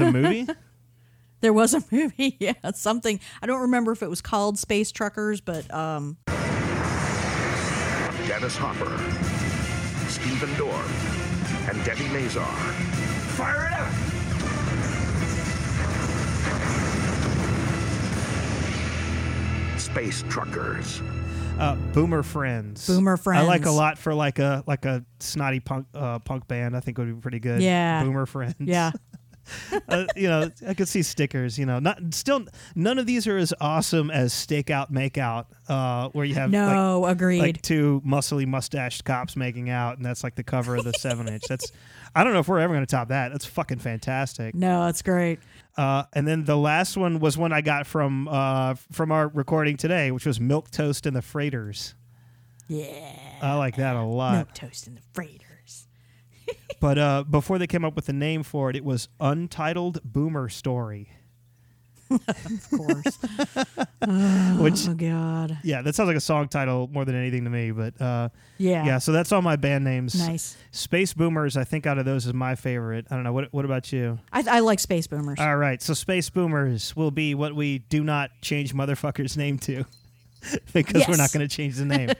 Speaker 2: [laughs]
Speaker 3: a movie?
Speaker 2: There was a [laughs] movie, yeah, something. I don't remember if it was called Space Truckers, but um,
Speaker 20: Dennis Hopper, Stephen Dorff, and Debbie Mazar.
Speaker 8: Fire it up!
Speaker 20: Space Truckers.
Speaker 3: uh, Boomer Friends.
Speaker 2: Boomer
Speaker 3: I like
Speaker 2: Friends.
Speaker 3: a lot for like a like a snotty punk uh, punk band. I think would be pretty good.
Speaker 2: Yeah.
Speaker 3: Boomer Friends.
Speaker 2: Yeah.
Speaker 3: [laughs] uh, you know, I could see stickers. You know, not still none of these are as awesome as Stakeout Makeout, uh, where you have
Speaker 2: No,
Speaker 3: like,
Speaker 2: agreed.
Speaker 3: like two muscly mustached cops making out, and that's like the cover of the seven inch. That's I don't know if we're ever going to top that. That's fucking fantastic.
Speaker 2: no, it's great.
Speaker 3: Uh, and then the last one was one I got from uh, from our recording today, which was Milk Toast and the Freighters.
Speaker 2: Yeah.
Speaker 3: I like that a lot.
Speaker 2: Milk toast in the freighters.
Speaker 3: But uh, before they came up with the name for it, it was Untitled Boomer Story.
Speaker 2: of
Speaker 3: [laughs]
Speaker 2: course.
Speaker 3: Which-
Speaker 2: oh God.
Speaker 3: Yeah, that sounds like a song title more than anything to me. But uh,
Speaker 2: Yeah.
Speaker 3: yeah. So that's all my band names.
Speaker 2: Nice.
Speaker 3: Space Boomers, I think out of those is my favorite. I don't know. What What about you?
Speaker 2: I, I like Space Boomers.
Speaker 3: All right, so Space Boomers will be what we do not change motherfucker's name to. [laughs] because we're not
Speaker 2: Yes.
Speaker 3: going to
Speaker 2: [laughs]
Speaker 3: change the name.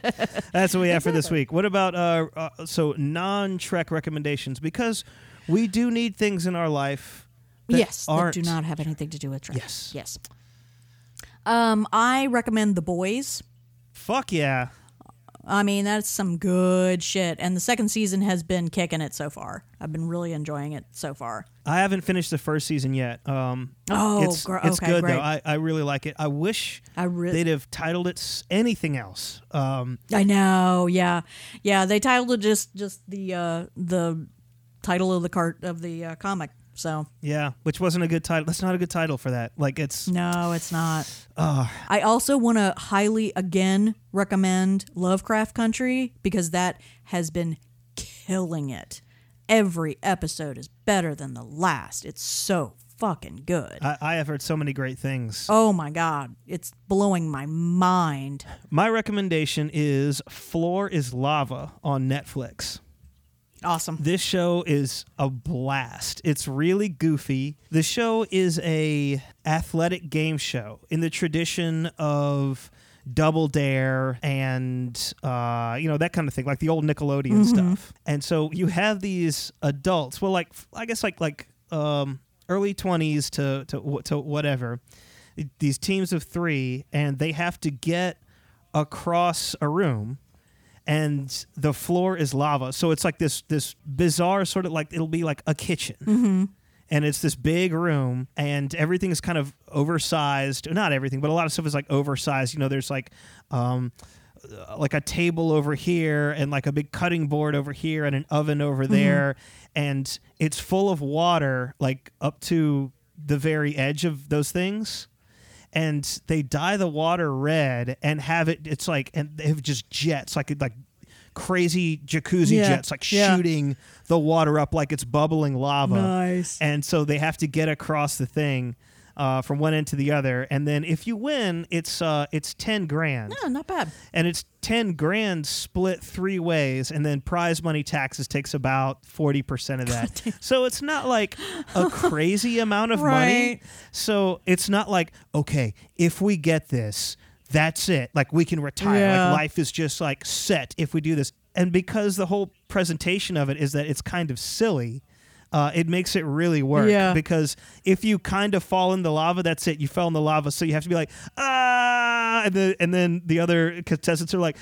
Speaker 3: That's what we have for this week. What about uh, uh so non-Trek recommendations because we do need things in our life that
Speaker 2: yes,
Speaker 3: aren't
Speaker 2: that do not have anything to do with Trek.
Speaker 3: Yes.
Speaker 2: Yes. Um, I recommend The Boys.
Speaker 3: Fuck yeah.
Speaker 2: I mean, that's some good shit. And the second season has been kicking it so far. I've been really enjoying it so far.
Speaker 3: I haven't finished the first season yet. Um,
Speaker 2: Oh,
Speaker 3: it's,
Speaker 2: gr-
Speaker 3: it's
Speaker 2: okay,
Speaker 3: good
Speaker 2: great.
Speaker 3: though. I, I really like it. I wish
Speaker 2: I re-
Speaker 3: they'd have titled it s- anything else. Um,
Speaker 2: I know, yeah, yeah. They titled it just just the uh, the title of the cart of the uh, comic. So
Speaker 3: yeah, which wasn't a good title. That's not a good title for that. Like it's
Speaker 2: no, it's not. I also want to highly again recommend Lovecraft Country because that has been killing it. Every episode is better than the last. It's so fucking good.
Speaker 3: I, I have heard so many great things.
Speaker 2: Oh my god, it's blowing my mind.
Speaker 3: My recommendation is Floor is Lava on Netflix.
Speaker 2: Awesome.
Speaker 3: This show is a blast. It's really goofy. The show is a athletic game show in the tradition of Double Dare and uh, you know that kind of thing, like the old Nickelodeon stuff. And so you have these adults, well, like I guess like like um, early twenties to to wh- to whatever, these teams of three, and they have to get across a room and the floor is lava. So it's like this this bizarre sort of like it'll be like a kitchen.
Speaker 8: Mhm.
Speaker 3: And it's this big room, and everything is kind of oversized. Not everything, but a lot of stuff is like oversized. You know, there's like, um, uh, like a table over here, and like a big cutting board over here, and an oven over
Speaker 8: Mm-hmm.
Speaker 3: there, and it's full of water, like up to the very edge of those things and they dye the water red and have it it's like and they have just jets like like crazy jacuzzi
Speaker 8: Yeah,
Speaker 3: jets like
Speaker 8: yeah.
Speaker 3: shooting the water up like it's bubbling lava
Speaker 8: Nice.
Speaker 3: and so they have to get across the thing uh, from one end to the other and then if you win it's uh it's 10 grand
Speaker 2: No, not bad.
Speaker 3: and it's 10 grand split three ways and then prize money taxes takes about 40% of
Speaker 8: [laughs]
Speaker 3: that so it's not like a crazy amount of money
Speaker 8: Right.
Speaker 3: so it's not like okay if we get this that's it like we can retire
Speaker 8: Yeah.
Speaker 3: like life is just like set if we do this and because the whole presentation of it is that it's kind of silly uh, it makes it really work
Speaker 8: Yeah.
Speaker 3: because if you kind of fall in the lava, that's it. You fell in the lava, so you have to be like ah, and then and then the other contestants are like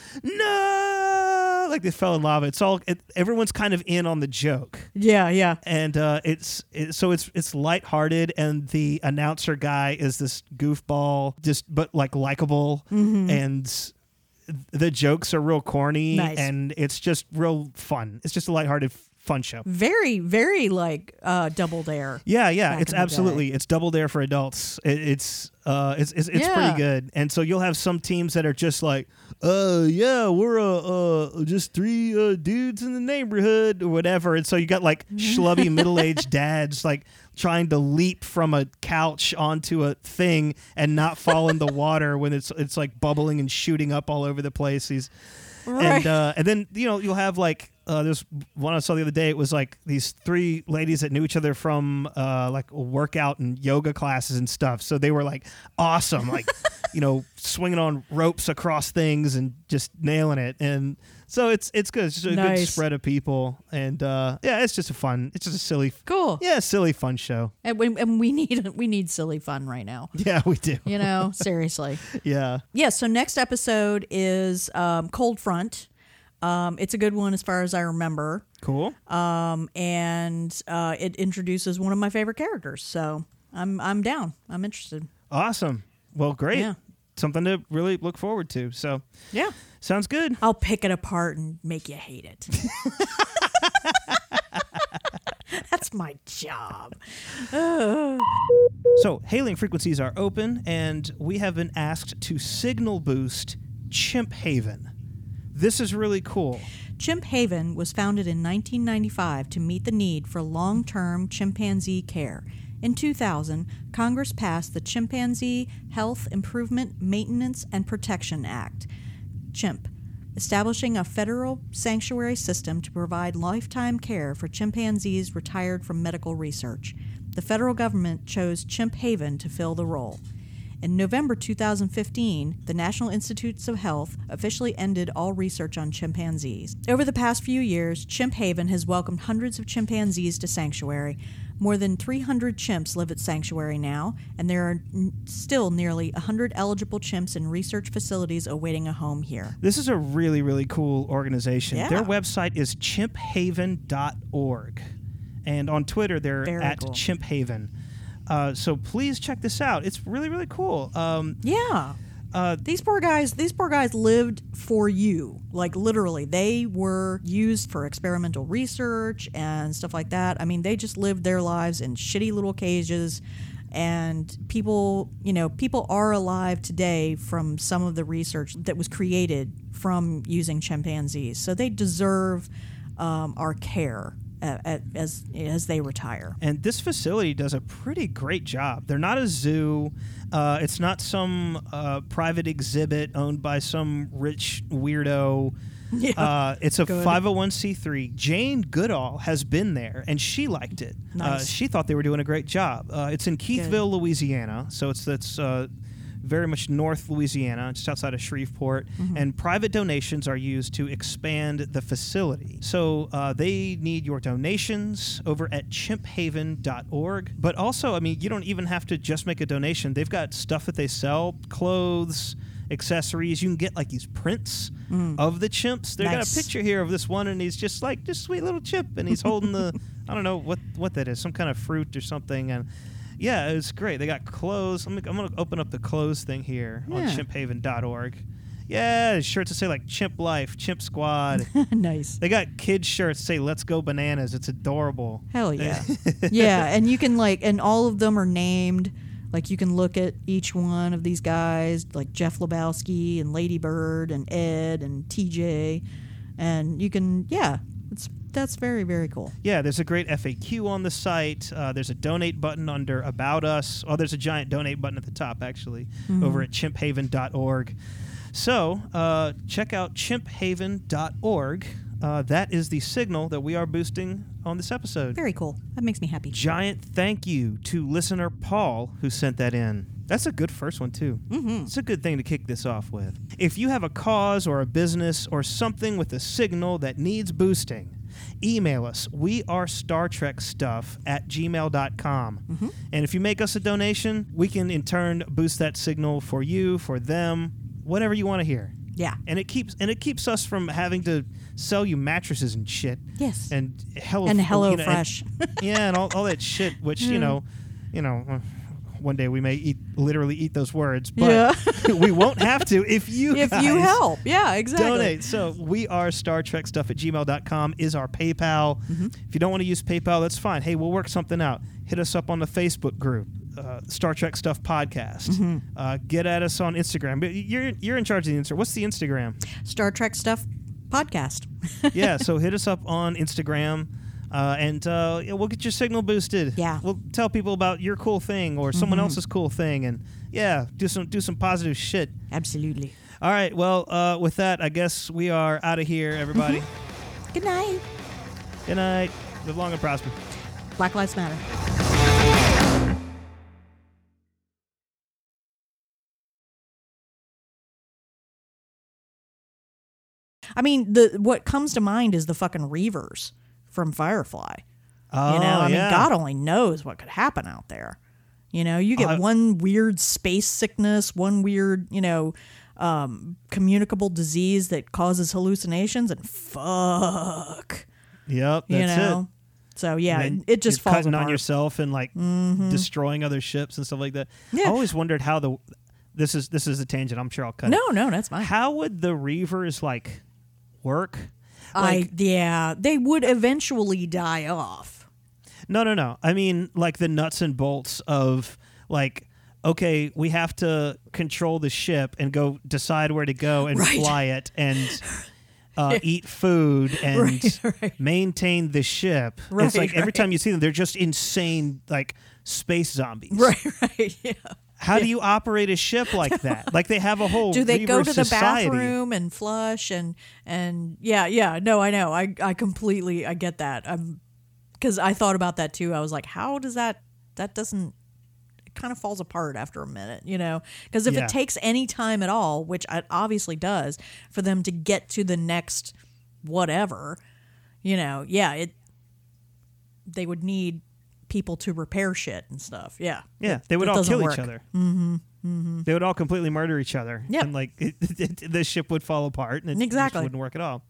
Speaker 3: no, like they fell in lava. It's all it, everyone's kind of in on the joke.
Speaker 2: Yeah, yeah.
Speaker 3: And uh, it's it, so it's it's lighthearted, and the announcer guy is this goofball, just but like likable,
Speaker 8: Mhm.
Speaker 3: and the jokes are real corny,
Speaker 2: Nice.
Speaker 3: and it's just real fun. It's just a lighthearted, f- fun show.
Speaker 2: Very, very like uh, Double Dare.
Speaker 3: Yeah, yeah,
Speaker 2: back
Speaker 3: it's
Speaker 2: in the
Speaker 3: absolutely it's double dare for adults. It, it's uh, it's it's, it's
Speaker 2: Yeah.
Speaker 3: pretty good. And so you'll have some teams that are just like, uh, yeah, we're uh, uh just three uh, dudes in the neighborhood or whatever. And so you got
Speaker 2: Mm-hmm. [laughs]
Speaker 3: like schlubby middle aged dads like trying to leap from a couch onto a thing and not fall in the water when it's it's like bubbling and shooting up all over the place. These
Speaker 8: Right.
Speaker 3: and uh, and then you know you'll have like. uh, uh, there's one I saw the other day. It was like these three ladies that knew each other from uh, like workout and yoga classes and stuff. So they were like
Speaker 2: [laughs]
Speaker 3: awesome, like you know, swinging on ropes across things and just nailing it. And so it's it's good. It's just a good
Speaker 2: Nice.
Speaker 3: spread of people. And uh, yeah, it's just a fun. It's just a silly,
Speaker 2: cool.
Speaker 3: Yeah, silly fun show. [laughs]
Speaker 2: And we, and we need we need silly fun right now.
Speaker 3: Yeah, we do.
Speaker 2: You know, seriously.
Speaker 3: Yeah.
Speaker 2: Yeah, so next episode is um, Cold Front. Um, it's a good one as far as I remember.
Speaker 3: Cool.
Speaker 2: Um, and uh, it introduces one of my favorite characters. So I'm I'm down. I'm interested.
Speaker 3: Awesome. Well, great.
Speaker 2: Yeah.
Speaker 3: Something to really look forward to. So
Speaker 2: Yeah.
Speaker 3: sounds good.
Speaker 2: I'll pick it apart and make you hate it. [laughs] That's my job. Ugh.
Speaker 3: So, hailing frequencies are open, and we have been asked to signal boost Chimp Haven. This is really cool.
Speaker 2: Chimp Haven was founded in 1995 to meet the need for long term chimpanzee care. In 2000, Congress passed the Chimpanzee Health Improvement, Maintenance, and Protection Act, CHIMP, establishing a federal sanctuary system to provide lifetime care for chimpanzees retired from medical research. The federal government chose Chimp Haven to fill the role. In November 2015, the National Institutes of Health officially ended all research on chimpanzees. Over the past few years, Chimp Haven has welcomed hundreds of chimpanzees to sanctuary. More than 300 chimps live at sanctuary now, and there are n- still nearly 100 eligible chimps in research facilities awaiting a home here.
Speaker 3: This is a really, really cool organization.
Speaker 2: Yeah.
Speaker 3: Their website is chimphaven.org. And on Twitter, they're
Speaker 2: Very
Speaker 3: at
Speaker 2: cool.
Speaker 3: chimphaven. Uh, so please check this out. It's really, really cool. Um,
Speaker 2: Yeah.
Speaker 3: Uh,
Speaker 2: these poor guys. These poor guys lived for you, like literally. They were used for experimental research and stuff like that. I mean, they just lived their lives in shitty little cages. And people, you know, people are alive today from some of the research that was created from using chimpanzees. So they deserve um, our care uh at, as as they retire.
Speaker 3: And this facility does a pretty great job. They're not a zoo. Uh, it's not some uh, private exhibit owned by some rich weirdo.
Speaker 2: [laughs] Yeah,
Speaker 3: uh, it's a
Speaker 2: good.
Speaker 3: 501c3. Jane Goodall has been there and she liked it. Uh,
Speaker 2: Nice.
Speaker 3: she thought they were doing a great job. Uh, it's in Keithville, Louisiana. So it's that's uh, very much north Louisiana, just outside of Shreveport.
Speaker 2: Mm-hmm.
Speaker 3: And private donations are used to expand the facility. So uh, they need your donations over at chimphaven.org. But also, I mean, you don't even have to just make a donation. They've got stuff that they sell, clothes. Accessories you can get like these prints
Speaker 2: Mm.
Speaker 3: of the chimps. They got a
Speaker 2: Nice.
Speaker 3: picture here of this one, and he's just like this sweet little chimp, and he's holding the I don't know what what that is, some kind of fruit or something, and yeah, it's great. They got clothes. I'm, gonna- I'm gonna open up the clothes thing here on
Speaker 2: Yeah.
Speaker 3: chimphaven.org. Yeah, there's shirts that say like Chimp Life, Chimp Squad.
Speaker 2: nice.
Speaker 3: They got kids shirts that say Let's Go Bananas. It's adorable.
Speaker 2: Hell yeah. [laughs] yeah, and you can like, and all of them are named. Like you can look at each one of these guys, like Jeff Lebowski and Lady Bird and Ed and TJ, and you can yeah, it's that's very very cool.
Speaker 3: Yeah, there's a great FAQ on the site. Uh, there's a donate button under About Us. Oh, there's a giant donate button at the top, actually,
Speaker 2: Mhm.
Speaker 3: over at chimphaven.org. So uh, check out chimphaven.org. Uh, that is the signal that we are boosting on this episode.
Speaker 2: Very cool. That makes me happy.
Speaker 3: Giant thank you to listener Paul who sent that in. That's a good first one, too. Mm-hmm. It's a good thing to kick this off with. If you have a cause or a business or something with a signal that needs boosting, email us. We are Star Trek stuff at gmail.com.
Speaker 2: Mm-hmm.
Speaker 3: And if you make us a donation, we can in turn boost that signal for you, for them, whatever you want to hear.
Speaker 2: Yeah.
Speaker 3: And it keeps and it keeps us from having to sell you mattresses and shit.
Speaker 2: Yes.
Speaker 3: And hello
Speaker 2: And
Speaker 3: you
Speaker 2: Hello
Speaker 3: know,
Speaker 2: Fresh.
Speaker 3: [laughs] yeah, and all, all that shit, which you
Speaker 2: Yeah.
Speaker 3: know, you know, uh, one day we may eat literally eat those words, but
Speaker 2: Yeah.
Speaker 3: [laughs] we won't have to if you
Speaker 2: If
Speaker 3: guys
Speaker 2: you help. Yeah, exactly.
Speaker 3: donate. So we are Star Trek stuff at gmail.com is our PayPal.
Speaker 2: Mm-hmm.
Speaker 3: If you don't want to use PayPal, that's fine. Hey, we'll work something out. Hit us up on the Facebook group. Uh, Star Trek Stuff Podcast.
Speaker 2: Mhm.
Speaker 3: Uh, get at us on Instagram. But You're you're in charge of the Instagram. What's the Instagram?
Speaker 2: Star Trek stuff podcast. [laughs]
Speaker 3: yeah, so hit us up on Instagram. Uh, and uh, yeah, we'll get your signal boosted. Yeah, we'll tell people about your cool thing or someone
Speaker 2: Mhm.
Speaker 3: else's cool thing, and yeah, do some do some positive shit.
Speaker 2: Absolutely. Mm-hmm.
Speaker 3: All right. Well, uh, with that, I guess we are out of here, everybody.
Speaker 2: Good night.
Speaker 3: Good night. Live long and prosper.
Speaker 2: Black Lives Matter. I mean, the what comes to mind is the fucking Reavers from Firefly.
Speaker 3: Oh,
Speaker 2: you know, I
Speaker 3: yeah.
Speaker 2: mean, God only knows what could happen out there. You know, you get
Speaker 3: I-
Speaker 2: one weird space sickness, one weird, you know, um, communicable disease that causes hallucinations, and fuck,
Speaker 3: Yep, that's
Speaker 2: you know.
Speaker 3: it.
Speaker 2: So yeah,
Speaker 3: And then
Speaker 2: it just
Speaker 3: you're
Speaker 2: falls
Speaker 3: cutting
Speaker 2: apart.
Speaker 3: on yourself and like
Speaker 2: Mhm.
Speaker 3: destroying other ships and stuff like that. I
Speaker 2: Yeah.
Speaker 3: always wondered how the this is this is a tangent. I'm sure I'll cut.
Speaker 2: No,
Speaker 3: it.
Speaker 2: no, that's fine.
Speaker 3: How would the Reavers like work?
Speaker 2: I yeah, they would eventually die off. [laughs]
Speaker 3: No, no, no. I mean, like the nuts and bolts of like, okay, we have to control the ship and go decide where to go and
Speaker 2: Right.
Speaker 3: fly it
Speaker 2: [laughs]
Speaker 3: and uh, eat food and maintain the ship. it's
Speaker 2: Right,
Speaker 3: like every
Speaker 2: right.
Speaker 3: time you see them, they're just insane, like space zombies.
Speaker 2: Right, right.
Speaker 3: How do you operate a ship
Speaker 2: [laughs]
Speaker 3: like that? Like they have a whole
Speaker 2: Do they go
Speaker 3: Reaver
Speaker 2: to the
Speaker 3: Oh, society.
Speaker 2: bathroom and flush and and yeah, yeah. No, I know. I I completely I get that. I'm because I thought about that too. I was like, how does that that doesn't it kind of falls apart after a minute, you know? Because if
Speaker 10: Yeah.
Speaker 2: it takes any time at all, which it obviously does, for them to get to the next whatever, you know, yeah, it they would need people to repair shit and stuff. Yeah.
Speaker 3: Yeah,
Speaker 2: It-
Speaker 3: they would
Speaker 2: it
Speaker 3: all
Speaker 2: doesn't
Speaker 3: kill
Speaker 2: work.
Speaker 3: each other.
Speaker 2: Mhm, mhm.
Speaker 3: They would all completely murder each other.
Speaker 2: Yeah.
Speaker 3: [laughs] and like it, it, the ship would fall apart, and it just
Speaker 2: Exactly.
Speaker 3: wouldn't work at all.